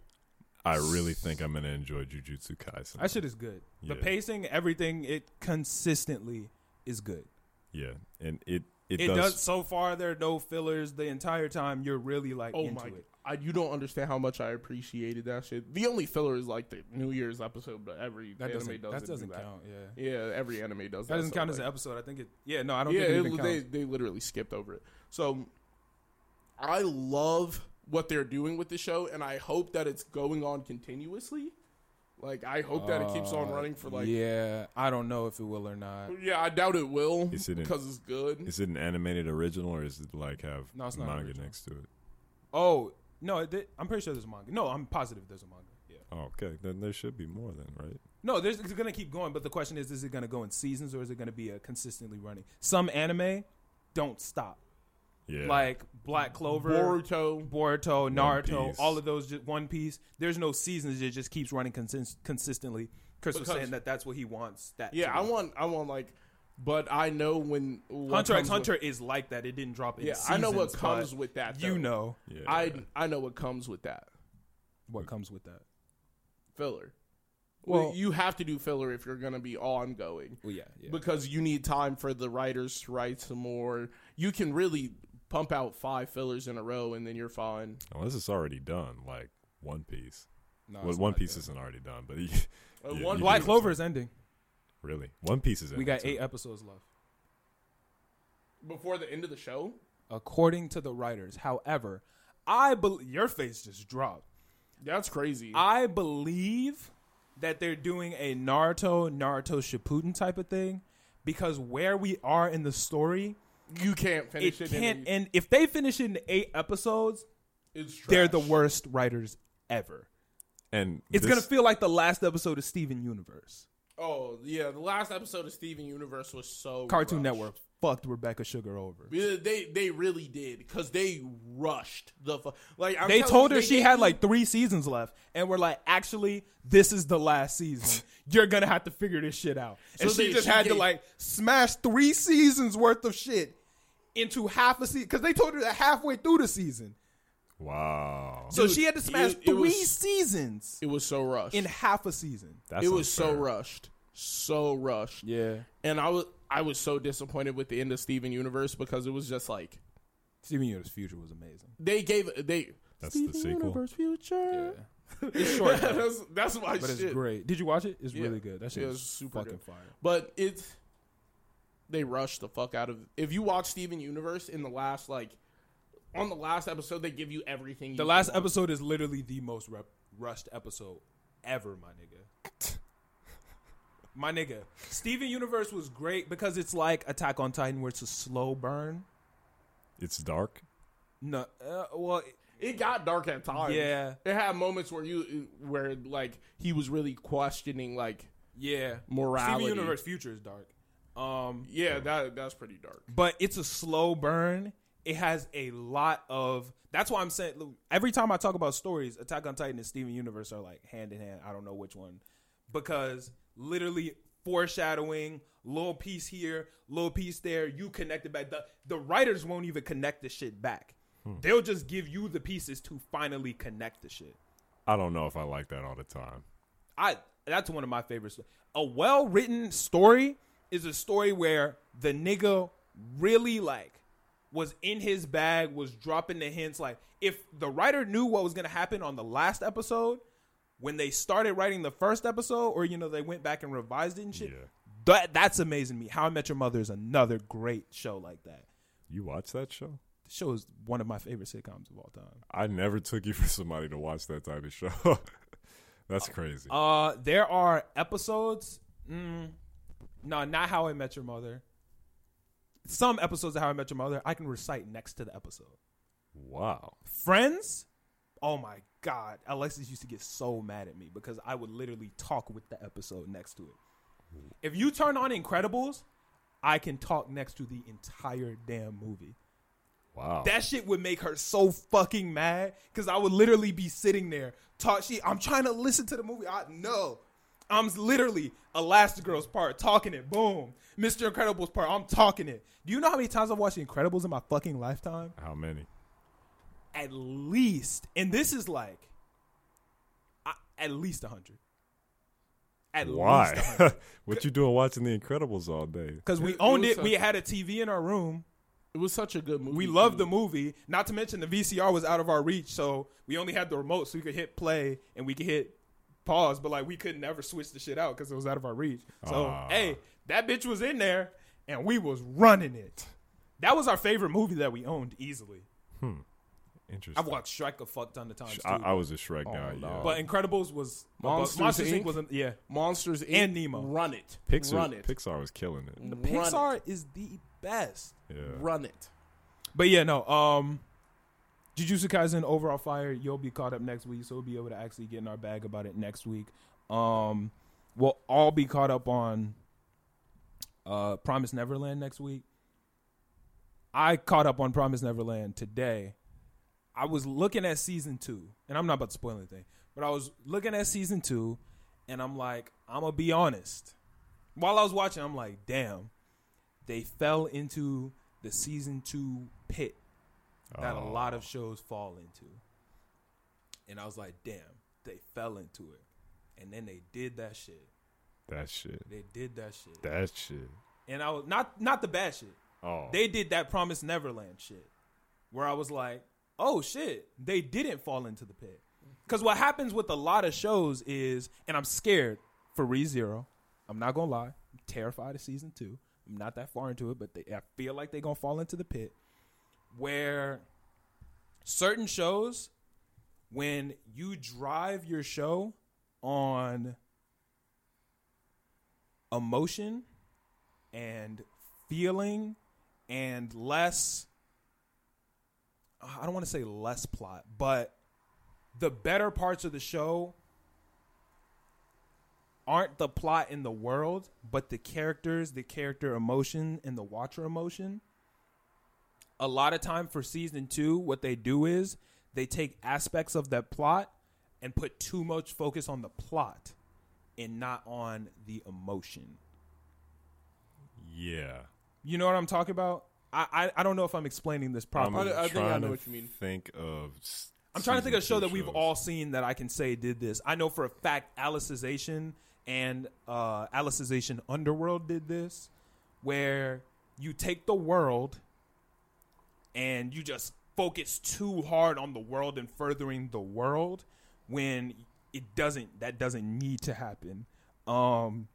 I really think I'm gonna enjoy Jujutsu Kaisen. That shit is good. The Yeah. pacing, everything, it consistently is good. yeah, and it it, It does. does so far. There are no fillers the entire time. You're really like Oh into my! it. I, you don't understand how much I appreciated that shit. The only filler is like the New Year's episode, but every That anime doesn't. doesn't. That do doesn't that. count. Yeah. Yeah, every anime does. That doesn't so, count as like- an episode. I think it. Yeah. No, I don't Yeah, think it it- even counts. they they literally skipped over it. So I love what they're doing with the show, and I hope that it's going on continuously. Like I hope that it keeps on running for like. Yeah, Uh, yeah, I don't know if it will or not. I doubt it will Yes, it is. because it's good. Is it an animated original or is it like have No, it's not manga original. next to it? Oh no, it did, I'm pretty sure there's a manga. No, I'm positive there's a manga. Yeah. Oh, okay. Then there should be more then, right? No, there's it's gonna keep going, but the question is, is it gonna go in seasons or is it gonna be a consistently running? Some anime don't stop, Yeah. like Black Clover, Boruto. Boruto, Naruto, Piece. all of those, just One Piece. There's no seasons; it just keeps running consist- consistently. Chris was Because- saying that that's what he wants. That Yeah, to be. I want. I want like. But I know when what Hunter x comes with- Hunter is like that. It didn't drop. In yeah, I know what seasons, comes but with that. You though. know yeah. I I know what comes with that what comes with that. filler. Well- Well, you have to do filler if you're going to be ongoing. Well, yeah, yeah. because you need time for the writers to write some more. You can really pump out five fillers in a row, and then you're fine. Unless it's already done, like One Piece. No, well, Oh, it's One not Piece that. isn't already done, Uh, but Yeah, one you black Black do. Clover is ending. really, One Piece is. We got ending, eight too. episodes left. before the end of the show. according to the writers. However, I believe your face just dropped. That's crazy. I believe that they're doing a Naruto, Naruto Shippuden type of thing because where we are in the story, you can't finish it it. can't in end. If they finish it in eight episodes, it's trash. they're the worst writers ever. And uh, It's this- gonna feel like the last episode of Steven Universe. Oh yeah, the last episode of Steven Universe was so Cartoon rushed. Network fucked Rebecca Sugar over. Yeah, they they really did because they rushed the fu- like I'm they telling told you, her they she gave had you- like three seasons left, and we're like, actually, this is the last season. You're gonna have to figure this shit out. And So she they- just she had to gave- like smash three seasons worth of shit into half a season because they told her that halfway through the season. Wow. So Dude, she had to smash it- it three was- seasons it was so rushed. in half a season. That's it was so unfair. rushed, so rushed. Yeah, and I was I was so disappointed with the end of Steven Universe because it was just like Steven Universe Future was amazing. they gave they That's the sequel. Yeah, Future. it's short, though, that's that's why but shit. it's great. Did you watch it? It's Yeah. really good. That shit Yeah, is it's super fucking good. fire. But it's they rushed the fuck out of. If you watch Steven Universe in the last like on the last episode, they give you everything. You The can last want. episode is literally the most rep- rushed episode ever, my nigga. my nigga. Steven Universe was great because it's like Attack on Titan where it's a slow burn. It's dark. No, uh, well, it got dark at times. Yeah. it had moments where you where like he was really questioning like yeah. Morality. Steven Universe Future is dark. Um, yeah that that's pretty dark. but it's a slow burn. It has a lot of. That's why I'm saying look, every time I talk about stories, Attack on Titan and Steven Universe are like hand in hand. I don't know which one because literally foreshadowing, little piece here, little piece there. You connected back. The the writers won't even connect the shit back. They'll just give you the pieces to finally connect the shit. I don't know if I like that all the time. I that's one of my favorites. A well written story is a story where the nigga really like was in his bag, was dropping the hints. Like if the writer knew what was gonna happen on the last episode, when they started writing the first episode, or you know they went back and revised it and shit. Yeah. That that's amazing to me. How I Met Your Mother is another great show like that. You watch that show? The show is one of my favorite sitcoms of all time. I never took you for somebody to watch that type of show. That's crazy. Uh, there are episodes. Mm, no, not How I Met Your Mother. Some episodes of How I Met Your Mother, I can recite next to the episode. wow. Friends. Oh my God, Alexis used to get so mad at me because I would literally talk with the episode next to it. If you turn on Incredibles, I can talk next to the entire damn movie. Wow. That shit would make her so fucking mad because I would literally be sitting there. Talk, she, I'm trying to listen to the movie. I no, I'm literally Elastigirl's part talking it. Boom, Mr. Incredible's part. I'm talking it. Do you know how many times I've watched The Incredibles in my fucking lifetime? How many? At least, and this is like, I, at least a hundred. At least a Why? hundred. what you doing watching The Incredibles all day? Because we It- it owned was it. We such- had a TV in our room. It was such a good movie. we loved the movie. Not to mention the VCR was out of our reach, so we only had the remote, so we could hit play and we could hit pause, but like we could never switch the shit out because it was out of our reach. So Ah. hey, that bitch was in there and we was running it. That was our favorite movie that we owned easily. Interesting. I've watched Shrek a fuck ton of times Sh- too. I, I was a Shrek Oh, guy. no. yeah. but Incredibles was Monsters, Monsters, Monsters Inc. Inc. was an, yeah. Monsters Inc. And Nemo. Run it. Pixar, Run it. Pixar was killing it. The Run it. Pixar is the best. Yeah. Run it. But yeah, no. Um, Jujutsu Kaisen overall fire. You'll be caught up next week, so we'll be able to actually get in our bag about it next week. Um, we'll all be caught up on uh Promise Neverland next week. I caught up on Promise Neverland today. I was looking at season two, and I'm not about to spoil anything, but I was looking at season two, and I'm like, I'm gonna be honest. While I was watching, I'm like, damn, they fell into the season two pit that a lot of shows fall into. And I was like, damn, they fell into it. And then they did that shit. That shit. They did that shit. That shit. And I was not not the bad shit. Oh. They did that Promise Neverland shit. Where I was like, oh shit, they didn't fall into the pit. Cause what happens with a lot of shows is, and I'm scared for ReZero. I'm not gonna lie. I'm terrified of season two. I'm not that far into it, but they, I feel like they're gonna fall into the pit where certain shows, when you drive your show on emotion and feeling and less, I don't want to say less plot, but the better parts of the show aren't the plot in the world, but the characters, the character emotion, and the watcher emotion a lot of time for season two, what they do is they take aspects of that plot and put too much focus on the plot and not on the emotion. yeah. You know what I'm talking about? I I, I don't know if I'm explaining this I'm properly. I- I think I trying know to what you mean. Think of. s- I'm trying to think of a season show two that we've shows. all seen that I can say did this. I know for a fact Alicization and uh, Alicization Underworld did this, where you take the world and you just focus too hard on the world and furthering the world when it doesn't. That doesn't need to happen. Um,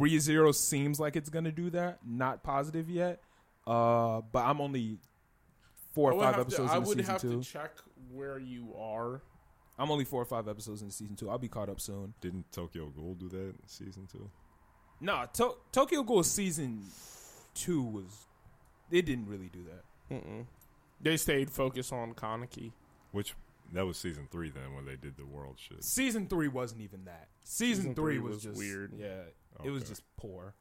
ReZero seems like it's gonna do that. Not positive yet, uh, but I'm only four I or would five have to- episodes I into would season have two. to check where you are. I'm only four or five episodes into season two. I'll be caught up soon. Didn't Tokyo Ghoul do that in season two? Nah, to- Tokyo Ghoul season two was they didn't really do that. Mm-mm. They stayed focused on Kaneki. Which that was season three then when they did the world shit. Season three wasn't even that. Season, Season three, three was, was just weird. Yeah, it was Okay. just poor.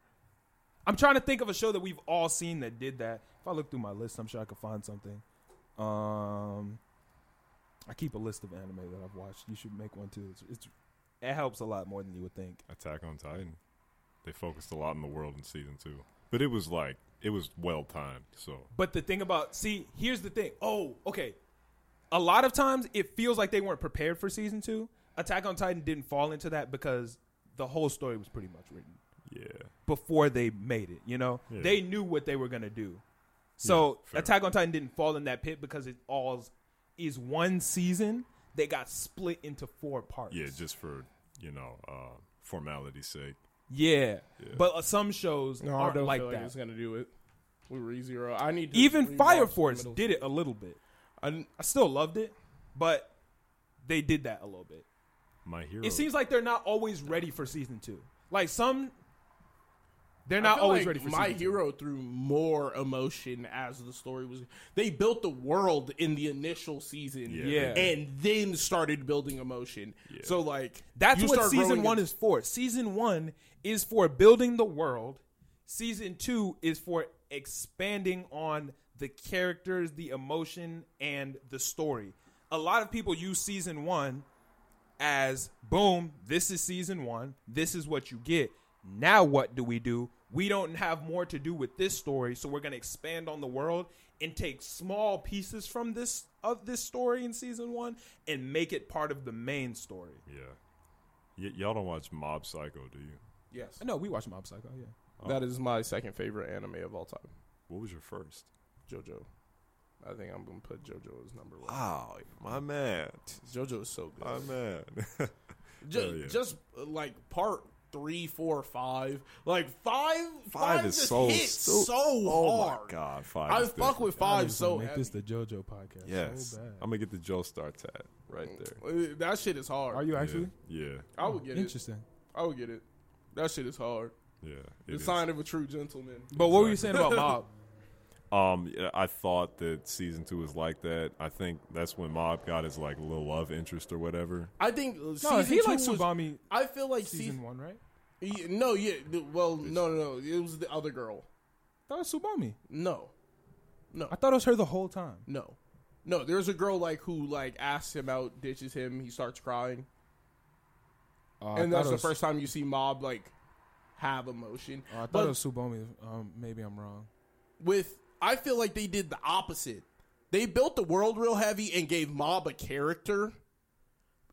I'm trying to think of a show that we've all seen that did that. If I look through my list, I'm sure I could find something. Um, I keep a list of anime that I've watched. You should make one too. It's, it's it helps a lot more than you would think. Attack on Titan. They focused a lot on the world in season two, but it was like it was well timed. So But the thing about see, here's the thing. Oh, okay. A lot of times it feels like they weren't prepared for season two. Attack on Titan didn't fall into that because the whole story was pretty much written yeah, before they made it. You know, Yeah. they knew what they were gonna do. So Yeah, fair. Attack on Titan didn't fall in that pit because it all is one season. They got split into four parts. yeah, just for you know uh, formality's sake. yeah. But uh, some shows No, I aren't don't like feel like that. it's gonna do it. We were E zero. I need to Even rewatch Fire the Force middle. did it a little bit. I didn't- I still loved it, but they did that a little bit. My hero. It seems like they're not always ready for season two. Like some, they're I not feel always like ready for my season hero threw more emotion as the story was. They built the world in the initial season, Yeah. Yeah, and then started building emotion. So like that's you what start season growing one in- is for. Season one is for building the world. Season two is for expanding on the characters, the emotion, and the story. A lot of people use season one as boom, this is season one. This is what you get. Now, what do we do? We don't have more to do with this story, so we're going to expand on the world and take small pieces from this of this story in season one and make it part of the main story. Yeah. Y- y'all don't watch Mob Psycho, do you? Yes, No, we watch Mob Psycho. Yeah, Oh. that is my second favorite anime of all time, What was your first? JoJo. I think I'm gonna put JoJo as number one. Wow, Oh, my man, JoJo is so good. my man. just, Uh, Hell yeah. just uh, like part three, four, five. Like five, five, Five is just so hits so, so oh hard. my god, five. I is fuck with different. five so make heavy. this the JoJo podcast. Yes, so bad. I'm gonna get the Joe Star tat right there. Uh, That shit is hard. Are you actually Yeah, yeah. I would get it. interesting? I would get it. That shit is hard. yeah it The is. sign of a true gentleman. But what were you saying about Mob? Um, yeah, I thought that season two was like that. I think that's when Mob got his like little love interest or whatever. I think uh, no, season he two like was. Subami I feel like season season. one, right? Yeah, no, yeah. th- Well, no, no, no. It was the other girl. That was Subami. No, I thought it was her the whole time. no, no. There's a girl like who like asks him out, ditches him. He starts crying, Uh, and that's the first time you see Mob like have emotion. oh, I thought But it was Subami. Um, maybe I'm wrong. with I feel like they did the opposite. They built the world real heavy and gave Mob a character.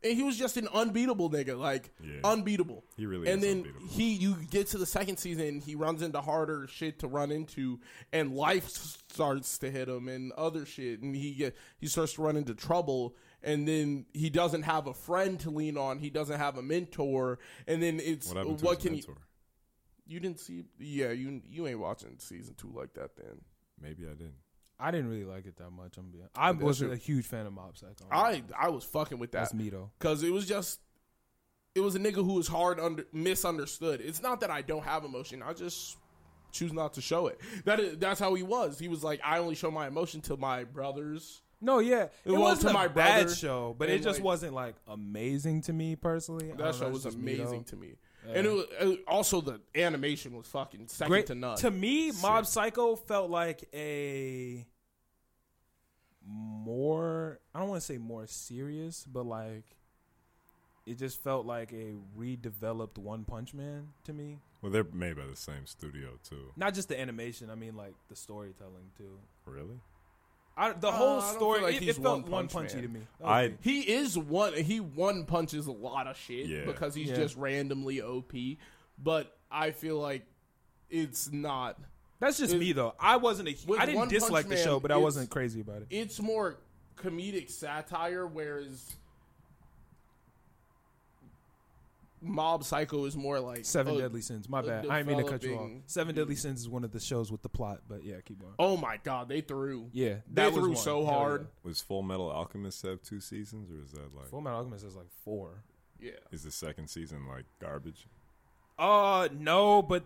And he was just an unbeatable nigga, like Yeah. unbeatable. He really and is then unbeatable. he you get to the second season, he runs into harder shit to run into, and life s- starts to hit him and other shit, and he get he starts to run into trouble, and then he doesn't have a friend to lean on, he doesn't have a mentor, and then it's What what, happened to his can mentor? you you didn't see? Yeah, you you ain't watching season two like that then. Maybe I didn't. I didn't really like it that much. I'm being. I That wasn't shit- a huge fan of Mob Psycho. I I was fucking with that that's me though. because it was just it was a nigga who was hard under misunderstood. It's not that I don't have emotion. I just choose not to show it. That is, that's how he was. He was like I only show my emotion to my brothers. No, yeah, it, Well, wasn't to a my bad brother, show, but it and, just like- wasn't like amazing to me personally. I That don't know, show it's was Oh, just me, amazing though. to me. and it was, it- also the animation was fucking second Great to none. me, Mob Psycho felt like a more. I don't want to say more serious, but like it just felt like a redeveloped One Punch Man to me. Well, they're made by the same studio too. Not just the animation. I mean, like the storytelling too. Really? I, the Uh, whole I don't story, feel like it, it he's felt One one Punch punchy Man. Uh, to me. That was I me. He is one. He one punches a lot of shit Yeah. because he's Yeah. just randomly OP. But I feel like it's not. that's just it- me though. I wasn't a. hu- with I didn't One Punch dislike the Man, show, but I it's- wasn't crazy about it. it's more comedic satire, whereas Mob Psycho is more like Seven oh, Deadly Sins. My bad. I didn't mean to cut you off. developing- Seven Deadly Sins is one of the shows with the plot, but yeah, keep going. Oh my god, they threw. Yeah, they that was threw one. so Hell hard. yeah. Was Full Metal Alchemist have two seasons, or is that like Full Metal Alchemist is like four. Yeah. is the second season like garbage? Uh, no, but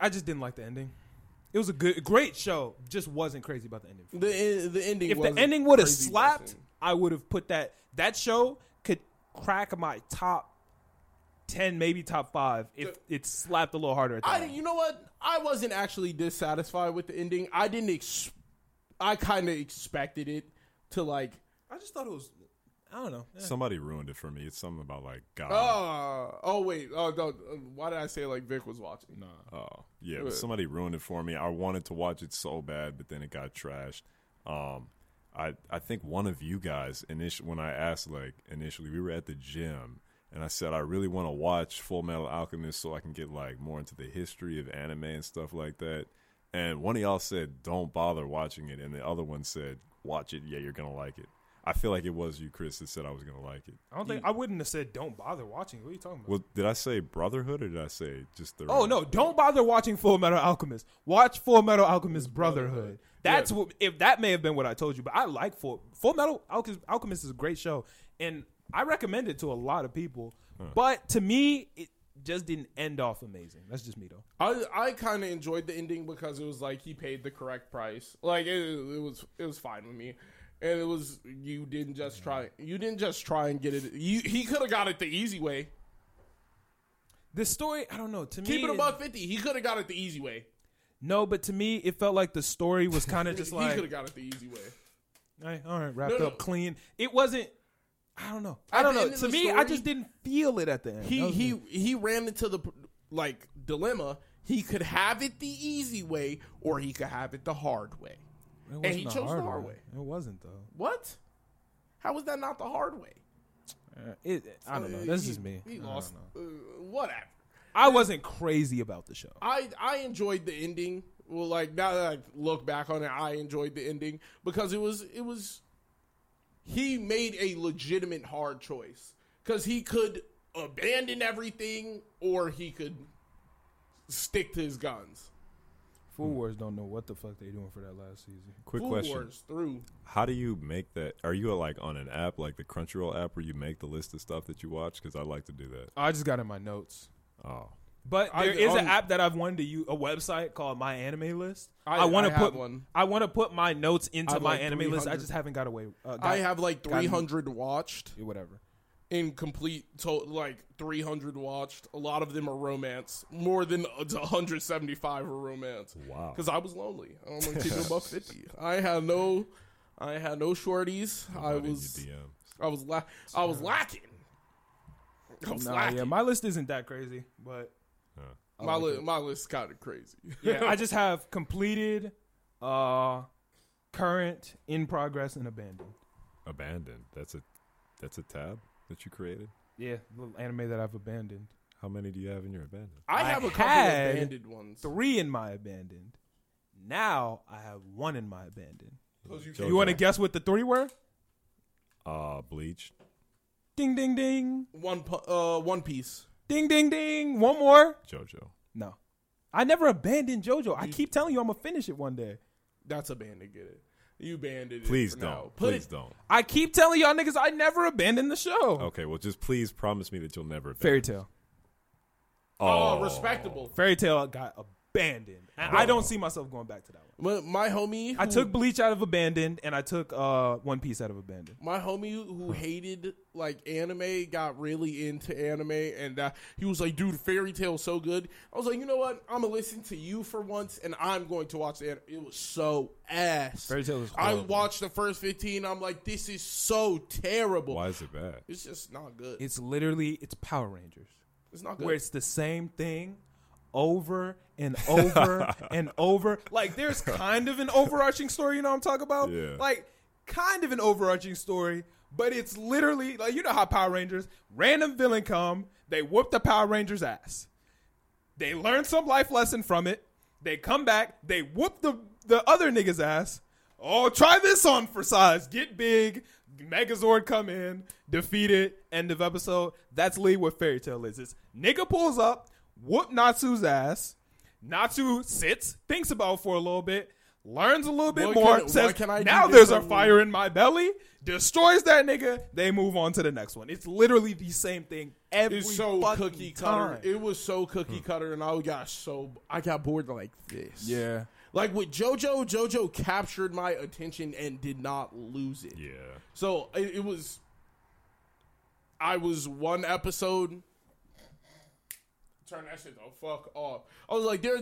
I just didn't like the ending. It was a good, great show. Just wasn't crazy about the ending. The en- the ending. if the wasn't ending would have crazy slapped, busting. I would have put that. That show could crack my top ten, maybe top five, if it slapped a little harder. At the I end. you know what? I wasn't actually dissatisfied with the ending. I didn't. Ex- I kind of expected it to like. I just thought it was. I don't know. Eh. Somebody ruined it for me. It's something about like God. Oh, oh wait. Oh, no, why did I say like Vic was watching? No. Oh, yeah. but somebody ruined it for me. I wanted to watch it so bad, but then it got trashed. Um, I I think one of you guys initially when I asked like initially we were at the gym and I said I really want to watch Full Metal Alchemist so I can get like more into the history of anime and stuff like that. And one of y'all said don't bother watching it, and the other one said watch it. Yeah, you're gonna like it. I feel like it was you, Chris, that said I was gonna like it. I don't think I wouldn't have said don't bother watching. What are you talking about? Well, did I say Brotherhood or did I say just the? Oh no! Don't bother watching Full Metal Alchemist. Watch Full Metal Alchemist Brotherhood. That's what if that may have been what I told you, but I like Full Full Metal Alchemist, Alchemist is a great show, and I recommend it to a lot of people. But to me, it just didn't end off amazing. That's just me though. I I kind of enjoyed the ending because it was like he paid the correct price. Like it, it was it was fine with me, and it was you didn't just try you didn't just try and get it. You, he could have got it the easy way. This story, I don't know. To Keep me, it above fifty. He could have got it the easy way. No, but to me, it felt like the story was kind of just he like could have got it the easy way. Hey, all right, wrapped No, no. up clean. It wasn't. I don't know. I At don't the know. end of To the me, I story- just didn't feel it at the end. That He was me. he he ran into the like dilemma. He could have it the easy way, or he could have it the hard way. It and wasn't he chose the hard way. It wasn't though. What? How was that not the hard way? Uh, It, I don't know. This is me. He I don't lost. know. Uh, whatever. I wasn't crazy about the show. I I enjoyed the ending. Well, like now that I look back on it, I enjoyed the ending because it was it was he made a legitimate hard choice because he could abandon everything or he could stick to his guns. Food Wars don't know what the fuck they doing for that last season. Quick Food question: Wars through. How do you make that? Are you like on an app like the Crunchyroll app where you make the list of stuff that you watch? Because I like to do that. I just got in my notes. Oh, But I- there is an I'll- app that I've wanted to use, a website called My Anime List. I, I- want I to have put one. I want to put my notes into I have my like anime list. I 300. just haven't got away. Uh, got, I have like gotten- 300 watched, whatever. incomplete, to, like 300 watched. A lot of them are romance. More than 175 are romance. wow! Because I was lonely. I only keep it above 50. I had no, I had no shorties. I Not in your was, DMs. I was, la- I was lacking. I was Nah, lacking. yeah, my list isn't that crazy, but I my, like li- it. my list kind of crazy. yeah, I just have completed, uh, current, in progress, and abandoned. Abandoned. That's a that's a tab that you created. Yeah, little anime that I've abandoned. How many do you have in your abandoned? I I have a couple had of banded ones. Three in my abandoned. Now I have one in my abandoned. Jojo. You want to guess what the three were? Uh, Bleach. Ding, ding, ding, One, pu- uh, one piece. ding, ding, ding. One more. JoJo. No. I never abandoned JoJo. I keep telling you I'm gonna finish it one day. That's a banded. Get it? You banded. It Please for don't. now. Put Please it. don't. I keep telling y'all niggas I never abandoned the show. Okay, well, just please promise me that you'll never. Abandon. Fairy Tale. Oh, respectable. Fairy Tale got abandoned. And I don't see myself going back to that one. But my homie, I who- took Bleach out of abandoned and I took uh One Piece out of abandoned. my homie who hated like anime got really into anime, and that he was like, "Dude, Fairy Tale's so good." I was like, "You know what? I'm gonna listen to you for once, and I'm going to watch the anime." It was so ass. Fairy Tail was I horrible. watched the first 15. I'm like, "This is so terrible. Why is it bad? It's just not good. It's literally it's Power Rangers. It's not good." Where it's the same thing over and over and over. Like there's kind of an overarching story, you know what I'm talking about? Yeah. Like kind of an overarching story, but it's literally like you know how Power Rangers, random villain come, they whoop the Power Rangers ass. They learn some life lesson from it. They come back. They whoop the the other niggas ass. Oh, try this on for size. Get big. Megazord come in, defeat it. End of episode. That's Lee what Fairy Tale is. It's nigga pulls up, whoop Natsu's ass. Natsu sits, thinks about it for a little bit, learns a little bit Why more. can- why says can I do now this there's a and- fire in my belly. Destroys that nigga. They move on to the next one. It's literally the same thing every It's so fucking cookie cutter. time. It was so cookie cutter, and I got so I got bored like this. yeah. like with JoJo, JoJo captured my attention and did not lose it. Yeah. So it, it was. I was one episode. Turn that shit the fuck off. I was like, there.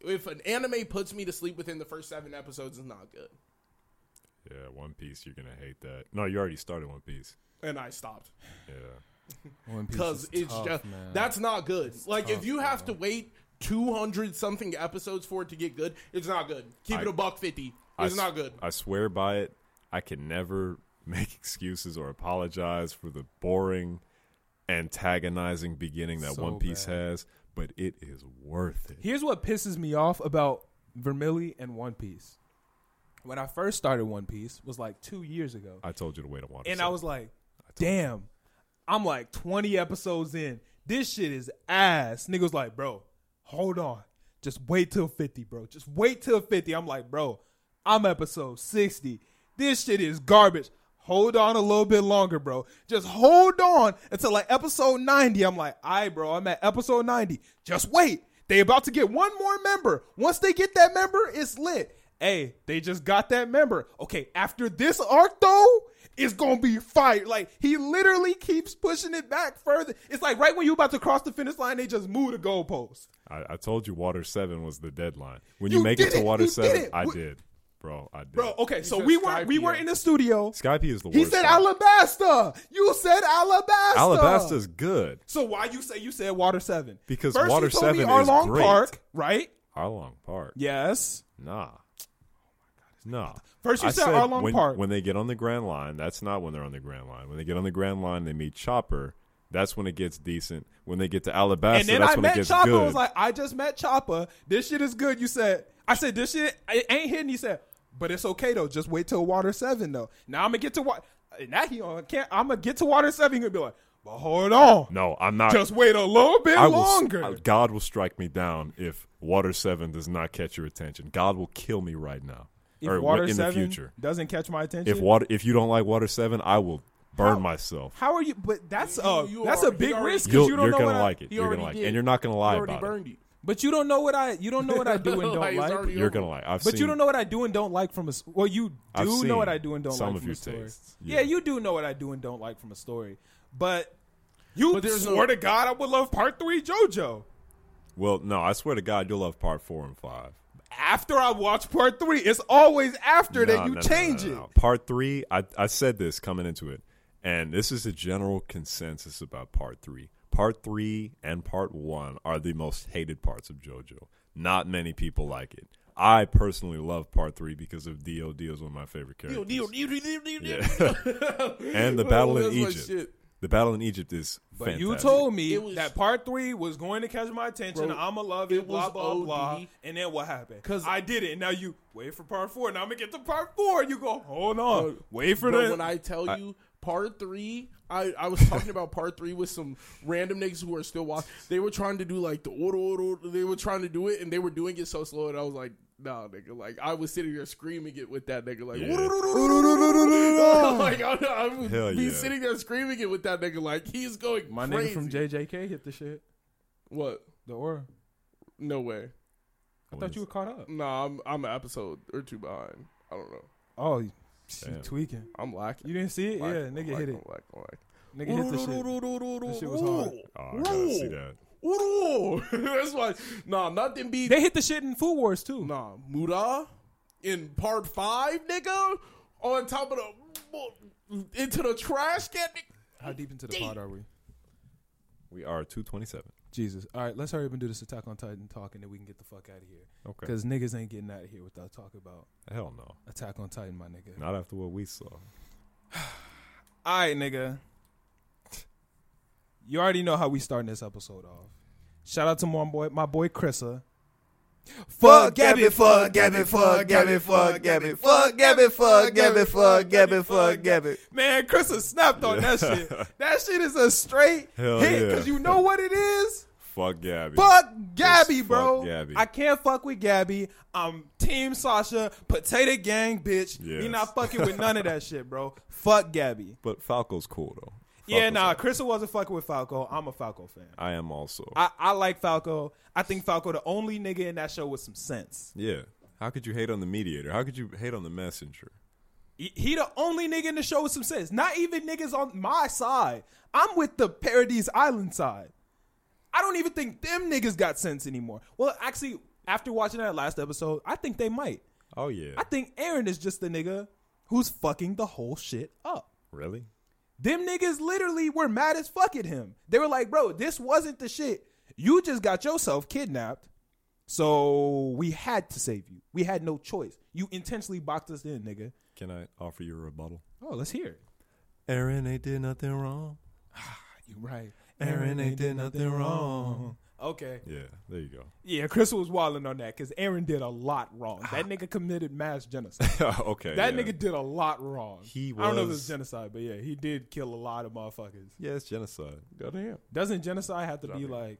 If an anime puts me to sleep within the first seven episodes, it's not good, Yeah, One Piece. You're gonna hate that. No, you already started One Piece. and I stopped. Yeah. because it's just that's not good. like if you have to wait two hundred something episodes for it to get good, it's not good. Keep I- it a buck fifty. I It's s- not good. I swear by it. I can never make excuses or apologize for the boring, antagonizing beginning that So One Piece bad. has, but it is worth it. Here's what pisses me off about Vermilly and One Piece. When I first started One Piece was like two years ago, I told you to wait a while. and I was like, "Damn, I'm like 20 episodes in. This shit is ass." Nigga was like, "Bro, hold on, just wait till 50, bro. Just wait till 50." I'm like, "Bro, I'm episode 60. This shit is garbage." Hold on a little bit longer, bro. Just hold on until like episode 90. I'm like, all right, bro, I'm at episode 90. Just wait. They about to get one more member. Once they get that member, it's lit. Hey, they just got that member. Okay, after this arc though, it's gonna be fire. Like he literally keeps pushing it back further. It's like right when you about to cross the finish line, they just move the goalpost. I, I told you Water Seven was the deadline. When you, You make it did to it! Water You did Seven, it! I Wh- did, bro. I did, Bro, okay, so said we were we Skypio. were in the studio. Skype is the worst. He said song. Alabasta. You said Alabasta. Alabasta's good. So why you say you said Water Seven? Because First Water you told me 7 is Arlong great. Park, right? Arlong Park. Yes. Nah. Nah. Oh First you I said Arlong when, Park. When they get on the Grand Line, that's not when they're on the Grand Line. When they get on the Grand Line, they meet Chopper. That's when it gets decent. When they get to Alabasta, and then that's I when it met gets Chopper. good. I was like, I just met Chopper. This shit is good. You said, I said, this shit it ain't hitting. He said, but it's okay though. Just wait till Water Seven though. Now I'm gonna get to what. Now he on can't. I'm gonna get to Water Seven. He gonna be like, But hold on. No, I'm not. Just wait a little bit I will, longer. I- God will strike me down if Water 7 does not catch your attention. God will kill me right now. or if wh- Water in 7 the future. doesn't catch my attention, If water if you don't like Water 7, I will burn How? myself. how are you? But that's You- a you that's a already- big you already- risk because You'll, you you don't are know gonna what I- like it. he You're already gonna like did. it. And you're not gonna lie I already about it. burned you. But you don't know what I you don't know what I do and don't Like, like. it's already You're over. gonna lie. I've But you seen- don't know what I do and don't like from a. s- Well, you do I've know what seen I do and don't some like of from your a story. tastes. Yeah. Yeah. you do know what I do and don't like from a story. But you But there's no- swear to God, I would love Part Three JoJo. Well, no, I swear to God you'll love part four and five. After I watch Part Three, it's always after No, that you no, no, no, change no, no. it. Part three, I, I said this coming into it, and this is the general consensus about part three. Part three and part one are the most hated parts of JoJo. Not many people like it. I personally love part three because of Dio. Dio's one of my favorite characters. Yeah. and the battle That's in my Egypt. shit. The battle in Egypt is But fantastic. you told me It was- that Part Three was going to catch my attention. Bro, I'ma love it. it blah was blah OD. blah. And then what happened? Because I did it. Now you wait for Part Four. Now I'm gonna get to Part Four. You go hold on. Bro, wait for But the. when I tell you part three, I, I was talking about part three with some random niggas who are still watching. They were trying to do like the order, order, they were trying to do it, and they were doing it so slow, and I was like, nah, nigga. Like I was sitting there screaming it with that nigga, like. Yeah. like I, I would Hell be yeah. sitting there screaming it with that nigga, like he's going. my crazy. nigga from JJK hit the shit. What? The aura. No way. I thought you were caught up. Nah, I'm I'm an episode or two behind. I don't know. Oh, you you Damn. tweaking. I'm lacking. You didn't see it? Lack- Yeah, nigga lack- hit it. lack- lack. Nigga hit the shit. This shit was hard. Oh, I gotta see that. Ooh, that's why. Nah, nothing beat. They hit the shit in Food Wars too. nah, Muda in part five, nigga, on top of the into the trash can. nigga. How deep into the pod are we? We are two twenty seven. Jesus. All right, let's hurry up and do this Attack on Titan talk, and then we can get the fuck out of here. Okay. Because niggas ain't getting out of here without talking about Hell no. Attack on Titan, my nigga. Not after what we saw. All right, nigga. You already know how we starting this episode off. Shout out to my boy, my boy Chrissa. Fuck Gabby, fuck Gabby, fuck Gabby, fuck Gabby, fuck Gabby, fuck Gabby, fuck Gabby, fuck Gabby. Man, Chris has snapped on that shit. That shit is a straight Hell hit yeah. because you know what it is. Fuck Gabby. Fuck Gabby, fuck bro. Gabby. I can't fuck with Gabby. I'm Team Sasha, Potato Gang, bitch. We Yes. not fucking with none of that shit, bro. Fuck Gabby. But Falco's cool though. yeah, Falco's nah. like- Crystal wasn't fucking with Falco. I'm a Falco fan. I am also. I, I like Falco. I think Falco the only nigga in that show with some sense. yeah. How could you hate on the mediator? How could you hate on the messenger? He, he the only nigga in the show with some sense. Not even niggas on my side. I'm with the Paradise Island side. I don't even think them niggas got sense anymore. Well, actually, after watching that last episode, I think they might. Oh yeah. I think Aaron is just the nigga who's fucking the whole shit up. really? Them niggas literally were mad as fuck at him. They were like, bro, this wasn't the shit. You just got yourself kidnapped. So we had to save you. We had no choice. You intentionally boxed us in, nigga. Can I offer you a rebuttal? Oh, let's hear it. Aaron ain't did nothing wrong. You right. Aaron ain't did nothing wrong. Okay. Yeah, there you go. Yeah, Chris was wilding on that because Aaron did a lot wrong. That nigga committed mass genocide. okay. That Ah. yeah. nigga did a lot wrong. He I don't know if it was- was genocide, but yeah, he did kill a lot of motherfuckers. Yeah, it's genocide. Goddamn. Doesn't genocide have to be Zombie. like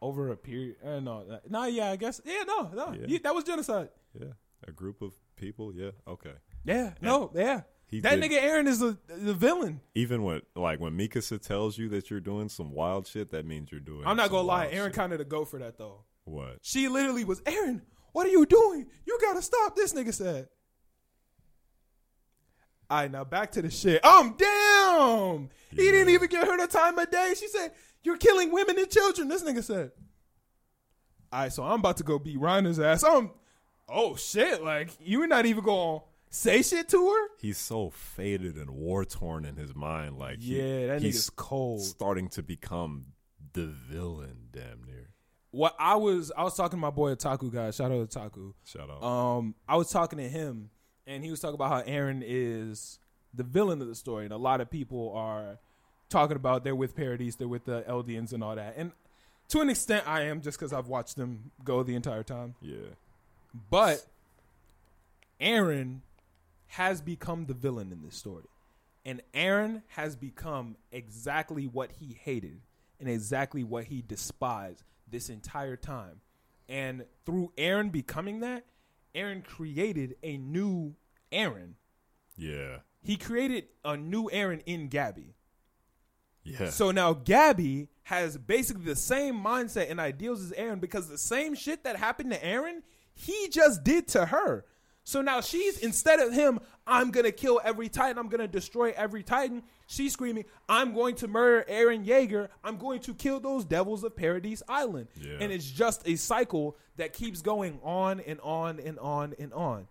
over a period? Uh, no, no, nah, yeah, I guess. Yeah, no, no, Yeah. you- that was genocide. Yeah. A group of people. Yeah. Okay. Yeah, no, yeah. He that did- nigga Aaron is the the villain. Even when like when Mikasa tells you that you're doing some wild shit, that means you're doing. I'm not some gonna lie, wild Aaron shit. kind of the go for that though. What? She literally was Aaron. What are you doing? You gotta stop this nigga said. All right, now back to the shit. I'm damn. He didn't Yeah. even give her the time of day. She said, "You're killing women and children." This nigga said. All right, so I'm about to go beat Reiner's ass. I'm, oh shit! Like you're not even gonna say shit to her. He's so faded and war torn in his mind. Like he- Yeah, that he's nigga's cold. starting to become the villain. Damn near. What I was, I was talking to my boy Otaku guy. Shout out Otaku. Shout out. um, I was talking to him, and he was talking about how Aaron is the villain of the story, and a lot of people are talking about they're with Paradise, they're with the Eldians, and all that. And to an extent, I am just because I've watched them go the entire time. yeah. But Aaron has become the villain in this story. And Aaron has become exactly what he hated and exactly what he despised this entire time. And through Aaron becoming that, Aaron created a new Aaron. Yeah. He created a new Aaron in Gabby. Yeah. So now Gabby has basically the same mindset and ideals as Aaron because the same shit that happened to Aaron, he just did to her. So now she's instead of him, I'm gonna kill every Titan, I'm gonna destroy every Titan. She's screaming, I'm going to murder Aaron Yeager, I'm going to kill those devils of Paradise Island. Yeah. And it's just a cycle that keeps going on and on and on and on.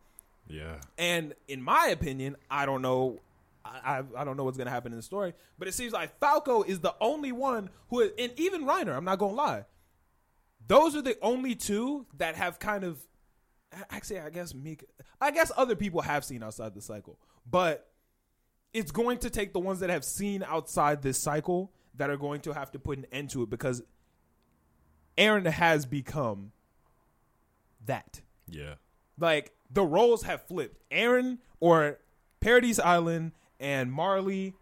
yeah. And in my opinion, I don't know. I, I, I don't know what's gonna happen in the story, but it seems like Falco is the only one who, is, and even Reiner. I'm not gonna lie. Those are the only two that have kind of, actually, I guess Meek. I guess other people have seen outside the cycle, but it's going to take the ones that have seen outside this cycle that are going to have to put an end to it because Aaron has become that Yeah. like the roles have flipped. Aaron or Paradise Island and Marley,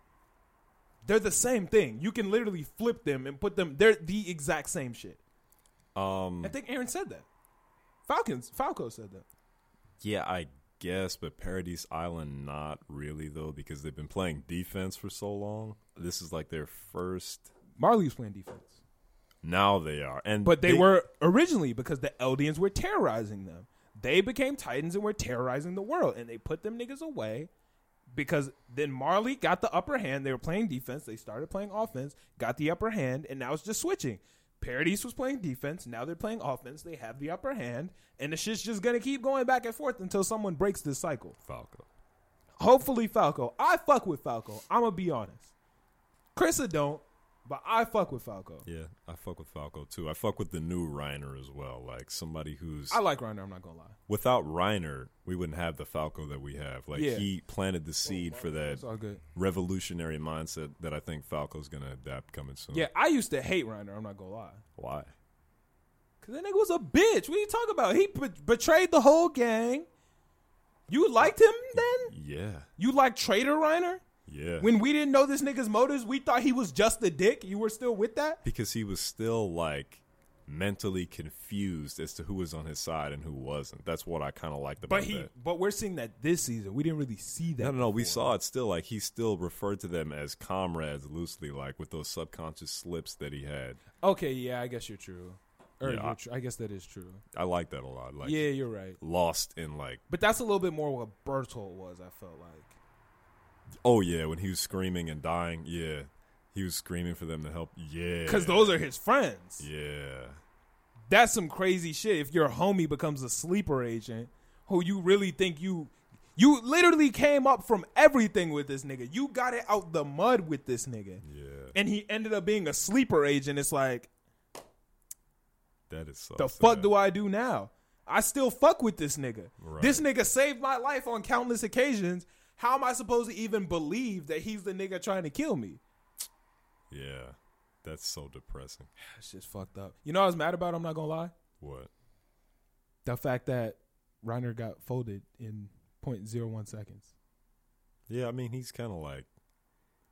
they're the same thing. You can literally flip them and put them. They're the exact same shit. Um I think Aaron said that. Falcons Falco said that. yeah, I guess, but Paradise Island not really though because they've been playing defense for so long. This is like their first Marley's playing defense, now they are. And but they, were originally because the Eldians were terrorizing them. They became Titans and were terrorizing the world, and they put them niggas away. Because then Marley got the upper hand. They were playing defense. They started playing offense, got the upper hand, and now it's just switching. Paradise was playing defense. Now they're playing offense. They have the upper hand, and the shit's just gonna keep going back and forth until someone breaks this cycle. Falco. Hopefully, Falco. I fuck with Falco. I'm gonna be honest. Chrisa don't, but I fuck with Falco. Yeah, I fuck with Falco too. I fuck with the new Reiner as well. Like somebody who's I like Reiner. I'm not gonna lie. without Reiner, we wouldn't have the Falco that we have. Like Yeah. he planted the seed for It's all that good. revolutionary mindset that I think Falco's gonna adapt coming soon. Yeah, I used to hate Reiner. I'm not gonna lie. Why? Cause that nigga was a bitch. What are you talking about? He be- betrayed the whole gang. You liked him then? Yeah. You like traitor Reiner? Yeah. When we didn't know this nigga's motives, we thought he was just a dick. You were still with that? because he was still like mentally confused as to who was on his side and who wasn't. That's what I kind of liked about But he, that. but we're seeing that this season. We didn't really see that. No, no, no. We before. saw it still. Like he still referred to them as comrades loosely, like with those subconscious slips that he had. Okay, yeah, I guess you're true. Or Yeah, I- you're tr- I guess that is true. I like that a lot. Like yeah, you're right. lost in like, But that's a little bit more what Bertolt was. I felt like. oh yeah, when he was screaming and dying. Yeah, he was screaming for them to help. Yeah, Because those are his friends. Yeah, That's some crazy shit. If your homie becomes a sleeper agent who you really think you. You literally came up from everything with this nigga. You got it out the mud with this nigga. yeah. And he ended up being a sleeper agent. It's like, That is so. the fuck do I do now? I still fuck with this nigga. Right. This nigga saved my life on countless occasions. How am I supposed to even believe that he's the nigga trying to kill me? Yeah, that's so depressing. That shit's fucked up. You know what I was mad about, I'm not gonna lie? What? The fact that Reiner got folded in 0.01 seconds. Yeah, I mean he's kind of like.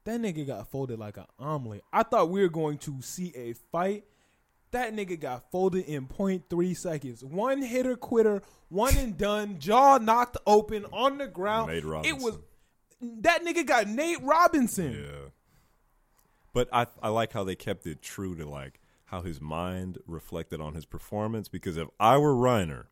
That nigga got folded like an omelet. I thought we were going to see a fight. That nigga got folded in 0.3 seconds. One hitter quitter, one and done, jaw knocked open on the ground. Nate It was Robinson. that nigga got Nate Robinson. Yeah. But I I like how they kept it true to like how his mind reflected on his performance because if I were Reiner,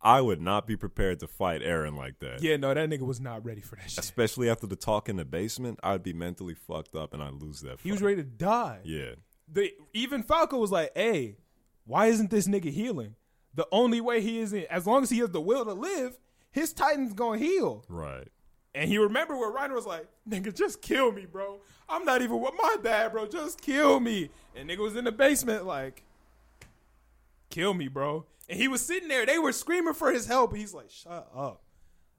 I would not be prepared to fight Aaron like that. Yeah, no, that nigga was not ready for that shit. Especially after the talk in the basement, I'd be mentally fucked up and I'd lose that fight. He was ready to die. Yeah. The, even Falco was like, "Hey, why isn't this nigga healing? The only way he isn't, as long as he has the will to live, his Titan's gonna heal." Right. And he remembered where Reiner was like, nigga, just kill me, bro. I'm not even with my dad, bro. Just kill me. And nigga was in the basement like, kill me, bro. And he was sitting there. They were screaming for his help. He's like, shut up.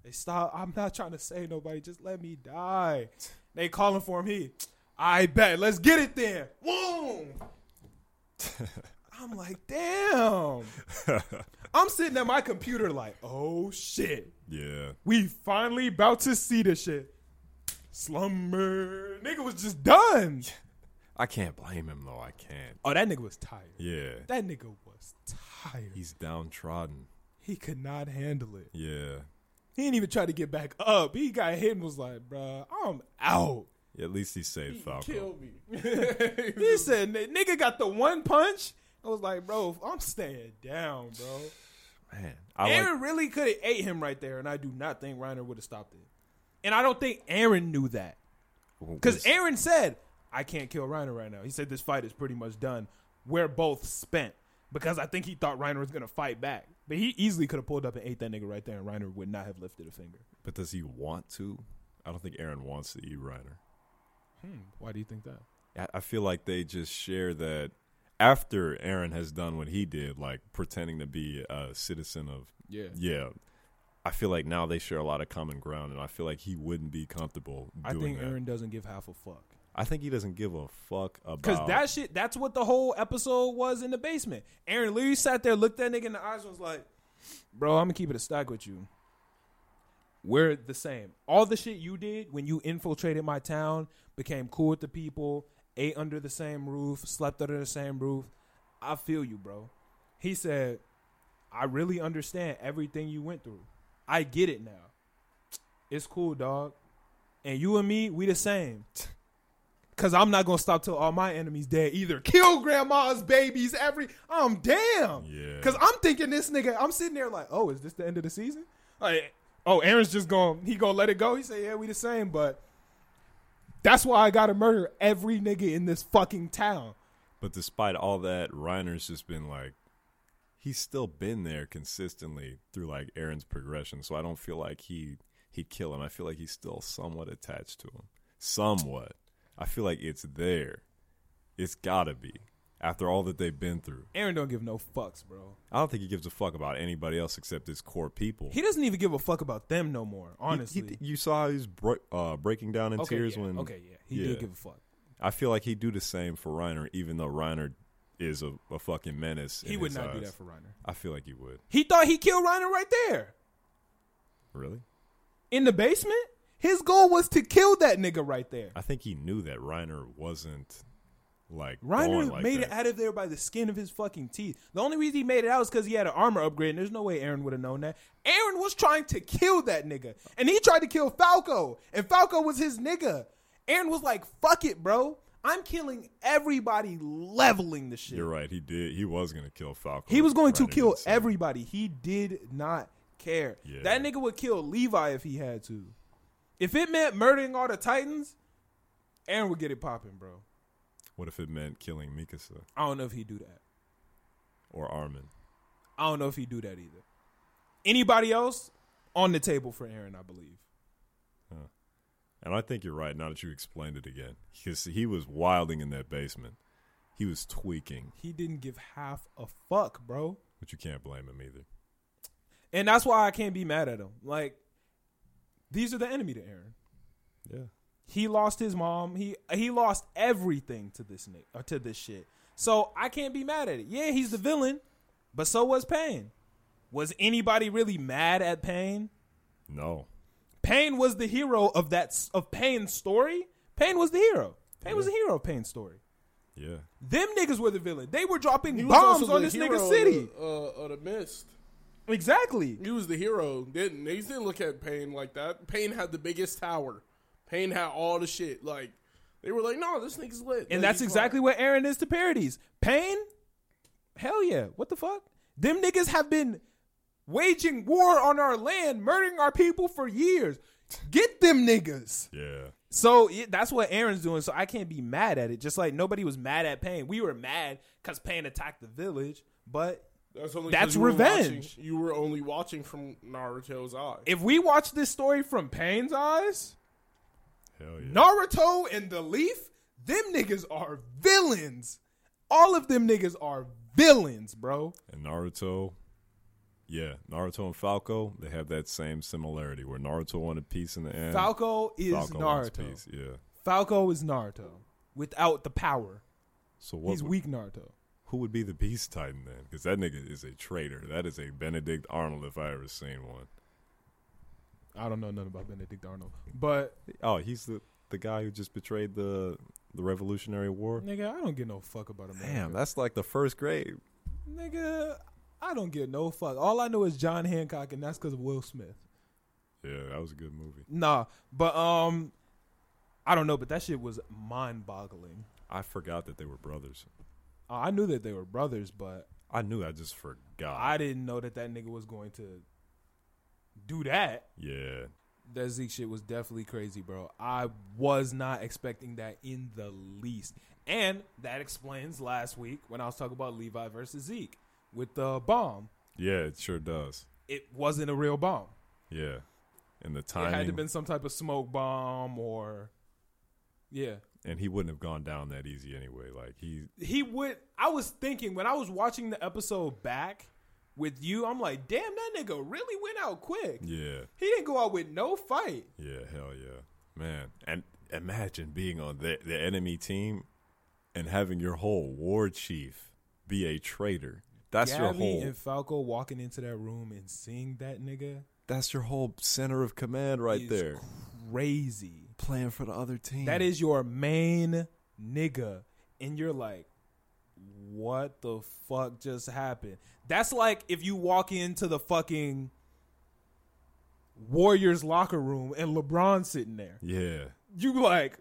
They stop. I'm not trying to say nobody. Just let me die. They calling for him. He, I bet. Let's get it then. Boom. I'm like, damn. I'm sitting at my computer like, oh shit. Yeah. We finally about to see this shit. Slumber. Nigga was just done. I can't blame him though. I can't. Oh, that nigga was tired. Yeah, That nigga was tired. he's downtrodden. he could not handle it. Yeah, He didn't even try to get back up. He got hit and was like, bruh, I'm out. at least he saved Falco. Kill me. He said, "N- nigga got the one punch. I was like, bro, I'm staying down, bro. Man, I like. Aaron really could have ate him right there, and I do not think Reiner would have stopped it. And I don't think Aaron knew that. Because was- Aaron said, I can't kill Reiner right now. He said, this fight is pretty much done. We're both spent. Because I think he thought Reiner was going to fight back. But he easily could have pulled up and ate that nigga right there, and Reiner would not have lifted a finger. But does he want to? I don't think Aaron wants to eat Reiner. Hmm, Why do you think that? I, I feel like they just share that after Aaron has done what he did, like pretending to be a citizen of Yeah. yeah. I feel like now they share a lot of common ground, and I feel like he wouldn't be comfortable I doing think that. Aaron doesn't give half a fuck. I think he doesn't give a fuck about Because that shit, that's what the whole episode was in the basement. Aaron Lee sat there, looked that nigga in the eyes, and was like, Bro, I'm going to keep it a stack with you. We're the same. All the shit you did when you infiltrated my town, became cool with the people, ate under the same roof, slept under the same roof. I feel you, bro. He said, I really understand everything you went through. I get it now. It's cool, dog. And you and me, we the same. Cause I'm not gonna stop till all my enemies dead either. Kill grandmas, babies, every I'm damn. Yeah. Cause I'm thinking this nigga, I'm sitting there like, oh, is this the end of the season? Like, oh, Aaron's just going, he gonna let it go. He said, yeah, we the same, but that's why I gotta murder every nigga in this fucking town. But despite all that, Reiner's just been like, he's still been there consistently through like Aaron's progression. So I don't feel like he he'd kill him. I feel like he's still somewhat attached to him. Somewhat. I feel like it's there. It's gotta be. After all that they've been through, Aaron don't give no fucks, bro. I don't think he gives a fuck about anybody else except his core people. He doesn't even give a fuck about them no more. He- Honestly, he- you saw he was bro- uh, breaking down in okay, tears yeah. when. okay, yeah, he did give a fuck. I feel like he'd do the same for Reiner, even though Reiner is a, a fucking menace. He in would his not do eyes. that for Reiner. I feel like he would. He thought he killed Reiner right there Really? in the basement. His goal was to kill that nigga right there. I think he knew that Reiner wasn't like Reiner going like made it that. out of there by the skin of his fucking teeth. The only reason he made it out is because he had an armor upgrade, and there's no way Aaron would have known that. Aaron was trying to kill that nigga, and he tried to kill Falco, and Falco was his nigga. Aaron was like, fuck it, bro. I'm killing everybody, leveling the shit. You're right. He did. He was gonna kill Falcon. He was going to kill everybody. He did not care. Yeah. That nigga would kill Levi if he had to. If it meant murdering all the Titans, Aaron would get it popping, bro. What if it meant killing Mikasa I don't know if he'd do that. or Armin? I don't know if he'd do that either. Anybody else on the table for Aaron, I believe. And I think you're right. Now that you explained it again, because he was wilding in that basement. He was tweaking, He didn't give half a fuck, bro. but you can't blame him either. And that's why I can't be mad at him. Like, these are the enemy to Aaron. Yeah. He lost his mom. He he lost everything to this nick or to this shit. So I can't be mad at it. Yeah, he's the villain, but so was Payne. Was anybody really mad at Payne? No. Payne was the hero of that s- of Payne's story. Payne was the hero. Payne was the hero of Payne's story. Yeah. Them niggas were the villain. They were dropping He was bombs also on the this hero nigga city. Of the, uh, of the mist. Exactly. He was the hero. Didn't they didn't look at Payne like that? Payne had the biggest tower. Payne had all the shit. Like they were like, no, this nigga's lit. And that's exactly what Aaron is to parodies. Pain? Hell yeah. What the fuck? Them niggas have been waging war on our land, murdering our people for years. Get them niggas. Yeah. So yeah, that's what Aaron's doing. So I can't be mad at it. Just like nobody was mad at Pain. We were mad because Pain attacked the village. But That's, only 'cause That's you were revenge. watching- you were only watching from Naruto's eye. if we watch this story from Pain's eyes, Hell yeah. Naruto and the Leaf, them niggas are villains. All of them niggas are villains, bro. and Naruto. Yeah, Naruto and Falco, they have that same similarity where Naruto wanted peace in the end. Falco is Falco wants Naruto. peace, Yeah. Falco is Naruto without the power. So what He's would- weak Naruto. who would be the Beast Titan then? Because that nigga is a traitor. That is a Benedict Arnold if I ever seen one. I don't know nothing about Benedict Arnold, but Oh, he's the the guy who just betrayed the the Revolutionary War. nigga, I don't get no fuck about America. Damn, that's like the first grade. nigga, I don't get no fuck. All I know is John Hancock, and that's because of Will Smith. Yeah, that was a good movie. Nah, but um, I don't know, but that shit was mind-boggling. I forgot that they were brothers. Uh, I knew that they were brothers, but I knew. I just forgot. I didn't know that that nigga was going to do that. yeah, That Zeke shit was definitely crazy, bro. I was not expecting that in the least. And that explains last week when I was talking about Levi versus Zeke with the bomb. yeah, it sure does. It wasn't a real bomb. Yeah, and the timing. It had to been some type of smoke bomb or yeah. and he wouldn't have gone down that easy anyway. Like he, He would I was thinking when I was watching the episode back with you, I'm like, damn, that nigga really went out quick. yeah, He didn't go out with no fight. yeah, hell yeah, man. And imagine being on the the enemy team and having your whole war chief be a traitor. That's your Gabby whole. and Falco walking into that room and seeing that nigga that's your whole center of command right is there, crazy. playing for the other team. That is your main nigga. And you're like, what the fuck just happened? That's like if you walk into the fucking Warriors locker room and LeBron's sitting there. Yeah, You like,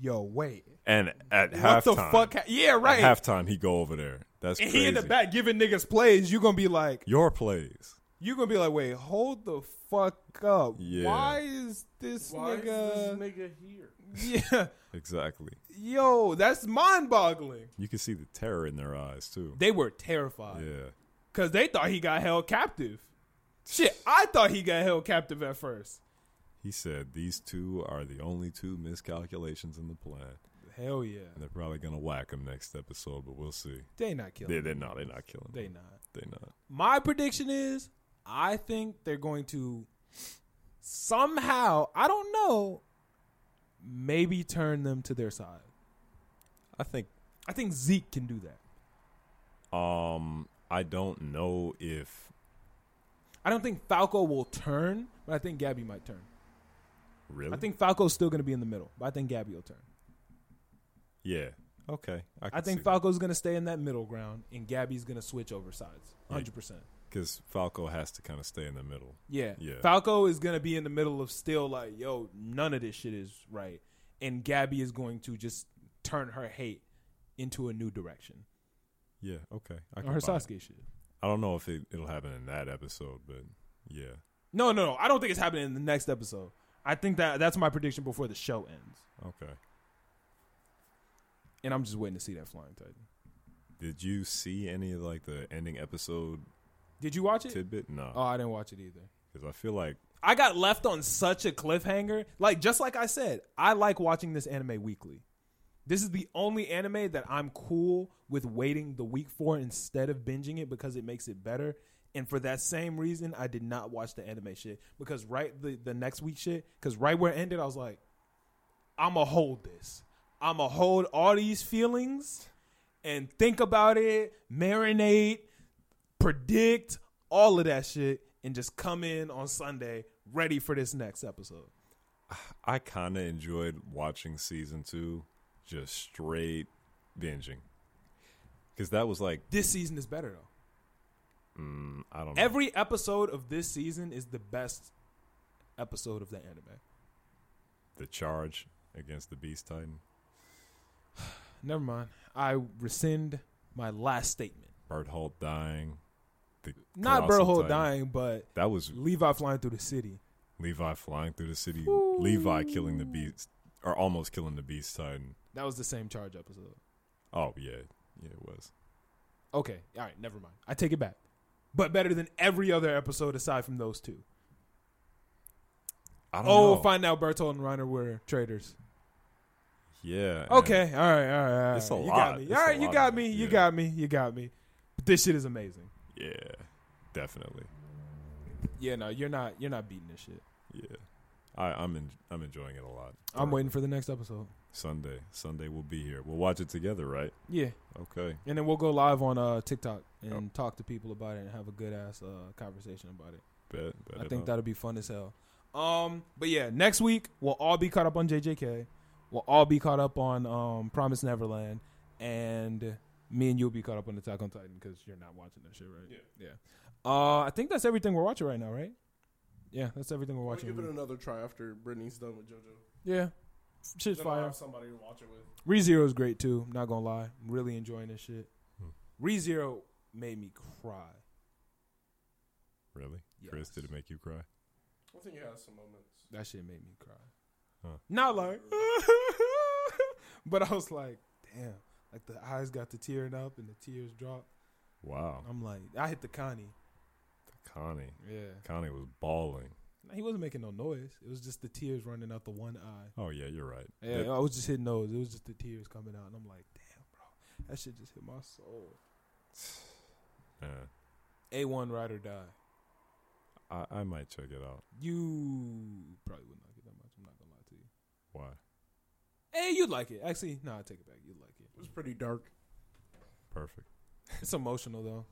yo, wait. and at What halftime, the fuck? ha- yeah, right. At halftime, he go over there. That's and crazy. he in the back giving niggas plays. You're going to be like, Your plays. you're going to be like, wait, hold the fuck up. Yeah. Why is this Why is nigga. this nigga here? yeah. Exactly. Yo, that's mind boggling. You can see the terror in their eyes too. They were terrified. Yeah. Cause they thought he got held captive. Shit, I thought he got held captive at first. He said these two are the only two miscalculations in the plan. Hell yeah. And they're probably gonna whack him next episode, but we'll see. They not They killing. they're not they're not killing They, him. not. They not. My prediction is I think they're going to somehow, I don't know, maybe turn them to their side. I think I think Zeke can do that. um I don't know if I don't think Falco will turn, but I think Gabby might turn. really I think Falco's still going to be in the middle, but I think Gabby will turn. Yeah. Okay. I, I think Falco's going to stay in that middle ground, and Gabby's going to switch over sides. 100%. because Falco has to kind of stay in the middle. Yeah. Yeah. Falco is going to be in the middle of still like, yo, none of this shit is right. And Gabby is going to just turn her hate into a new direction. Yeah, okay. I Or her buy it. Sasuke shit. I don't know if it, it'll happen in that episode, but yeah. No, no, no. I don't think it's happening in the next episode. I think that that's my prediction before the show ends. Okay. And I'm just waiting to see that Flying Titan. Did you see any of like the ending episode Did you watch it? tidbit? No. Oh, I didn't watch it either. because I feel like I got left on such a cliffhanger. Like just like I said, I like watching this anime weekly. This is the only anime that I'm cool with waiting the week for instead of binging it because it makes it better. And for that same reason, I did not watch the anime shit because right the, the next week shit because right where it ended, I was like, I'm gonna hold this. I'm gonna hold all these feelings and think about it, marinate, predict all of that shit and just come in on Sunday ready for this next episode. I kind of enjoyed watching season two, just straight binging, because that was like This season is better though. mm, I don't know. Every episode of this season is the best episode of the anime. the charge against the Beast Titan, Never mind. I rescind my last statement. Bert Holt dying, the Not Colossal Burhole Titan. dying, but That was Levi flying through the city. Levi flying through the city. Levi killing the beast, or almost killing the Beast Titan. That was the same charge episode. Oh yeah, yeah it was. Okay, all right, never mind. I take it back. But better than every other episode aside from those two. I don't Oh, know. find out Bertolt and Reiner were traitors. Yeah. and- Okay, all right, all right, all right. It's a you lot. Got me. It's all right, a you lot got of me. it, You yeah. got me. You got me. But this shit is amazing. Yeah, definitely. Yeah, no, you're not. You're not beating this shit. Yeah, I, I'm en- I'm enjoying it a lot. I'm waiting for the next episode. Sunday. Sunday we'll be here. We'll watch it together, right? Yeah, Okay. and then we'll go live on uh, TikTok and talk to people about it and have a good ass uh, conversation about it. Bet. bet I think that. that'll be fun as hell. Um, but yeah, next week we'll all be caught up on JJK. We'll all be caught up on um Promise Neverland, and me and you'll be caught up on Attack on Titan because you're not watching that shit, right? Yeah, yeah. Uh, I think that's everything we're watching right now, right? Yeah, that's everything we're I'll watching. give it another try after Brittany's done with JoJo. yeah, shit's Then I'll fire. have somebody to watch it with. ReZero is great too. Not gonna lie, I'm really enjoying this shit. ReZero made me cry. Really? Chris, did it make you cry? I think it has some moments. That shit made me cry. Huh. Not like, but I was like, damn. Like the eyes got to tearing up and the tears dropped. Wow. I'm like, I hit the Connie. Connie. Yeah. Connie was bawling. He wasn't making no noise. It was just the tears running out the one eye. Oh yeah, you're right. Yeah, That- I was just hitting those. It was just the tears coming out, and I'm like, damn, bro, that shit just hit my soul. man, A one ride or die. I, I might check it out. You probably would not get that much. I'm not gonna lie to you. Why? Hey, you'd like it. Actually, no, I take it back. You'd like it. It was pretty dark. Perfect. It's emotional though,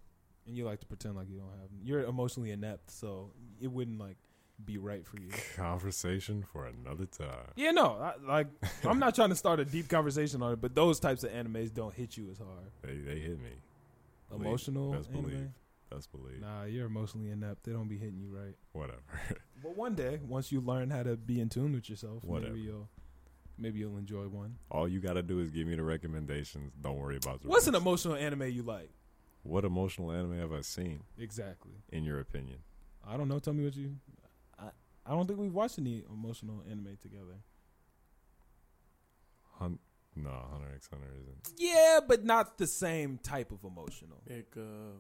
and you like to pretend like you don't have. You're emotionally inept, so it wouldn't like be right for you. Conversation for another time. Yeah, no, I, like I'm not trying to start a deep conversation on it, but those types of animes don't hit you as hard. They they hit me. Believe. Emotional Best anime? believe. Best believe. Nah, you're emotionally inept. They don't be hitting you right. Whatever. But one day, once you learn how to be in tune with yourself, Whatever. maybe you'll maybe you'll enjoy one. All you gotta do is give me the recommendations. Don't worry about the What's an rest. emotional anime you like? What emotional anime have I seen, Exactly. in your opinion? I don't know. Tell me what you. I I don't think we've watched any emotional anime together. Hun- no, Hunter X Hunter isn't. Yeah, but not the same type of emotional. It, uh,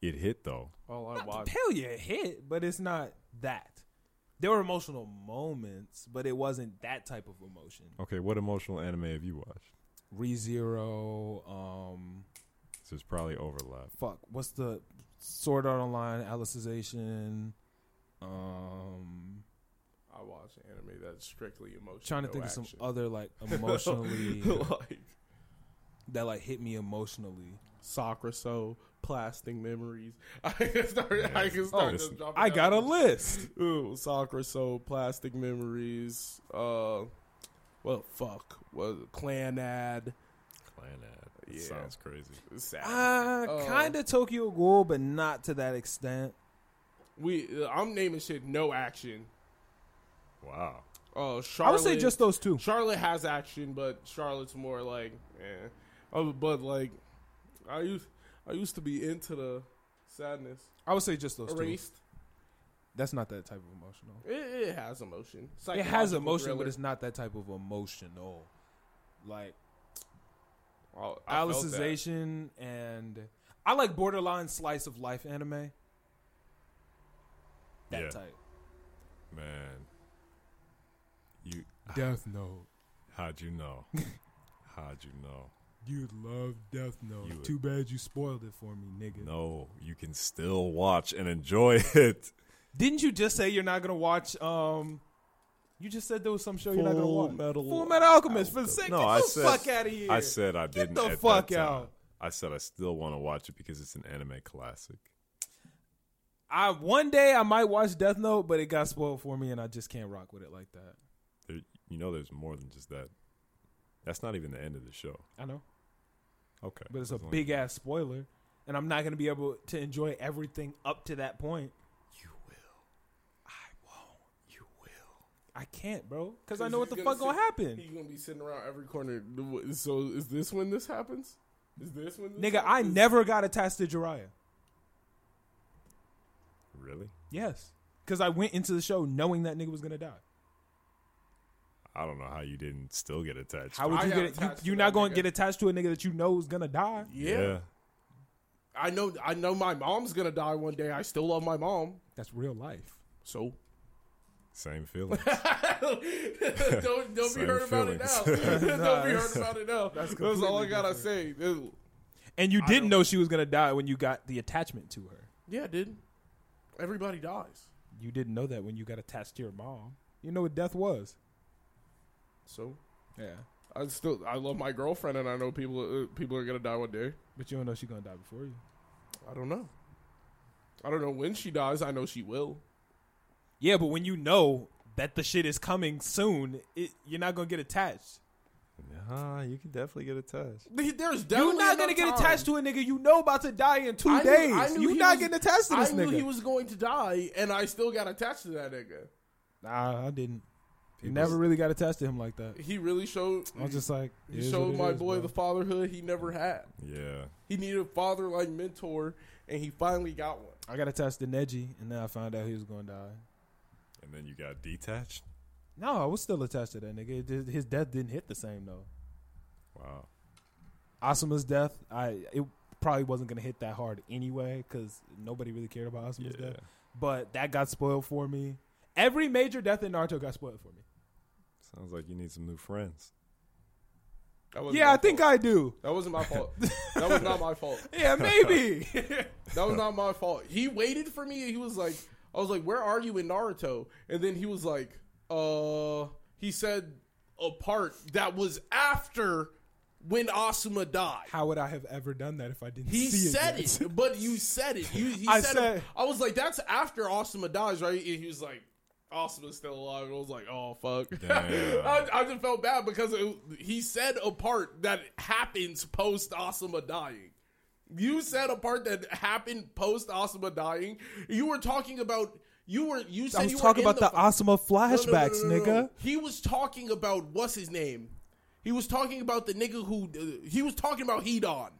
It hit though. all I Not watched. to tell you it hit, but it's not that. There were emotional moments, but it wasn't that type of emotion. Okay, what emotional anime have you watched? ReZero, um, So it's probably overlap. fuck, what's the Sword Art Online, Alicization, um, I watched anime that's strictly emotional. trying to think action. of some other like emotionally like that like hit me emotionally. Soccer, so plastic memories. I can start. I can start. this- just dropping I got down a names. list. Ooh, soccer, so plastic memories. Uh, well, fuck. What clan ad? Clan ad. That Yeah. Sounds crazy. Sad. Uh, Oh. kind of Tokyo Ghoul, but not to that extent. we. I'm naming shit. No action. Wow. Uh, Charlotte. I would say just those two. Charlotte has action, but Charlotte's more like, eh. Oh, but like, I used I used to be into the sadness. I would say just those two. Erased. That's not that type of emotional. It, it has emotion. It has Psychological emotion, thriller. but it's not that type of emotional. Like Oh, I felt that. Alicization and I like borderline slice of life anime. That Yeah. type. Man. You Death Note. how'd you know? how'd you know? You love Death Note. You would- Too bad you spoiled it for me, nigga. No, you can still watch and enjoy it. Didn't you just say you're not gonna watch? Um, you just said there was some show you're not gonna Full watch. Metal Full Metal Alchemist. For the Alchemist. sake, No, get I the said- fuck out of here. I said I didn't. the at that fuck time. out. I said I still want to watch it because it's an anime classic. I one day I might watch Death Note, but it got spoiled for me, and I just can't rock with it like that. There, you know, there's more than just that. That's not even the end of the show. I know, Okay, but it's a As long- big ass spoiler, and I'm not gonna be able to enjoy everything up to that point. You will. I won't. You will. I can't, bro, because I know what he's the gonna fuck sit- gonna happen. He's gonna be sitting around every corner. So is this when this happens? Is this when? This Nigga, I happens? never got attached to Jiraiya. Really? Yes, because I went into the show knowing that nigga was gonna die. I don't know how you didn't still get attached. How to would I you got get? You, attached to you're that not going nigga. to get attached to a nigga that you know is gonna die. it. Yeah. I know. I know my mom's gonna die one day. I still love my mom. That's real life. So Same feeling. don't don't be Same hurt about it now. feelings. don't be hurt about it now. That's, all I completely gotta say. Ew. And you don't- didn't know she was gonna die when you got the attachment to her. Yeah, dude. Everybody dies. You didn't know that when you got attached to your mom. You know what death was. So Yeah. I still I love my girlfriend, and I know people uh, people are gonna die one day. But you don't know she's gonna die before you. I don't know. I don't know when she dies. I know she will. Yeah, but when you know that the shit is coming soon, it, you're not gonna get attached. Nah, you can definitely get attached. There's definitely You're not gonna enough get time. attached to a nigga you know about to die in two I knew- I days. knew You're he not was- getting attached to this I knew nigga. he was going to die, and I still got attached to that nigga. nah, I didn't. People's- Never really got attached to him like that. He really showed. I was just like, he showed my boy the fatherhood he never had. Yeah. He needed a father like mentor, and he finally got one. I got attached to Neji, and then I found out he was gonna die. And then you got detached. No, I was still attached to that nigga. It just- his death didn't hit the same though. Wow. Asuma's death, I it probably wasn't gonna hit that hard anyway because nobody really cared about Asuma's Yeah. death. But that got spoiled for me. Every major death in Naruto got spoiled for me. Sounds like you need some new friends. That wasn't Yeah, my I think fault. I do. that wasn't my fault. that was not my fault. Yeah, maybe. That was not my fault. He waited for me. and He was like, I was like, where are you in Naruto? And then he was like, uh, he said a part that was after when Asuma died. How would I have ever done that if I didn't? He see said it, it, but you said it. You, he I said, said- it. I was like, that's after Asuma dies, right? And he was like, Asuma's still alive. And I was like, oh, fuck. Damn. I, I just felt bad because it, he said a part that happens post Asuma dying. You said a part that happened post Asuma dying. You were talking about. You were you said I was you talking were about in the the Asuma no, no, no, flashbacks, no, no, no. nigga. He was talking about what's his name. He was talking about the nigga who uh, he was talking about Hedon.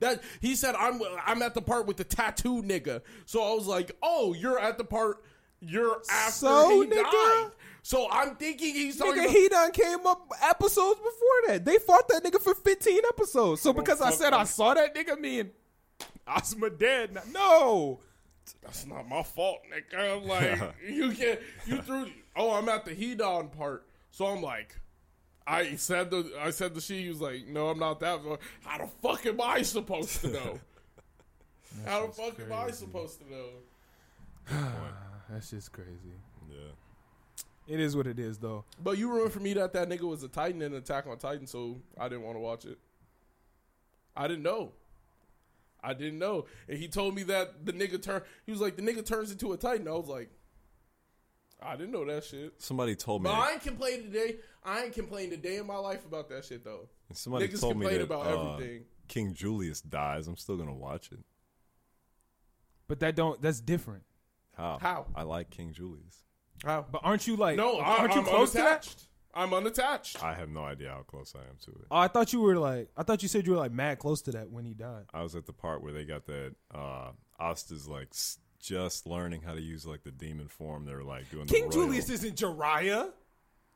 That he said I'm I'm at the part with the tattoo nigga. So I was like, "Oh, you're at the part you're after So, he nigga? died." So I'm thinking he's talking Nigga, about, he done came up episodes before that. They fought that nigga for 15 episodes. So because I said I saw that nigga, me and Asuma dead. now- No. That's not my fault, nigga. I'm like, you can you threw oh, I'm at the Hedon part. So I'm like, I said the I said the she, he was like, No, I'm not that far." How the fuck am I supposed to know? How the fuck am I supposed to know? That's just crazy. Yeah. It is what it is, though. But you ruined for me that that nigga was a Titan in Attack on Titan, so I didn't want to watch it. I didn't know. I didn't know. And he told me that the nigga turn he was like, the nigga turns into a Titan. I was like, I didn't know that shit. Somebody told me. But I ain't complaining today. I ain't complained a day in my life about that shit though. Somebody Niggas told me complain that about uh, everything. King Julius dies. I'm still gonna watch it. But that don't. That's different. How? How? I like King Julius. How? But aren't you like? No, I, aren't you am close to that? unattached. I'm unattached. I have no idea how close I am to it. Oh, I thought you were like. I thought you said you were like mad close to that when he died. I was at the part where they got that uh Asta's like s- just learning how to use like the demon form. They were like doing King the royal. Julius isn't Jiraiya.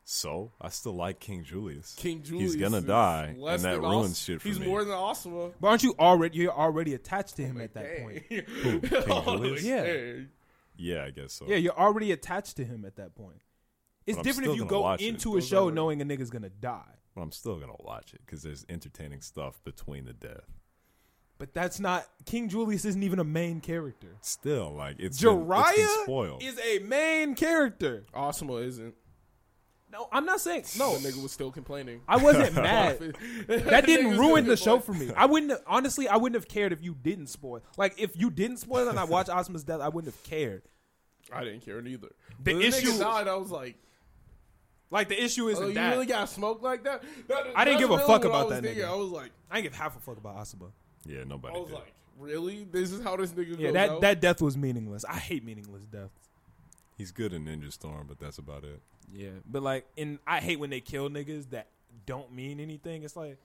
so I still like King Julius. King Julius. He's gonna is die, less and that than ruins Asuma. shit for He's me. more than Asuma. But aren't you already? You're already attached to him at that Dang. point. King Holy Julius? Yeah. shit. yeah, I guess so. Yeah, you're already attached to him at that point. It's But I'm different still if you gonna go watch it. into a Those show are- knowing a nigga's gonna die. But I'm still gonna watch it because there's entertaining stuff between the death. But that's not King Julius isn't even a main character. Still, like it's been- it's been Jiraiya spoiled. is a main character. Asuma isn't. No, I'm not saying No, no. nigga was still complaining. I wasn't mad. That didn't Nigga's ruin gonna the show complain. for me. I wouldn't honestly. I wouldn't have cared if you didn't spoil. Like if you didn't spoil and I watched Asuma's death, I wouldn't have cared. I didn't care neither. The When nigga issue- died. I was like, Like the issue isn't oh, you that really got smoked like that? That- I didn't that's give a really fuck what I about was that thinking. nigga. I was like, I didn't give half a fuck about Asuma. yeah, nobody I was did. like, really? This is how this nigga Yeah, goes that out? that death was meaningless. I hate meaningless deaths. He's good in Ninja Storm, but that's about it. Yeah, but like, and I hate when they kill niggas that don't mean anything. It's like,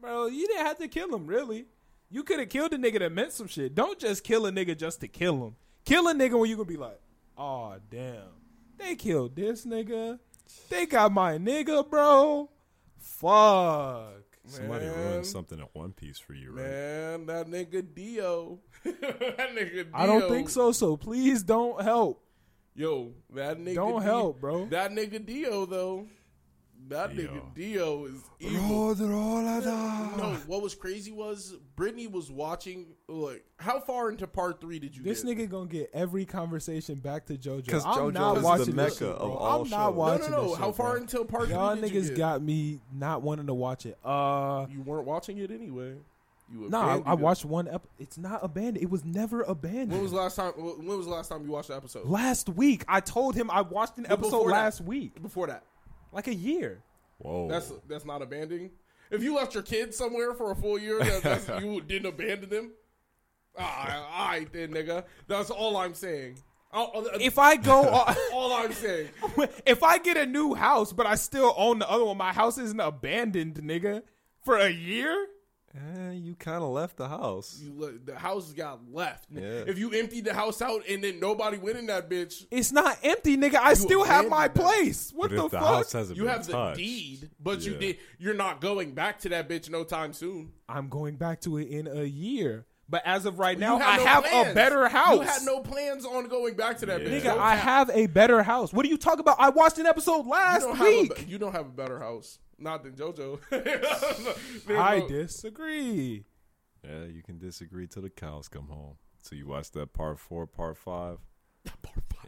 bro, you didn't have to kill him, really. You could have killed a nigga that meant some shit. Don't just kill a nigga just to kill him. Kill a nigga when you gonna be like, oh damn, they killed this nigga. They got my nigga, bro. Fuck. Somebody Man. ruined something in One Piece for you, right? Man, that nigga Dio. that nigga Dio. I don't think so. So please don't help. Yo, that nigga Don't Dio- help, bro. That nigga Dio though. That Dio. nigga Dio is evil. No, what was crazy was Brittany was watching like how far into part three did you This get? nigga gonna get every conversation back to JoJo. 'Cause I'm JoJo not is the watching mecca this shit, of bro. all I'm not shows. No, watching no, no. this How shit, far bro. until part Y'all three did you niggas get? got me not wanting to watch it. Uh, You weren't watching it anyway. You No, I, abandoned I it. watched one. Ep- it's not abandoned. It was never abandoned. When was the last time? When was the last time you watched the episode? last week? I told him I watched an But episode before that- last week, Before that. like a year. Whoa. That's that's not abandoning. If you left your kids somewhere for a full year, that, that's, you didn't abandon them. All right, all right, then, nigga. That's all I'm saying. All, all- If I go, on, all I'm saying. if I get a new house, but I still own the other one, my house isn't abandoned, nigga, for a year. Eh, you kind of left the house. You, le- the house got left. Yeah. If you emptied the house out and then nobody went in that bitch, It's not empty, nigga. I still have my abandoned that. place. What but the, if the fuck? house hasn't you been have the touched, deed, but you Yeah. did. You're not going back to that bitch no time soon. I'm going back to it in a year. But as of right now, You I no have a plans. better house. You had no plans on going back to that Yeah. bitch. nigga, No I cap. have a better house. What are you talking about? I watched an episode You last don't have a week. be- you don't have a better house, not than JoJo. There's I no- disagree. Yeah, you can disagree till the cows come home. So you watch that part four, part five.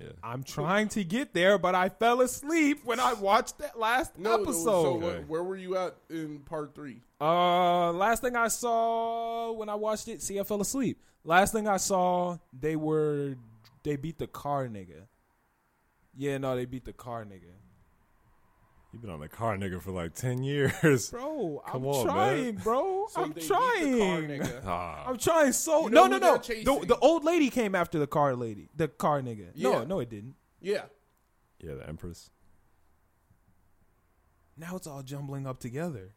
Yeah. I'm trying to get there, but I fell asleep when I watched that last No, So episode. wh- Okay. where were you at in part three? Uh, last thing I saw when I watched it, see, I fell asleep. Last thing I saw, they were they beat the car nigga. Yeah, no, they beat the car nigga. You've been on the car nigga for like 10 years. Bro, Come I'm on, trying, man. bro. So I'm they beat the car, trying. nigga. Ah, I'm trying so You know no who no no. they're The, the chasing. old lady came after the car lady, the car nigga. No Yeah. no it didn't. Yeah, yeah, the Empress. Now it's all jumbling up together.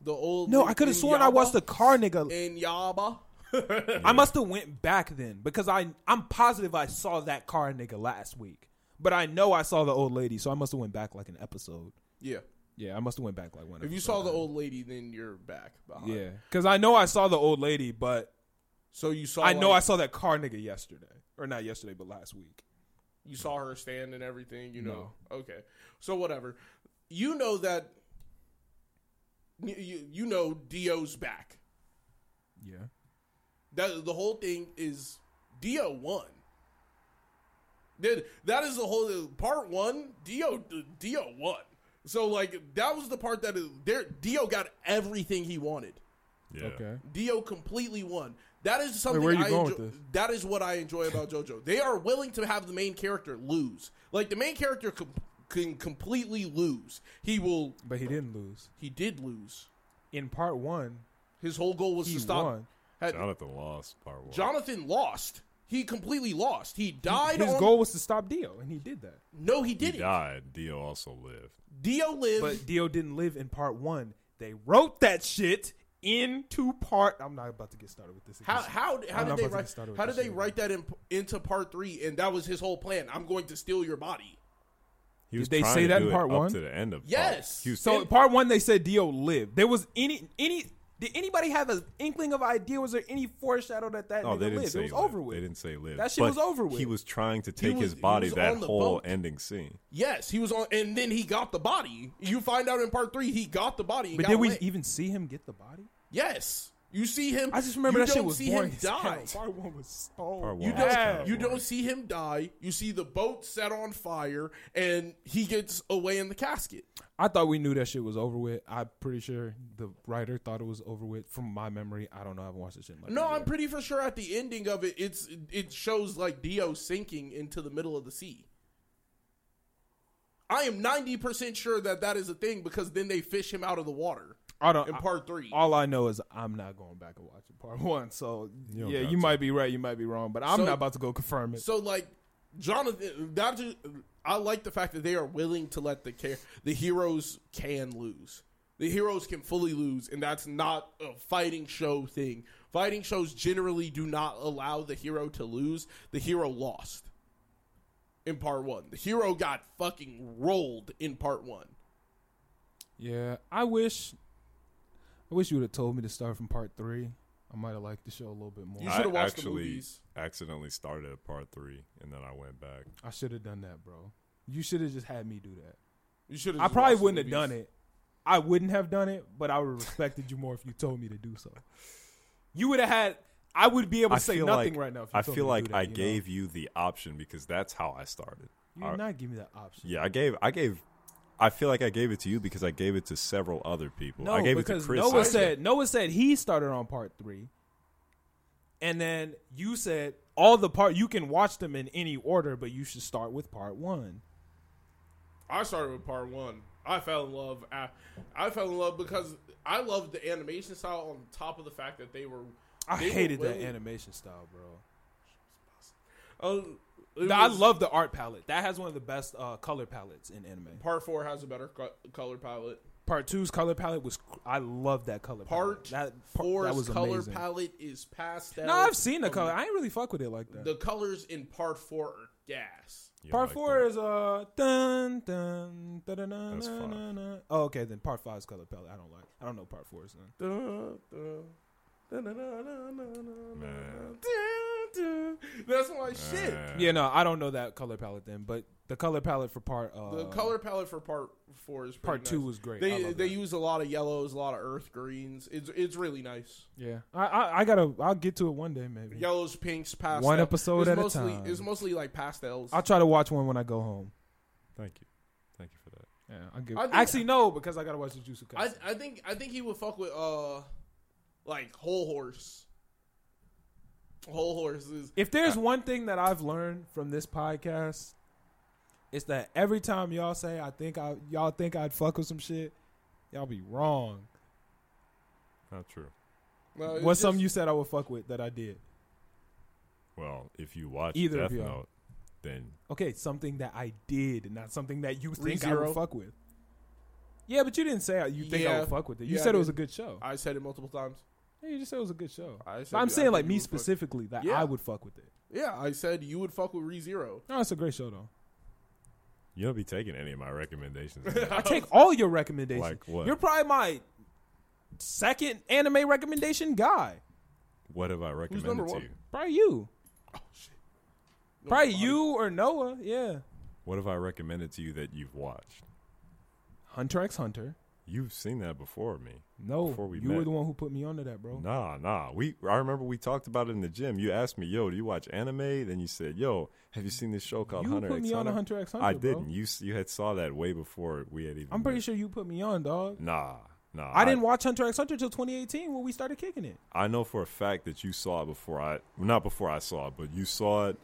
the old. No, lady I could have in sworn I Yaba- watched the car nigga. in Yaba. I must have went back then because I I'm positive I saw that car nigga last week, but I know I saw the old lady, so I must have went back like an episode. Yeah, Yeah, I must have went back like one. if you episode. saw the old lady, then you're back behind. yeah, because I know I saw the old lady, but So you saw. I know I Oh, like, saw that car nigga yesterday, or not yesterday, but last week. you saw her stand and everything. You know. No. Okay. So whatever. You know that. You, you, you know Dio's back. Yeah, That the whole thing is Dio won. Did that is the whole part one? Dio Dio won. So like that was the part that is there. Dio got everything he wanted. Yeah. Dio completely won. That is something where you I going enjoy, with this? that is what I enjoy about JoJo. They are willing to have the main character lose. Like the main character com- can completely lose. He will. but he didn't lose He did lose. in part one. His whole goal was He to stop. won. had- Jonathan lost part one. Jonathan lost. He completely lost. He died. His on, goal was to stop Dio, and he did that. No, he he didn't. died. Dio also lived. Dio lived. But Dio didn't live in part one. They wrote that shit into part. I'm not about to get started with this. how again. how how I'm did not they about to write? get started with How this did they shit write that in, into part three? And that was his whole plan. I'm going to steal your body. He Did was they trying say to that do in it part up one? to the end of part- Yes. He was- So part one, they said Dio lived. There was any any. Did anybody have an inkling of idea? Was there any foreshadow that that no, nigga they didn't lived? say it was live. over with. They didn't say live. That shit But was over with. He was trying to take was- his he body was that on the whole boat. ending scene. Yes, he was on, and then he got the body. You find out in part three he got the body. and but got did we away. even see him get the body? Yes, you see him. I just remember you that shit don't was see boring. him as hell. die. Part one was so. Part You one was kinda don't, bad. you boring. don't see him die. You see the boat set on fire, and he gets away in the casket. I thought we knew that shit was over with. I'm pretty sure the writer thought it was over with. From my memory, I don't know. I haven't watched this shit. In like No, a I'm year. pretty for sure at the ending of it, it's it shows like Dio sinking into the middle of the sea. I am ninety percent sure that that is a thing because then they fish him out of the water I don't. in I- part three. all I know is I'm not going back and watching part one. So don't yeah, got you to. might be right, you might be wrong, but I'm So- not about to go confirm it. so like Jonathan, that ju- I like the fact that they are willing to let the care the heroes can lose. The heroes can fully lose, and that's not a fighting show thing. Fighting shows generally do not allow the hero to lose. The hero lost. in part one. The hero got fucking rolled in part one. Yeah, I wish. I wish you would have told me to start from part three. I might have liked the show a little bit more. You should've I watched the actually movies. accidentally started at part three, and then I went back. I should have done that, bro. You should have just had me do that. You should. I probably wouldn't have done it. I wouldn't have done it, but I would have respected you more if you told me to do so. You would have had. I would be able to say nothing right now. If you I told feel me to like do that, I you know? gave you the option because that's how I started. You did not give me that option. Yeah, I gave I gave I feel like I gave it to you because I gave it to several other people. No, I gave it to because Chris. Noah I said Noah said he started on part three, and then you said all the part you can watch them in any order, but you should start with part one. I started with part one. I fell in love. I, I fell in love because I loved the animation style. On top of the fact that they were, I they were hated that willing- animation style, bro. Oh, it No, I was- love the art palette. That has one of the best uh, color palettes in anime. part four has a better co- color palette. Part two's color palette was cr- I love that color Part palette. That par- Four's that was color amazing. palette is pastel. No, I've seen the Um, color. I ain't really fuck with it like that. The colors in part four are gas. You part like four that. is uh dun dun dun dun dun That's dun, five. dun, dun. Oh, okay, then part five's color palette. I don't like. I don't know part four's then. Man. That's my shit. Man. Yeah, no, I don't know that color palette then, but the color palette for part uh, The color palette for part four is pretty part two nice. was great. I They love they that. use a lot of yellows, a lot of earth greens. It's it's really nice. yeah. I, I I gotta I'll get to it one day maybe. Yellows, pinks, pastels. Mm-hmm. One episode it's at a mostly, time. It's mostly like pastels. I'll try to watch one when I go home. Thank you. Thank you for that. Yeah, I'll give. I think- Actually, no, because I gotta watch the Jujutsu I Kaisen. I think I think he would fuck with uh, like whole horse. Whole horse is If there's one thing that I've learned from this podcast, it's that every time y'all say I think I y'all think I'd fuck with some shit, y'all be wrong. Not true. no, Uh, it's What's just- something you said I would fuck with that I did? Well, if you watch Either of Death y'all. Note, then Okay, something that I did, not something that you think I Re:Zero? would fuck with. Yeah, but you didn't say I- you think I Yeah. would fuck with it. You Yeah, I said it was a did. good show. I said it multiple times. Yeah, you just said it was a good show. But I I'm said- I saying think like you me would fuck- specifically that Yeah. I would fuck with it. Yeah, I said you would fuck with ReZero. No, it's a great show though. you don't be taking any of my recommendations. I take all your recommendations. Like what? You're probably my second anime recommendation guy. what have I recommended number to one? you? Probably you. Oh shit. Probably you or Noah. Yeah. What have I recommended to you that you've watched? Hunter x Hunter. You've seen that before me. No, Before we you met. were the one who put me onto that, bro. Nah, nah. We I remember we talked about it in the gym. You asked me, "Yo, do you watch anime?" Then you said, "Yo, have you seen this show called you Hunter put X me on Hunter?" to Hunter x Hunter. I bro. didn't. You s- you had saw that way before we had even. I'm pretty met. sure you put me on, dog. Nah, nah. I didn't watch Hunter x Hunter until 2018 when we started kicking it. I know for a fact that you saw it before I, not before I saw it, but you saw it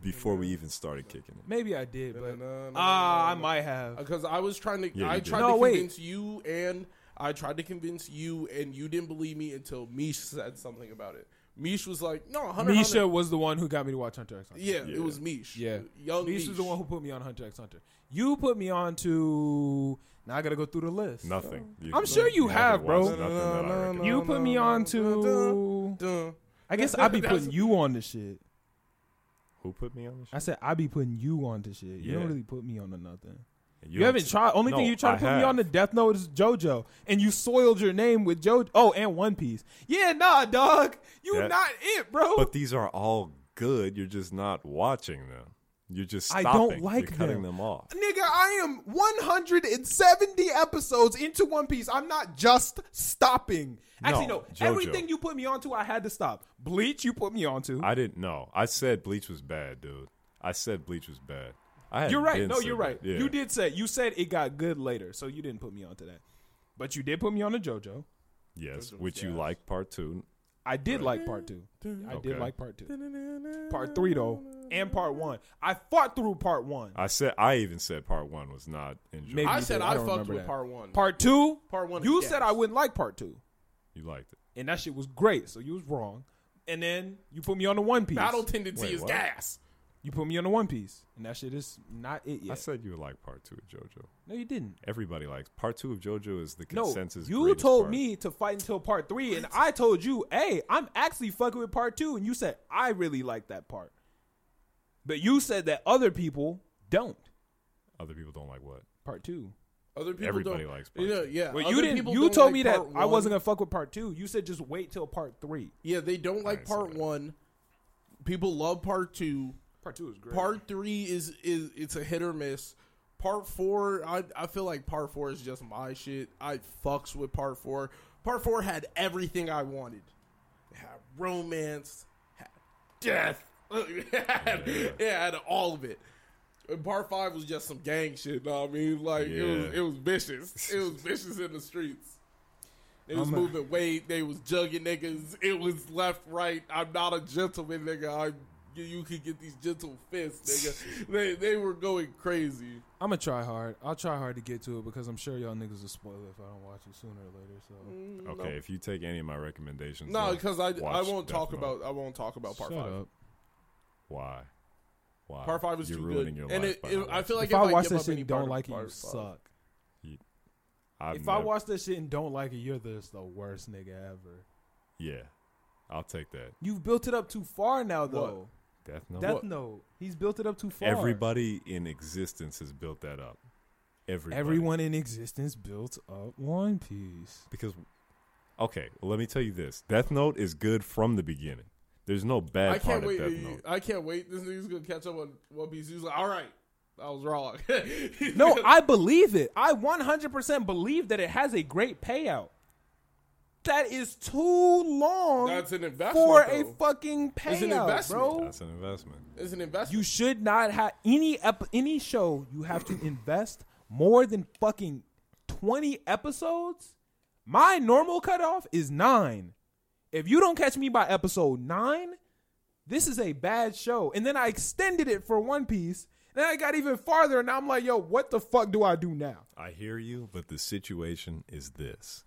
before we even started kicking it. Maybe I did, but Na-na-na-na-na-na. ah, I might have. Because Uh, I was trying to, Yeah, I you did. tried No, to wait. convince you, and I tried to convince you, and you didn't believe me until Mish said something about it. Mish was like, "No, Hunter, Misha Hunter- was the one who got me to watch Hunter x Hunter. Yeah, Yeah. oh, it was Mish. Yeah. young Misha was the one who put me on Hunter x Hunter. You put me on to. Now I gotta go through the list. Nothing. You- I'm sure you have, haven't bro. watched nothing that I recommend. You put me on to. Duh. I guess I be putting you on to shit. Who put me on the I show? said I be putting you on to shit. You Yeah. don't really put me on to nothing. You, don't haven't s- tried. Only thing No, you tried to I put me have. on the Death Note is JoJo, and you soiled your name with JoJo. Oh, and One Piece. Yeah, nah, dog. You That- not it, bro. But these are all good. You're just not watching them. You're just I stopping. don't like You're cutting them. them off. Nigga, I am 170 episodes into One Piece. I'm not just stopping. Actually, no. No, JoJo. Everything you put me onto, I had to stop. Bleach, you put me onto. I didn't know. I said Bleach was bad, dude. I said Bleach was bad. I had you're been right. No, said you're that. right. Yeah. You did say you said it got good later, so you didn't put me onto that. But you did put me on to JoJo. Yes, which you like part two. I did like part two. I did Okay. like part two. Part three though, and part one. I fought through part one. I said I even said part one was not enjoyable. Maybe I you said did. I, don't fucked remember with that. part one. Part two. Part one is You gas. said I wouldn't like part two, You liked it. and that shit was great. So you was wrong. And then you put me on the One Piece. Battle tendency Wait, is what? gas. You put me on the One Piece, and that shit is not it I yet. said you would like part two of JoJo. No, you didn't. Everybody likes part two of JoJo is the No, consensus. you greatest told part. me to fight until part three, and I told you, hey, I'm actually fucking with part two, and you said I really like that part, but you said that other people don't. other people don't like what. Part two. Other people Everybody don't. likes You know, Punch. yeah, Well, other you didn't. people You don't told like me that part I one. wasn't gonna fuck with part two. You said just wait till part three. Yeah, they don't like Alright, so part that- one. People love part two. Part two is great. Part three is is it's a hit or miss. Part four, I I feel like part four is just my shit. I fucks with part four. Part four had everything I wanted. It had romance, had death, it, had, it had all of it. And part five was just some gang shit. Know what I mean, like it was Yeah. it was vicious. It was vicious in the streets. They was I'm a- moving weight. They was jugging niggas. It was left right. I'm not a gentleman, nigga. I you, you could get these gentle fists, nigga. they they were going crazy. I'm gonna try hard. I'll try hard to get to it because I'm sure y'all niggas will spoil it if I don't watch it sooner or later. So Okay, if you take any of my recommendations, No, though, because I I watch won't Death talk Note. about I won't talk about part Shut five. up. why. Why? Part five is You're too ruining good, Your and life it, by it- not I feel watching like If I I watch give that up shit any and part don't of like it, you part five- suck. it. I've If I never- watch that shit and don't like it, you're just the worst nigga ever. yeah, I'll take that. You've built it up too far now, though. Death Note. Death What? Note. He's built it up too far. Everybody in existence has built that up. Everybody. Everyone in existence built up One Piece. Because, okay, well, let me tell you this: Death Note is good from the beginning. There's no bad I part can't wait. of Death you- Note. I can't wait. This nigga's gonna catch up on One Piece. He's like, all right, I was wrong. No, I believe it. I 100% believe that it has a great payout. That is too long That's an investment, for a though. fucking payout, an investment. bro. That's an investment. it's an investment. You should not have any ep- any show. You have to invest more than fucking twenty episodes. My normal cutoff is nine. If you don't catch me by episode nine, this is a bad show. And then I extended it for One Piece. Then I got even farther, and I'm like, yo, what the fuck do I do now? I hear you, but the situation is this: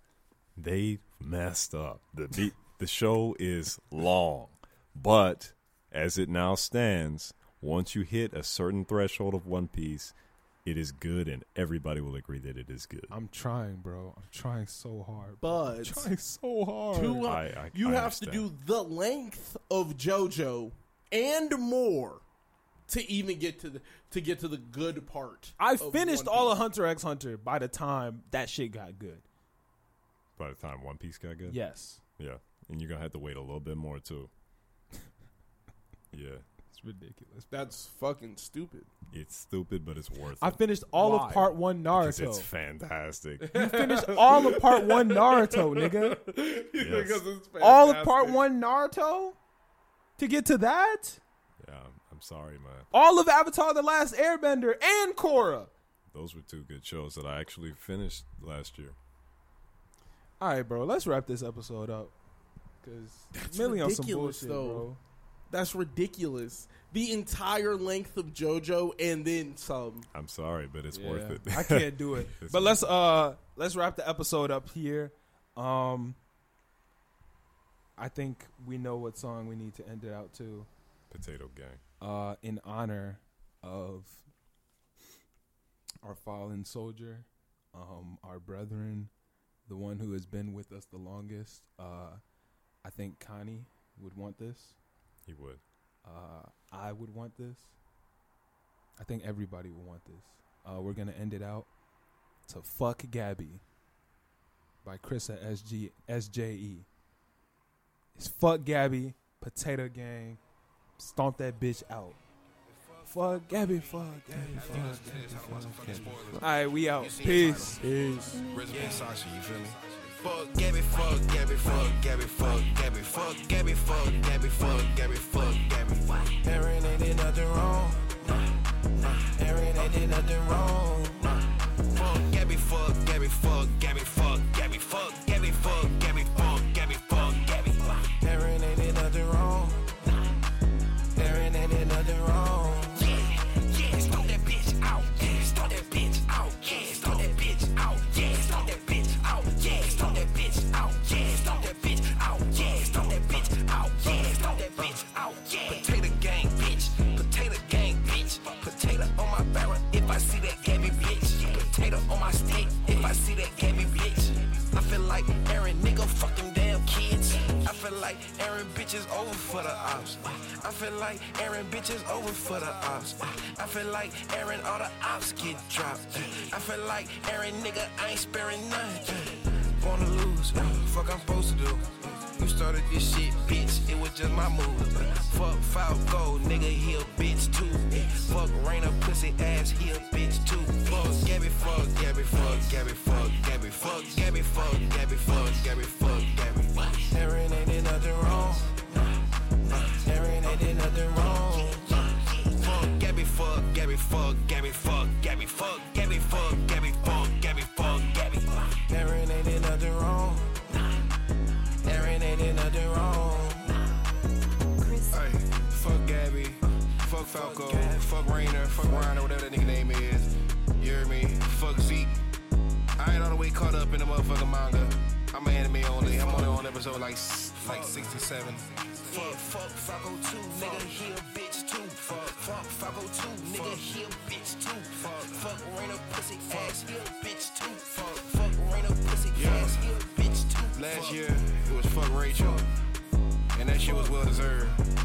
they messed up. the The, the show is long, but as it now stands, once you hit a certain threshold of One Piece, it is good, and everybody will agree that it is good. I'm trying, bro. I'm trying so hard. bro. but I'm trying so hard. two, I- I- you I have understand. to do the length of JoJo and more to even get to the to get to the good part. I of finished One all Piece. of Hunter x Hunter by the time that shit got good. By the time One Piece got good, Yes. yeah, and you're gonna have to wait a little bit more too. yeah, It's ridiculous. That's fucking stupid. it's stupid, but it's worth I it. finished all Why? of part one 'Cause It's Naruto. fantastic. finished all of part one Naruto, nigga. Because it's All of part fantastic. one Naruto to get to that. yeah, I'm- I'm sorry, man. All of Avatar: The Last Airbender and Korra. Those were two good shows that I actually finished last year. All right, bro. Let's wrap this episode up because Millie on some ridiculous, bullshit, though. bro. That's ridiculous. The entire length of JoJo and then some. I'm sorry, but it's worth it. I can't do it. It's but let's uh let's wrap the episode up here. Um, I think we know what song we need to end it out to. Potato Gang. uh, in honor of our fallen soldier, um, our brethren, the one who has been with us the longest. Uh, I think Connie would want this. He would. Uh, I would want this. I think everybody would want this. Uh, we're gonna end it out to "Fuck Gabby" by Chris at SG SJE. E. It's "Fuck Gabby," Potato Gang, stomp that bitch out. Fuck Gabby, fuck Gabby, fuck Gabby, fuck Gabby. All right, we out. Peace. Peace. Rizzo and Sasha, you feel me? Fuck Gabby, fuck Gabby, fuck Gabby, fuck Gabby, fuck Gabby, fuck Gabby, fuck Gabby, fuck Gabby. Aaron ain't did nothing wrong. Aaron ain't did nothing wrong. Fuck Gabby, fuck Gabby, fuck Gabby, fuck Gabby, fuck Gabby, fuck Gabby, fuck Gabby, fuck Gabby. Aaron ain't did nothing wrong. Aaron ain't did nothing wrong. Yeah, yeah, start that bitch out. Yeah, start that bitch out. Yeah, start that bitch out. Yeah, start that bitch out. Yeah, start that bitch out. Yeah, start that bitch out. Yeah, start that bitch out. Yeah, start that bitch out. Yeah, potato gang, bitch. Potato gang, bitch. Potato on my barrel if I see that Gabby bitch. Potato on my stick if I see that Gabby bitch. I feel like Aaron, nigga, fuck them damn kids. I feel like Aaron, bitches over for the ops. I feel like Aaron, bitches over for the ops. I feel like Aaron, all the ops get dropped. I feel like Aaron, nigga, I ain't sparing none. Wanna lose, fuck I'm supposed to do. You started this shit, bitch, it was just my move. Fuck Falco, nigga, he a bitch too. Fuck Raina, pussy ass, he a bitch too. Fuck Gabby, fuck Gabby, fuck Gabby, fuck Gabby, fuck Gabby, fuck Gabby, fuck Gabby, fuck Gabby. Aaron ain't did nothing wrong. Aaron ain't did nothing wrong. Fuck Gabby, fuck Gabby, Gabby, fuck Gabby, fuck Gabby, fuck Gabby, fuck Gabby, fuck Gabby, fuck Gabby. There ain't nothing wrong. There ain't nothing wrong. Hey, fuck Gabby, fuck Falco, fuck Rainer, fuck Ryan, or whatever that nigga name is. You hear me? Fuck Zeke. I ain't all the way caught up in the motherfucking manga. I'm an anime only. I'm only on episode like s- like 67. Fuck, fuck Falco too, nigga. He a bitch too. Fuck, fuck Falco too, nigga. He a bitch too. Fuck, fuck Rainer pussy ass. He a bitch too. Fuck, fuck Rainer pussy ass. He a bitch too. Last year it was fuck Rachel, and that shit was well deserved.